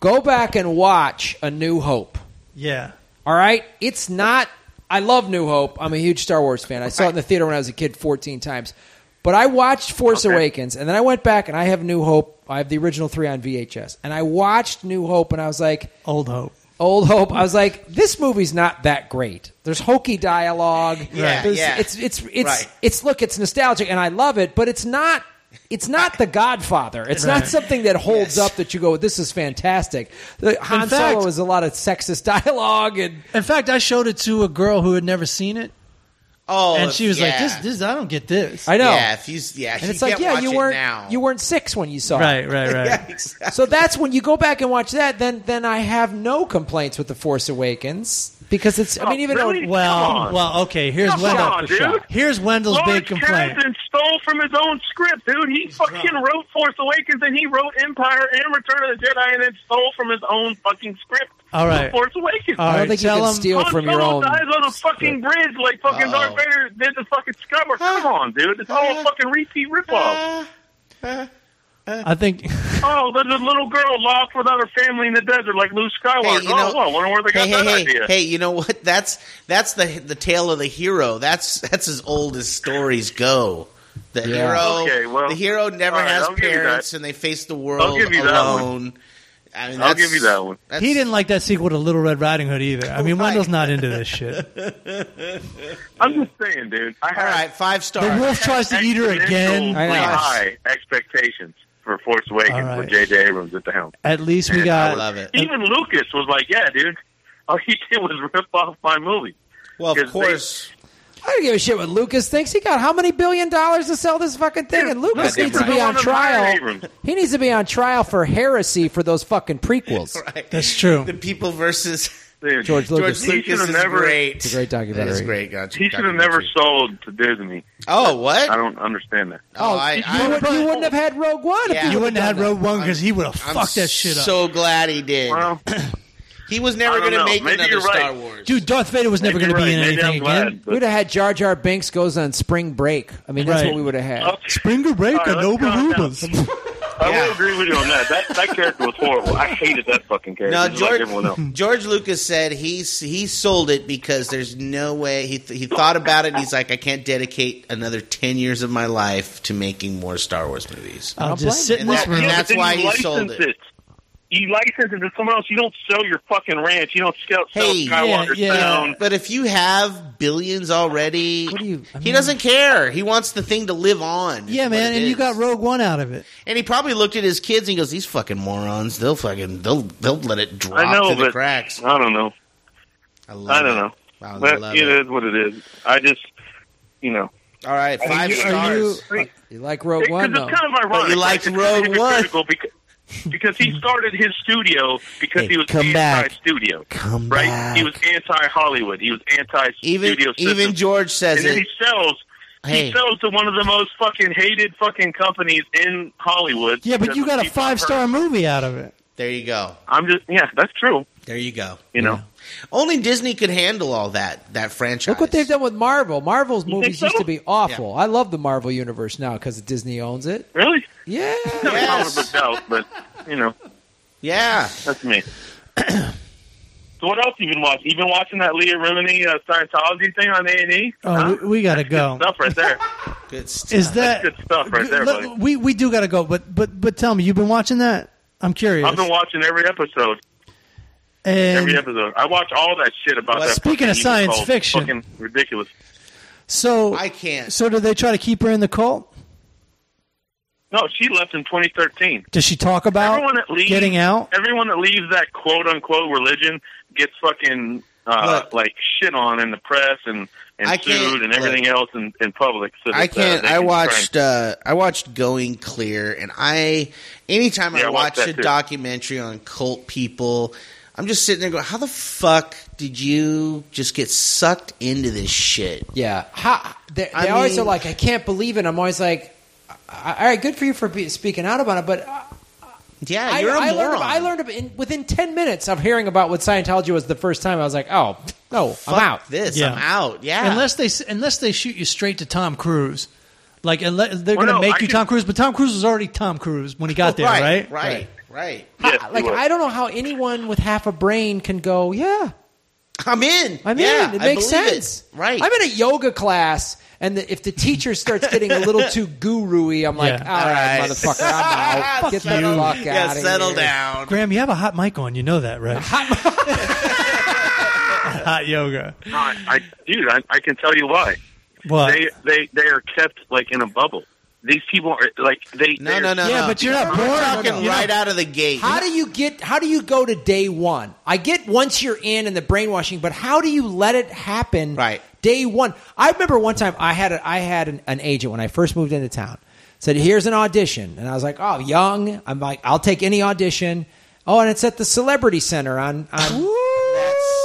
Speaker 6: Go back and watch A New Hope.
Speaker 1: Yeah.
Speaker 6: All right, it's not. I love New Hope. I'm a huge Star Wars fan. I saw it in the theater when I was a kid 14 times. But I watched Force
Speaker 2: Okay.
Speaker 6: Awakens, and then I went back and I have New Hope. I have the original three on VHS, and I watched New Hope, and I was like,
Speaker 1: Old hope.
Speaker 6: Old Hope. I was like, this movie's not that great. There's hokey dialogue.
Speaker 5: Yeah,
Speaker 6: There's-
Speaker 5: yeah.
Speaker 6: It's it's it's
Speaker 5: Right.
Speaker 6: it's look, it's nostalgic, and I love it, but it's not. It's not The Godfather. It's not
Speaker 1: Right.
Speaker 6: something that holds
Speaker 5: Yes.
Speaker 6: up that you go, "This is fantastic." The Han
Speaker 1: fact-
Speaker 6: Solo is a lot of sexist dialogue, and
Speaker 1: In fact, I showed it to a girl who had never seen it,
Speaker 5: Oh,
Speaker 1: and she was like,
Speaker 5: yeah.
Speaker 1: "This, this, I don't get this."
Speaker 6: I know.
Speaker 5: Yeah. If you, yeah.
Speaker 6: and
Speaker 5: you
Speaker 6: it's like,
Speaker 5: can't
Speaker 6: yeah,
Speaker 5: watch
Speaker 6: you
Speaker 5: it
Speaker 6: weren't
Speaker 5: now.
Speaker 6: you weren't six when you saw it.
Speaker 1: right, right, right.
Speaker 5: Yeah, exactly.
Speaker 6: So that's when you go back and watch that. Then then I have no complaints with The Force Awakens because it's. I
Speaker 2: Oh,
Speaker 6: mean, even
Speaker 2: really?
Speaker 6: though
Speaker 2: Come
Speaker 1: Well,
Speaker 2: on.
Speaker 1: well, okay. Here's
Speaker 2: Come
Speaker 1: Wendell.
Speaker 2: on, dude.
Speaker 1: Here's Wendell's
Speaker 2: Lawrence
Speaker 1: big complaint.
Speaker 2: Kasdan stole from his own script, dude. He fucking wrote Force Awakens and he wrote Empire and Return of the Jedi and then stole from his own fucking script.
Speaker 1: All right.
Speaker 2: The Force Awakens.
Speaker 1: All
Speaker 6: I
Speaker 1: right,
Speaker 6: don't think you
Speaker 1: tell
Speaker 6: can
Speaker 1: him-
Speaker 6: steal
Speaker 2: Han
Speaker 6: from your
Speaker 2: Solo
Speaker 6: own.
Speaker 2: dies on a fucking bridge like fucking
Speaker 5: Uh-oh.
Speaker 2: Darth Vader did the fucking Skywalker. Come on, dude. It's all a fucking repeat ripoff.
Speaker 5: Uh, uh,
Speaker 1: I think
Speaker 2: Oh, there's a little girl lost without her family in the desert, like Luke Skywalker.
Speaker 5: you know-
Speaker 2: oh, well, I wonder where they got
Speaker 5: hey,
Speaker 2: that
Speaker 5: hey,
Speaker 2: idea.
Speaker 5: hey, hey, you know what? That's that's the the tale of the hero. That's that's as old as stories go. The
Speaker 6: Yeah.
Speaker 5: hero,
Speaker 2: Okay, well,
Speaker 5: the hero never
Speaker 2: all right,
Speaker 5: has
Speaker 2: I'll give you that.
Speaker 5: parents, and they face the world
Speaker 2: give you that one.
Speaker 5: alone. I mean,
Speaker 2: I'll
Speaker 5: that's-
Speaker 2: give you that one.
Speaker 5: that's-
Speaker 1: he didn't like that sequel to Little Red Riding Hood either. I mean,
Speaker 5: Right.
Speaker 1: Wendell's not into this shit.
Speaker 2: I'm just saying, dude. I
Speaker 5: All
Speaker 2: have
Speaker 5: right, five
Speaker 1: The
Speaker 5: stars.
Speaker 1: wolf tries to eat her again.
Speaker 6: I know.
Speaker 2: high expectations for Force Awakens
Speaker 1: All right.
Speaker 2: with J.J. Abrams at the helm.
Speaker 1: At least we
Speaker 2: And
Speaker 1: got.
Speaker 5: I love it.
Speaker 2: Even Lucas was like, "Yeah, dude, all he did was rip off my movie."
Speaker 5: Well, of
Speaker 2: Because they-
Speaker 5: course,
Speaker 6: I don't give a shit what Lucas thinks. He got how many billion dollars to sell this fucking thing, and Lucas
Speaker 5: Goddamn
Speaker 6: needs to
Speaker 5: right.
Speaker 6: be on
Speaker 2: Someone admire
Speaker 6: trial.
Speaker 2: Abrams.
Speaker 6: He needs to be on trial for heresy for those fucking prequels.
Speaker 5: right.
Speaker 1: That's true.
Speaker 5: the people versus
Speaker 2: Dude,
Speaker 6: George Lucas.
Speaker 5: George
Speaker 2: He
Speaker 5: Lucas
Speaker 2: should've
Speaker 5: is
Speaker 2: never-
Speaker 5: great.
Speaker 6: It's a great documentary.
Speaker 5: It is great. Gotcha.
Speaker 2: He should have never sold to Disney.
Speaker 5: Oh, what?
Speaker 2: I don't understand that.
Speaker 5: oh, I,
Speaker 6: you,
Speaker 5: I,
Speaker 6: would,
Speaker 5: I'm
Speaker 6: not have had Rogue One.
Speaker 5: Yeah.
Speaker 6: If he
Speaker 1: You wouldn't
Speaker 6: would've
Speaker 1: have had
Speaker 6: done
Speaker 1: Rogue One because he would have fucked that shit up.
Speaker 5: So glad he did.
Speaker 2: Well,
Speaker 5: he was
Speaker 2: I
Speaker 5: never
Speaker 2: don't
Speaker 5: going to
Speaker 2: know.
Speaker 5: make
Speaker 2: Maybe
Speaker 5: another
Speaker 2: you're right.
Speaker 5: Star Wars.
Speaker 1: Dude, Darth Vader was never going
Speaker 2: maybe
Speaker 1: to
Speaker 2: you're
Speaker 1: be in
Speaker 2: right. Maybe
Speaker 1: anything
Speaker 2: I'm glad,
Speaker 1: again.
Speaker 6: that. We'd
Speaker 2: but-
Speaker 6: have had Jar Jar Binks goes on spring break. I mean, that's
Speaker 1: Right.
Speaker 6: what we would have had.
Speaker 2: Okay.
Speaker 1: Springer break
Speaker 2: All
Speaker 1: or
Speaker 2: right,
Speaker 1: no
Speaker 2: let's calm down.
Speaker 1: Rubens.
Speaker 2: I
Speaker 5: Yeah.
Speaker 2: will agree with you on that. That that character was horrible. I hated that fucking character.
Speaker 5: No,
Speaker 2: just like
Speaker 5: George,
Speaker 2: everyone else.
Speaker 5: George Lucas said he s- he sold it because there's no way he th- he thought about it. and He's like, I can't dedicate another ten years of my life to making more Star Wars movies.
Speaker 1: I'll
Speaker 6: don't
Speaker 1: just
Speaker 6: blame
Speaker 1: sit in
Speaker 5: him.
Speaker 1: this
Speaker 5: And
Speaker 1: room.
Speaker 5: that's
Speaker 2: but then
Speaker 5: why
Speaker 2: you
Speaker 5: he
Speaker 2: license
Speaker 5: sold it.
Speaker 2: You license it to someone else. You don't sell your fucking ranch. You don't sell, sell
Speaker 5: Hey, yeah,
Speaker 2: Skywalker's
Speaker 1: yeah.
Speaker 2: town.
Speaker 5: But if you have billions already,
Speaker 6: What do you- I
Speaker 5: he
Speaker 6: mean-
Speaker 5: doesn't care. He wants the thing to live on. is
Speaker 1: Yeah,
Speaker 5: what
Speaker 1: man,
Speaker 5: it
Speaker 1: and you
Speaker 5: is.
Speaker 1: got Rogue One out of it.
Speaker 5: And he probably looked at his kids and he goes, "These fucking morons. They'll fucking they'll they'll let it drop
Speaker 2: I know,
Speaker 5: through the
Speaker 2: but
Speaker 5: cracks."
Speaker 2: I don't know.
Speaker 5: love
Speaker 2: I don't
Speaker 5: it.
Speaker 2: know.
Speaker 5: I
Speaker 2: But
Speaker 5: love
Speaker 2: it
Speaker 5: it.
Speaker 2: is what it is. I just, you know,
Speaker 5: All right, five
Speaker 2: you- are
Speaker 5: stars.
Speaker 6: you, you like Rogue
Speaker 2: because
Speaker 6: One
Speaker 2: it's
Speaker 6: though?
Speaker 2: kind of ironic.
Speaker 5: you liked
Speaker 2: It's
Speaker 5: Rogue
Speaker 2: hypocritical Because, because he started his studio because
Speaker 5: Hey,
Speaker 2: he was
Speaker 5: come back.
Speaker 2: anti-studio,
Speaker 5: Come
Speaker 2: right?
Speaker 5: back.
Speaker 2: He was anti-Hollywood. He was
Speaker 5: even
Speaker 2: anti-studio system.
Speaker 5: even George says
Speaker 2: and then
Speaker 5: it.
Speaker 2: he sells.
Speaker 5: Hey.
Speaker 2: He sells to one of the most fucking hated fucking companies in Hollywood.
Speaker 1: Yeah, but
Speaker 2: because
Speaker 1: you
Speaker 2: of
Speaker 1: got a
Speaker 2: people
Speaker 1: five
Speaker 2: I've
Speaker 1: star
Speaker 2: heard.
Speaker 1: movie out of it.
Speaker 5: There you go.
Speaker 2: I'm just yeah, that's true.
Speaker 5: There you go.
Speaker 2: You know,
Speaker 5: Only Disney could handle all that that franchise.
Speaker 6: Look what they've done with Marvel. Marvel's
Speaker 2: think
Speaker 6: movies
Speaker 2: so?
Speaker 6: used to be awful. I love the Marvel universe now because Disney owns it.
Speaker 2: really.
Speaker 6: Yeah.
Speaker 2: Kind of
Speaker 5: Yes.
Speaker 2: comic book doubt, but you know,
Speaker 5: Yeah,
Speaker 2: that's me. so what else you been watching? You been watching that Leah Remini uh, Scientology thing on A and E?
Speaker 1: Oh, we, we got to go.
Speaker 2: Stuff right there.
Speaker 5: good stuff.
Speaker 1: Is that
Speaker 2: Good stuff right there,
Speaker 1: Look,
Speaker 2: buddy.
Speaker 1: We we do got to go, but but but tell me, you've been watching that? I'm curious.
Speaker 2: I've been watching every episode. Every
Speaker 1: and
Speaker 2: episode. I watch all that shit about
Speaker 5: Well,
Speaker 2: that.
Speaker 1: speaking
Speaker 2: fucking
Speaker 1: of science
Speaker 2: evil cult.
Speaker 1: fiction-
Speaker 2: fucking ridiculous.
Speaker 1: so
Speaker 5: I can't.
Speaker 1: So do they try to keep her in the cult?
Speaker 2: No, she left in 2013.
Speaker 1: Does she talk about
Speaker 2: everyone that leaves
Speaker 1: getting out?
Speaker 2: Everyone that leaves that quote unquote religion gets fucking uh,
Speaker 5: Look.
Speaker 2: like shit on in the press and and
Speaker 5: I can't-
Speaker 2: sued and everything else in, in public. So
Speaker 5: I
Speaker 2: that, uh,
Speaker 5: can't.
Speaker 2: they
Speaker 5: I
Speaker 2: can
Speaker 5: watched.
Speaker 2: try
Speaker 5: Uh, I watched Going Clear, and I anytime
Speaker 2: Yeah,
Speaker 5: I
Speaker 2: I watched
Speaker 5: watch a
Speaker 2: that too.
Speaker 5: documentary on cult people, I'm just sitting there going, "How the fuck did you just get sucked into this shit?"
Speaker 6: Yeah. Ha, they they
Speaker 5: I
Speaker 6: always
Speaker 5: mean-
Speaker 6: are like, I can't believe it. I'm always like, "I- I- all right, good for you for be, speaking out about it, but uh,
Speaker 5: Yeah,
Speaker 6: I,
Speaker 5: you're a
Speaker 6: I
Speaker 5: moron.
Speaker 6: learned, about, I learned about in, within 10 minutes of hearing about what Scientology was the first time. I was like, oh, no,
Speaker 5: Fuck
Speaker 6: I'm out.
Speaker 5: This.
Speaker 1: Yeah.
Speaker 5: I'm out. Yeah.
Speaker 1: Unless they s- unless they shoot you straight to Tom Cruise, like unless they're
Speaker 2: Well,
Speaker 1: going to
Speaker 2: no,
Speaker 1: make
Speaker 2: I
Speaker 1: you
Speaker 2: can-
Speaker 1: Tom Cruise, but Tom Cruise was already Tom Cruise when he got there,
Speaker 5: right.
Speaker 1: right?
Speaker 5: Right. Right.
Speaker 2: and- Yes,
Speaker 1: Ah,
Speaker 6: Ha,
Speaker 2: he
Speaker 6: like,
Speaker 2: was.
Speaker 6: I don't know how anyone with half a brain can go, yeah,
Speaker 5: I'm in.
Speaker 6: I'm
Speaker 5: yeah,
Speaker 6: in. It
Speaker 5: I
Speaker 6: makes
Speaker 5: believe it.
Speaker 6: sense.
Speaker 5: Right.
Speaker 6: I'm in a yoga class, and the, if the teacher starts getting a little too guru-y, I'm like,
Speaker 1: Yeah.
Speaker 6: all right,
Speaker 5: All right.
Speaker 6: motherfucker, I'm out. Get the fuck
Speaker 5: Settle-
Speaker 6: out
Speaker 5: yeah, settle
Speaker 6: here.
Speaker 5: down.
Speaker 1: Graham, you have a hot mic on. You know that, right? Hot, yoga.
Speaker 2: and- I, I, dude, I, I can tell you why.
Speaker 1: What?
Speaker 2: They they they are kept like in a bubble. These people are like they.
Speaker 5: No, no, no.
Speaker 1: yeah,
Speaker 5: no.
Speaker 1: but you're not
Speaker 5: We're
Speaker 1: born.
Speaker 5: talking
Speaker 1: you're not-
Speaker 5: right out of the gate.
Speaker 6: How do you get? How do you go to day one? I get once you're in and the brainwashing, but how do you let it happen?
Speaker 5: Right.
Speaker 6: day one. I remember one time I had a, I had an, an agent when I first moved into town. Said here's an audition, and I was like, oh, young. I'm like, I'll take any audition. Oh, and it's at the Celebrity Center on. on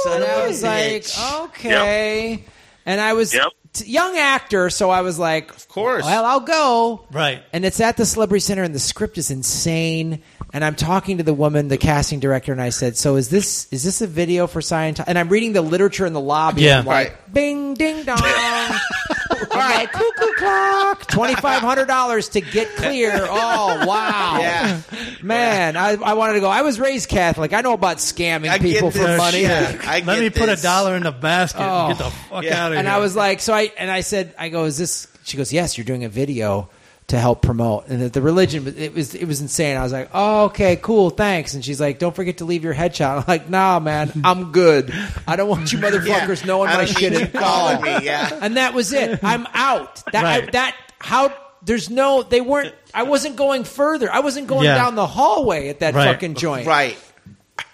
Speaker 5: son
Speaker 6: and
Speaker 5: of
Speaker 6: I
Speaker 5: a
Speaker 6: was
Speaker 5: bitch.
Speaker 6: like, okay. And I was
Speaker 2: Yep.
Speaker 6: t- young actor, so I was like, of
Speaker 5: course.
Speaker 6: Well, I'll go.
Speaker 1: Right.
Speaker 6: And it's at the Celebrity Center, and the script is insane. And I'm talking to the woman, the casting director, and I said, "So is this is this a video for Scientology?" And I'm reading the literature in the lobby.
Speaker 1: Yeah.
Speaker 6: and I'm like, Bing, ding, dong. I'm like, cuckoo clock. $2,500 to get clear. Oh, wow.
Speaker 5: Yeah.
Speaker 6: Man, I, I wanted to go. I was raised Catholic. I know about scamming
Speaker 5: I get
Speaker 6: people for
Speaker 5: this.
Speaker 6: money.
Speaker 5: Yeah. I
Speaker 1: Let
Speaker 5: get
Speaker 1: me put a
Speaker 5: this.
Speaker 1: dollar in the basket
Speaker 6: Oh.
Speaker 1: and get the fuck
Speaker 5: Yeah.
Speaker 1: out of here.
Speaker 6: And I was like, so I and I said, I go, is this? She goes, yes, you're doing a video to help promote, and that the religion it was it was insane. I was like, oh, okay, cool, thanks. And she's like, don't forget to leave your headshot. I'm like, nah, man, I'm good. I don't want you motherfuckers
Speaker 5: Yeah.
Speaker 6: knowing
Speaker 5: I
Speaker 6: my
Speaker 5: don't
Speaker 6: shit
Speaker 5: need you
Speaker 6: at
Speaker 5: calling
Speaker 6: all.
Speaker 5: me, yeah.
Speaker 6: And that was it. I'm out. That I,
Speaker 1: Right.
Speaker 6: that how. There's no, they weren't. I wasn't going further. I wasn't going
Speaker 1: Yeah.
Speaker 6: down the hallway at that
Speaker 1: Right.
Speaker 6: fucking joint.
Speaker 5: Right.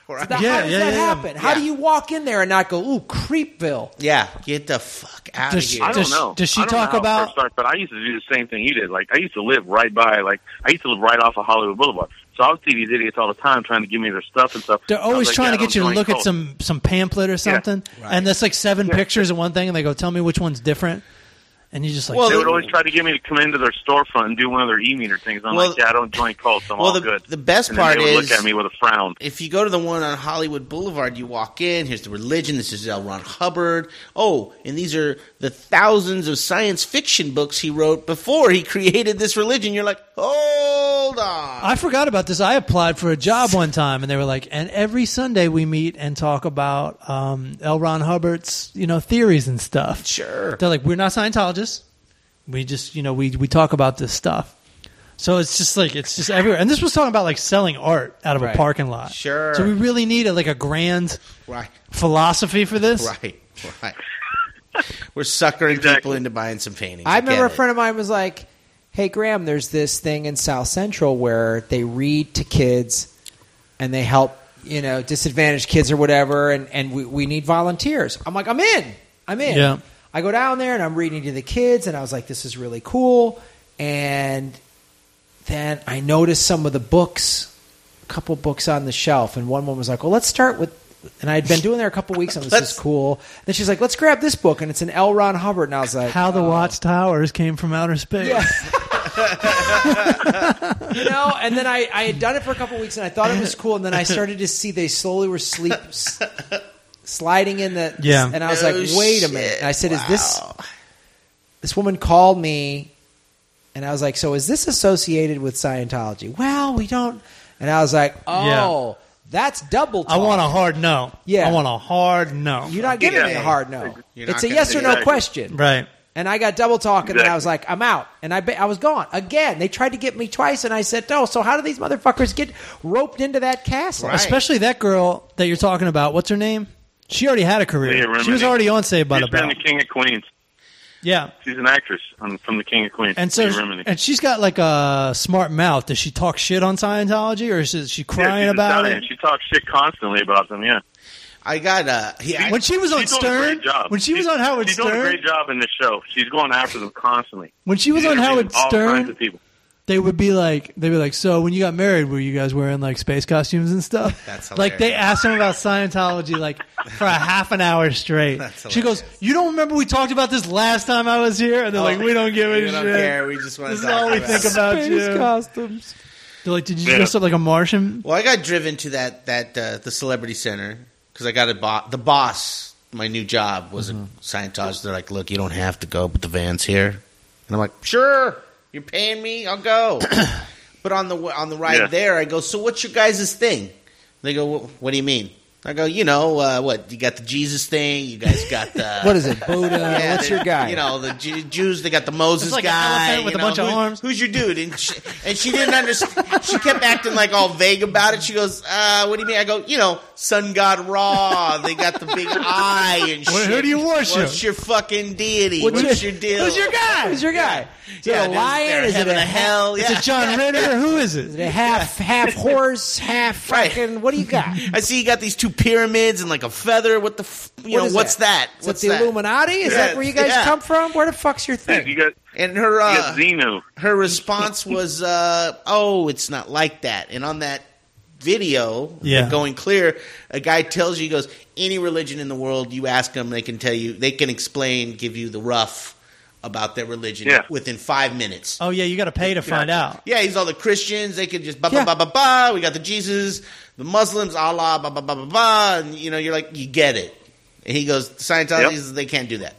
Speaker 5: Right.
Speaker 6: Now,
Speaker 1: Yeah,
Speaker 6: how does
Speaker 1: yeah,
Speaker 6: that
Speaker 1: yeah, yeah.
Speaker 6: happen? How
Speaker 5: Yeah.
Speaker 6: do you walk in there and not go, ooh, Creepville?
Speaker 5: Yeah, get the fuck out
Speaker 1: Does
Speaker 5: of
Speaker 1: she-
Speaker 5: here.
Speaker 2: I don't
Speaker 1: Does-
Speaker 2: know.
Speaker 1: does she
Speaker 2: I don't know
Speaker 1: talk
Speaker 2: how it
Speaker 1: about-
Speaker 2: first started, but I used to do the same thing you did. Like I used to live right by. Like I used to live right off of Hollywood Boulevard. So I would see these idiots all the time trying to give me their stuff and stuff.
Speaker 1: They're
Speaker 2: I was
Speaker 1: always
Speaker 2: like,
Speaker 1: trying
Speaker 2: "Yeah,
Speaker 1: to get
Speaker 2: I'm
Speaker 1: you to
Speaker 2: going
Speaker 1: look at
Speaker 2: cold."
Speaker 1: some some pamphlet or something,
Speaker 5: Right.
Speaker 1: and that's like seven pictures of one thing, and they go, "Tell me which one's different," and you just like,
Speaker 5: Well,
Speaker 2: They would always try to get me to come into their storefront and do one of their e-meter things. I'm
Speaker 5: Well-
Speaker 2: like, yeah, I don't join cults. I'm
Speaker 5: well,
Speaker 2: all
Speaker 5: the-
Speaker 2: good.
Speaker 5: the best
Speaker 2: and then
Speaker 5: part
Speaker 2: they would
Speaker 5: is-
Speaker 2: look at me with a frown.
Speaker 5: if you go to the one on Hollywood Boulevard, you walk in. Here's the religion. This is L. Ron Hubbard. Oh, and these are the thousands of science fiction books he wrote before he created this religion. You're like, hold on.
Speaker 1: I forgot about this. I applied for a job one time, and they were like, "And every Sunday we meet and talk about um, L. Ron Hubbard's, you know, theories and stuff."
Speaker 5: Sure.
Speaker 1: They're like, "We're not Scientologists. We just, you know, we we talk about this stuff." So it's just like it's just everywhere. And this was talking about like selling art out of
Speaker 6: Right.
Speaker 1: a parking lot.
Speaker 5: Sure.
Speaker 1: So we really needed like a grand
Speaker 5: Right,
Speaker 1: philosophy for this.
Speaker 5: right, right. We're suckering
Speaker 2: Exactly.
Speaker 5: people into buying some paintings.
Speaker 6: I remember a
Speaker 5: get it.
Speaker 6: friend of mine was like, "Hey Graham, there's this thing in South Central where they read to kids and they help, you know, disadvantaged kids or whatever, and and we, we need volunteers." I'm like, "I'm in, I'm in."
Speaker 1: Yeah.
Speaker 6: I go down there and I'm reading to the kids, and I was like, "This is really cool," and then I noticed some of the books, a couple books on the shelf, and one one was like, "Well, let's start with." And I had been doing there a couple weeks, and this is
Speaker 5: Let's-
Speaker 6: cool. Then she's like, "Let's grab this book," and it's an L. Ron Hubbard, and I was like,
Speaker 1: How the
Speaker 6: "Oh."
Speaker 1: watchtowers came from outer space.
Speaker 6: Yeah. you know, and then I, I had done it for a couple weeks and I thought it was cool. And then I started to see they slowly were sleep s- sliding in the.
Speaker 1: Yeah.
Speaker 6: And I was
Speaker 5: No
Speaker 6: like, wait
Speaker 5: shit.
Speaker 6: a minute. And I said, is this.
Speaker 5: Wow.
Speaker 6: This woman called me and I was like, so is this associated with Scientology? Well, we don't. And I was like, oh, that's double talk.
Speaker 1: I want a hard no.
Speaker 6: Yeah.
Speaker 1: I want a hard no.
Speaker 6: You're not giving
Speaker 2: Yeah.
Speaker 6: me a hard no.
Speaker 5: You're not
Speaker 6: It's a
Speaker 5: gonna
Speaker 6: yes
Speaker 5: do
Speaker 6: or no
Speaker 2: that.
Speaker 6: question.
Speaker 1: right.
Speaker 6: And I got double talk, and then I
Speaker 2: Exactly.
Speaker 6: was like, I'm out. And I, ba- I was gone. Again, they tried to get me twice, and I said, no. So how do these motherfuckers get roped into that castle?
Speaker 5: Right.
Speaker 1: Especially that girl that you're talking about. What's her name? She already had a
Speaker 2: Leah
Speaker 1: career.
Speaker 2: Remini.
Speaker 1: she was already on Saved by
Speaker 2: She's
Speaker 1: the
Speaker 2: been
Speaker 1: Bell.
Speaker 2: the King of Queens.
Speaker 1: Yeah.
Speaker 2: She's an actress on, from the King of Queens.
Speaker 1: And so,
Speaker 2: Leah Remini.
Speaker 1: and she's got like a smart mouth. Does she talk shit on Scientology, or is she
Speaker 2: Yeah,
Speaker 1: crying
Speaker 2: she's
Speaker 1: about
Speaker 2: Italian.
Speaker 1: it?
Speaker 2: She talks shit constantly about them. Yeah.
Speaker 5: I got a. Yeah,
Speaker 1: when she was on
Speaker 2: She's doing a
Speaker 1: Stern,
Speaker 2: great job.
Speaker 1: when she was
Speaker 2: She's-
Speaker 1: on Howard
Speaker 2: she's doing a
Speaker 1: Stern,
Speaker 2: great job in this show. She's going after them constantly.
Speaker 1: when she was
Speaker 2: She's
Speaker 1: on
Speaker 2: interviewing
Speaker 1: Howard
Speaker 2: all kinds
Speaker 1: Stern,
Speaker 2: of people.
Speaker 1: they would be like, they'd be like, so when you got married, were you guys wearing like space costumes and stuff?
Speaker 5: That's
Speaker 1: like they
Speaker 5: hilarious.
Speaker 1: asked him about Scientology like for a half an hour straight.
Speaker 5: That's
Speaker 1: she goes,
Speaker 5: hilarious. Oh,
Speaker 1: "You don't remember we talked about this last time I was here?" And they're like, "We don't give a
Speaker 5: we
Speaker 1: shit.
Speaker 5: don't care. We just want
Speaker 1: This
Speaker 5: to
Speaker 1: is
Speaker 5: talk
Speaker 1: all we
Speaker 5: about
Speaker 1: think
Speaker 5: it.
Speaker 1: about you."
Speaker 6: costumes.
Speaker 1: They're like, "Did you
Speaker 2: Yeah.
Speaker 1: dress up like a
Speaker 6: Mm-hmm.
Speaker 1: Martian?"
Speaker 5: Well, I got driven to that that uh, the Celebrity Center because I got a bo- the boss. My new job was
Speaker 6: Mm-hmm.
Speaker 5: a Scientologist. They're like, look, you don't have to go, but the van's here, and I'm like, sure, you're paying me, I'll go. but on the w- on the ride
Speaker 2: Yeah.
Speaker 5: there, I go, so what's your guys' thing? They go, "Wh- what do you mean? I go, you know, uh, what you got the Jesus thing, you guys got the
Speaker 6: What is it, Buddha?
Speaker 5: yeah,
Speaker 6: Uh, What's
Speaker 5: they-
Speaker 6: your guy?
Speaker 5: You know, the Ju- Jews. They got the Moses
Speaker 1: It's like an
Speaker 5: guy
Speaker 1: elephant with
Speaker 5: you
Speaker 1: a
Speaker 5: know,
Speaker 1: bunch of
Speaker 5: who-
Speaker 1: arms.
Speaker 5: Who's your dude? And she, and she didn't understand. She kept acting like all vague about it. She goes, uh, "What do you mean?" I go, "You know, Sun God Ra. They got the big eye and
Speaker 1: Well,
Speaker 5: shit.
Speaker 1: who do you worship?
Speaker 5: What's your fucking deity? What's, your, deal?
Speaker 6: Who's your guy? Who's your guy? Is
Speaker 5: Yeah,
Speaker 6: it a
Speaker 5: there's-
Speaker 6: lion?
Speaker 5: they're
Speaker 6: Is it
Speaker 5: heaven
Speaker 6: a
Speaker 5: or hell?
Speaker 1: It's
Speaker 5: Yeah.
Speaker 1: a John Ritter. Who is it?
Speaker 6: Is it a half half horse, half
Speaker 5: Right.
Speaker 6: fucking? What do you got?
Speaker 5: I see you got these two pyramids and like a feather. What the? F- you know,
Speaker 6: is
Speaker 5: what's that?
Speaker 6: Is
Speaker 5: what's
Speaker 6: it the Illuminati? Is
Speaker 5: Yeah,
Speaker 6: that where you guys
Speaker 5: yeah.
Speaker 6: come from? Where the fuck's your
Speaker 2: You
Speaker 6: thing?
Speaker 2: got, you
Speaker 5: And her
Speaker 2: got
Speaker 5: uh,
Speaker 2: Zeno.
Speaker 5: her response was, uh, "Oh, it's not like that." And on that video,
Speaker 1: Yeah.
Speaker 5: the going clear, a guy tells you, he goes, "Any religion in the world, you ask them, they can tell you, they can explain, give you the rough about their religion
Speaker 2: Yeah.
Speaker 5: within five minutes."
Speaker 1: Oh yeah, you got to pay to find out.
Speaker 5: Yeah, he's all the Christians. They could just ba
Speaker 6: Yeah.
Speaker 5: ba ba ba ba. We got the Jesus, the Muslims, Allah, ba ba ba ba ba. And you know, you're like, you get it. And he goes, Scientology,
Speaker 2: Yep.
Speaker 5: they can't do that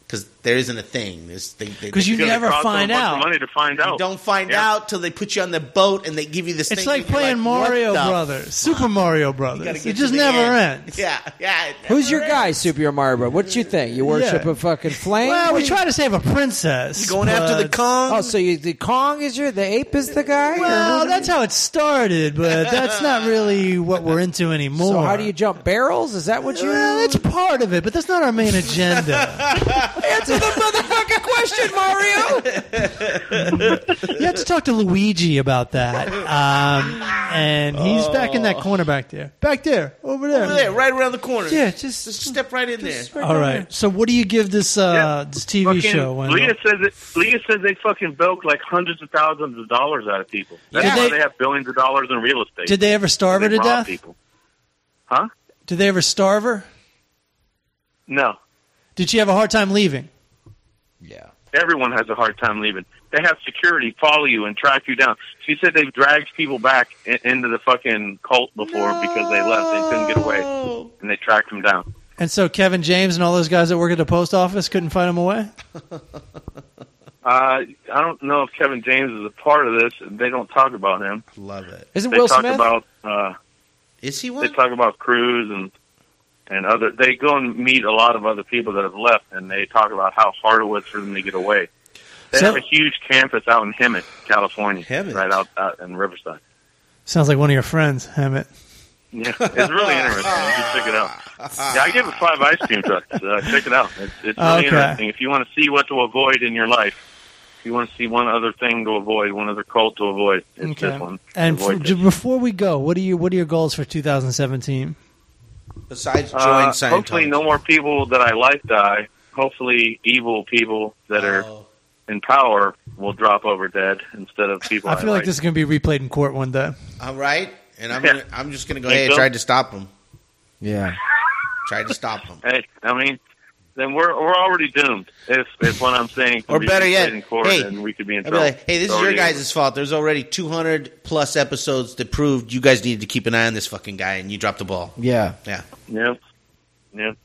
Speaker 5: because there isn't a thing. There's they, they,
Speaker 1: 'Cause you
Speaker 5: they-
Speaker 2: It's gonna
Speaker 1: never
Speaker 2: cost them a
Speaker 1: find
Speaker 2: bunch of
Speaker 1: out.
Speaker 2: money to find
Speaker 5: you
Speaker 2: out.
Speaker 5: don't find
Speaker 2: Yeah.
Speaker 5: out till they put you on the boat and they give you this.
Speaker 1: It's
Speaker 5: thing
Speaker 1: like
Speaker 5: and you're
Speaker 1: playing
Speaker 5: "What
Speaker 1: Mario
Speaker 5: the
Speaker 1: Brothers, Super Mario
Speaker 5: You gotta
Speaker 1: Brothers.
Speaker 5: get
Speaker 1: It
Speaker 5: to
Speaker 1: just
Speaker 5: the
Speaker 1: never
Speaker 5: end.
Speaker 1: ends.
Speaker 5: Yeah, yeah. it
Speaker 6: Who's
Speaker 5: never
Speaker 6: your
Speaker 5: ends.
Speaker 6: guy, Super Mario Bro? What you think? You worship
Speaker 1: Yeah.
Speaker 6: a fucking flame?
Speaker 1: Well,
Speaker 6: What
Speaker 1: we
Speaker 6: do
Speaker 1: try to save a princess.
Speaker 5: You going after the
Speaker 1: but-
Speaker 5: Kong?
Speaker 6: You, oh, so you, the Kong is your the ape is the guy? Or
Speaker 1: Well,
Speaker 6: who-
Speaker 1: that's how it started, but that's not really what we're into anymore.
Speaker 6: so how do you jump barrels? Is that what you?
Speaker 1: Well, that's part of it, but that's not our main agenda.
Speaker 6: Answer the motherfucking question, Mario.
Speaker 1: you have to talk to Luigi about that, um, and he's back in that corner back there, back there, over there,
Speaker 5: Oh. Over there, right around the corner.
Speaker 1: Yeah, just,
Speaker 5: just step right in there.
Speaker 1: all right. So, what do you give this uh,
Speaker 2: Yeah.
Speaker 1: this TV
Speaker 2: Fucking-
Speaker 1: show? Wendell?
Speaker 2: Leah says it, Leah says they fucking bilk like hundreds of thousands of dollars out of people. That's
Speaker 1: Did
Speaker 2: why
Speaker 1: they-
Speaker 2: they, have billions of dollars in real estate.
Speaker 1: Did they ever starve her
Speaker 2: They
Speaker 1: to
Speaker 2: rob
Speaker 1: death?
Speaker 2: People. Huh?
Speaker 1: Did they ever starve her?
Speaker 2: No.
Speaker 1: Did she have a hard time leaving?
Speaker 6: Yeah.
Speaker 2: Everyone has a hard time leaving. They have security follow you and track you down. She said they've dragged people back in, into the fucking cult before because they left. They couldn't get away, and they tracked them down.
Speaker 1: And so Kevin James and all those guys that work at the post office couldn't find him away.
Speaker 2: Uh, I don't know if Kevin James is a part of this. They don't talk about him.
Speaker 5: Love it.
Speaker 6: Isn't
Speaker 2: They
Speaker 6: Will
Speaker 2: talk
Speaker 6: Smith?
Speaker 2: about uh,
Speaker 5: Is he
Speaker 2: they
Speaker 5: one?
Speaker 2: talk about Cruz and and other. They go and meet a lot of other people that have left, and they talk about how hard it was for them to get away. They
Speaker 1: So-
Speaker 2: have a huge campus out in Hemet, California,
Speaker 5: Hemet.
Speaker 2: right out, out in Riverside.
Speaker 1: Sounds like one of your friends, Hammett.
Speaker 2: Yeah, it's really interesting. You should check it out. Yeah, I give it five ice cream trucks. Uh, check it out. It's, it's really
Speaker 1: Okay.
Speaker 2: interesting. If you want to see what to avoid in your life, if you want to see one other thing to avoid, one other cult to avoid, it's this one.
Speaker 1: And
Speaker 2: Avoid
Speaker 1: f-
Speaker 2: this.
Speaker 1: before we go, what are your what are your goals for 2017?
Speaker 5: Besides join
Speaker 2: Uh,
Speaker 5: Scientology.
Speaker 2: hopefully, no more people that I like die. Hopefully, evil people that are
Speaker 5: Oh.
Speaker 2: in power will drop over dead instead of people. I,
Speaker 1: I feel like
Speaker 2: like
Speaker 1: this is going to be replayed in court one day.
Speaker 5: All right, and I'm
Speaker 2: Yeah.
Speaker 5: gonna, I'm just gonna go.
Speaker 2: Think
Speaker 5: Hey, I
Speaker 2: so?
Speaker 5: tried to stop him.
Speaker 6: Yeah.
Speaker 5: Tried to stop him.
Speaker 2: Hey, I mean, then we're we're already doomed. If if what I'm saying, can
Speaker 5: Or
Speaker 2: be
Speaker 5: better yet,
Speaker 2: played in court,
Speaker 5: hey,
Speaker 2: then we could be in
Speaker 5: I'd be
Speaker 2: trouble.
Speaker 5: like, hey, this is your
Speaker 2: Already over.
Speaker 5: guys' fault. There's already 200 plus episodes that proved you guys needed to keep an eye on this fucking guy, and you dropped the ball.
Speaker 6: Yeah.
Speaker 5: Yeah.
Speaker 2: Yep. Yep.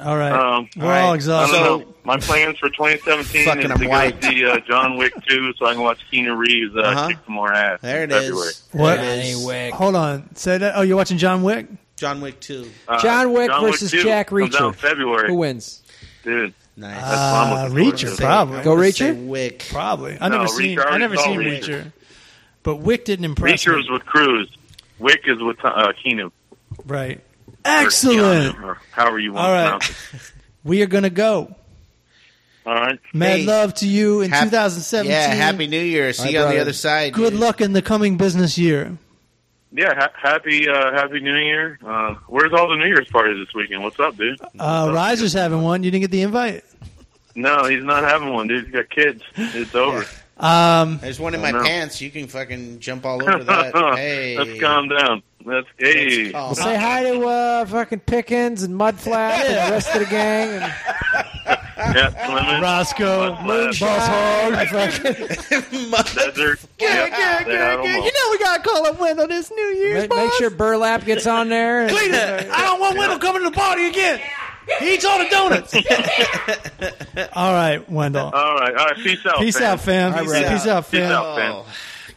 Speaker 1: All right,
Speaker 2: Um,
Speaker 1: we're
Speaker 5: all right.
Speaker 1: all
Speaker 2: I
Speaker 1: exhausted.
Speaker 2: don't
Speaker 5: So-
Speaker 2: know. My plans for 2017
Speaker 5: Fucking
Speaker 2: is
Speaker 5: I'm
Speaker 2: to go
Speaker 5: white.
Speaker 2: see uh, John Wick 2 so I can watch Keanu Reeves uh,
Speaker 5: Uh-huh.
Speaker 2: kick some more ass.
Speaker 5: There
Speaker 2: in
Speaker 5: it is.
Speaker 2: February.
Speaker 1: What?
Speaker 5: There it is.
Speaker 1: Hold on, say that. Oh, you're watching John Wick?
Speaker 5: John Wick 2.
Speaker 2: Uh,
Speaker 6: John Wick versus
Speaker 2: 2
Speaker 6: Jack
Speaker 2: comes out in
Speaker 6: Reacher.
Speaker 2: February.
Speaker 6: Who wins?
Speaker 2: Dude,
Speaker 5: Nice.
Speaker 2: that's what I'm
Speaker 1: Uh,
Speaker 2: looking forward
Speaker 1: Reacher,
Speaker 2: to.
Speaker 1: probably.
Speaker 6: Go
Speaker 5: I wanna
Speaker 6: Reacher?
Speaker 5: say Wick.
Speaker 1: Probably. I
Speaker 2: No,
Speaker 1: never
Speaker 2: Reacher,
Speaker 1: seen.
Speaker 2: I
Speaker 1: I
Speaker 2: already
Speaker 1: never
Speaker 2: saw
Speaker 1: seen
Speaker 2: Reacher.
Speaker 1: Reacher. But Wick didn't impress
Speaker 2: Reacher
Speaker 1: me.
Speaker 2: is with Cruz. Wick is with uh, Keanu.
Speaker 1: right.
Speaker 2: Or
Speaker 1: Excellent.
Speaker 2: Keanu, Or however you want
Speaker 1: All
Speaker 2: to
Speaker 1: right.
Speaker 2: pronounce it.
Speaker 1: We are gonna go.
Speaker 2: All right.
Speaker 1: Mad
Speaker 5: Hey.
Speaker 1: love to you in
Speaker 5: Hap-
Speaker 1: 2017.
Speaker 5: Yeah, Happy New Year. See
Speaker 6: My
Speaker 5: you on the
Speaker 6: brother.
Speaker 5: other side.
Speaker 1: Good
Speaker 5: dude.
Speaker 1: luck in the coming business year.
Speaker 2: Yeah, ha- happy uh, happy New Year. Uh, where's all the New Year's parties this weekend? What's up, dude?
Speaker 1: Uh, Riser's having one. You didn't get the invite.
Speaker 2: No, he's not having one, dude. He's got kids. It's over.
Speaker 1: Um,
Speaker 5: There's one in my
Speaker 2: no.
Speaker 5: pants. You can fucking jump all over that. Hey.
Speaker 2: Let's calm down. Let's hey.
Speaker 5: Let's calm
Speaker 6: Well, say hi to uh, fucking Pickens and Mudflap and the rest of the gang. And
Speaker 2: Yeah, Clemens.
Speaker 1: Roscoe,
Speaker 2: Boss
Speaker 1: Hog.
Speaker 2: Desert. Yep, they had 'em all.
Speaker 1: know we gotta call up Wendell this New Year's.
Speaker 6: make, make sure Burlap gets on there. And,
Speaker 1: Clean it. I don't want Wendell coming to the party again. He eats all the donuts. all right, Wendell.
Speaker 5: Oh,
Speaker 2: All right, all right. Peace out.
Speaker 1: Peace out, fam.
Speaker 5: Peace
Speaker 1: Peace,
Speaker 5: out.
Speaker 1: out,
Speaker 2: Peace
Speaker 1: fam.
Speaker 2: out, fam.
Speaker 5: Oh,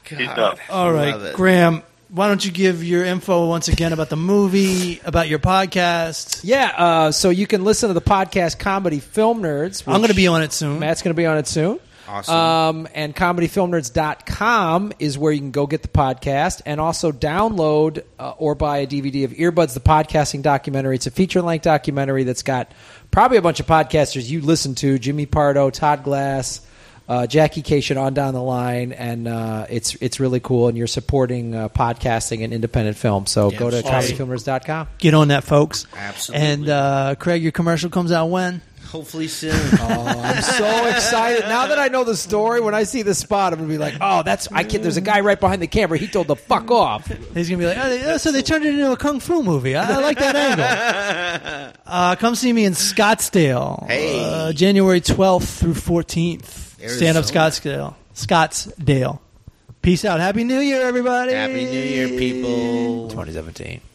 Speaker 2: Peace
Speaker 5: God.
Speaker 2: out.
Speaker 1: All
Speaker 5: Love
Speaker 1: right,
Speaker 5: it.
Speaker 1: Graham. Why don't you give your info once again about the movie, about your podcast?
Speaker 6: yeah. Uh, so you can listen to the podcast Comedy Film Nerds.
Speaker 1: I'm going to be on it soon.
Speaker 6: Mm-hmm. Matt's going to be on it soon.
Speaker 5: Awesome.
Speaker 6: Um, and comedyfilmnerds.com is where you can go get the podcast and also download uh, or buy a DVD of Earbuds, the podcasting documentary. It's a feature length documentary that's got probably a bunch of podcasters you listen to Jimmy Pardo, Todd Glass, uh, Jackie Cation on down the line. And uh, it's it's really cool. And you're supporting uh, podcasting and independent film. So go to
Speaker 1: awesome.
Speaker 6: comedyfilmnerds.com.
Speaker 1: Get on that, folks.
Speaker 5: Absolutely.
Speaker 1: And uh, Craig, your commercial comes out when?
Speaker 5: Hopefully soon.
Speaker 6: I'm so excited now that I know the story. When I see the spot, I'm gonna be like, "Oh, that's I kid." There's a guy right behind the camera. He told the fuck off.
Speaker 1: He's gonna be like, oh, they- oh, so they turned it into a kung fu movie. I, I like that angle. Uh, come see me in Scottsdale,
Speaker 5: Hey.
Speaker 1: uh, January twelfth through fourteenth. Stand up Scottsdale,
Speaker 5: Arizona.
Speaker 1: Scottsdale. Peace out. Happy New Year, everybody.
Speaker 5: Happy New Year, people.
Speaker 6: 2017.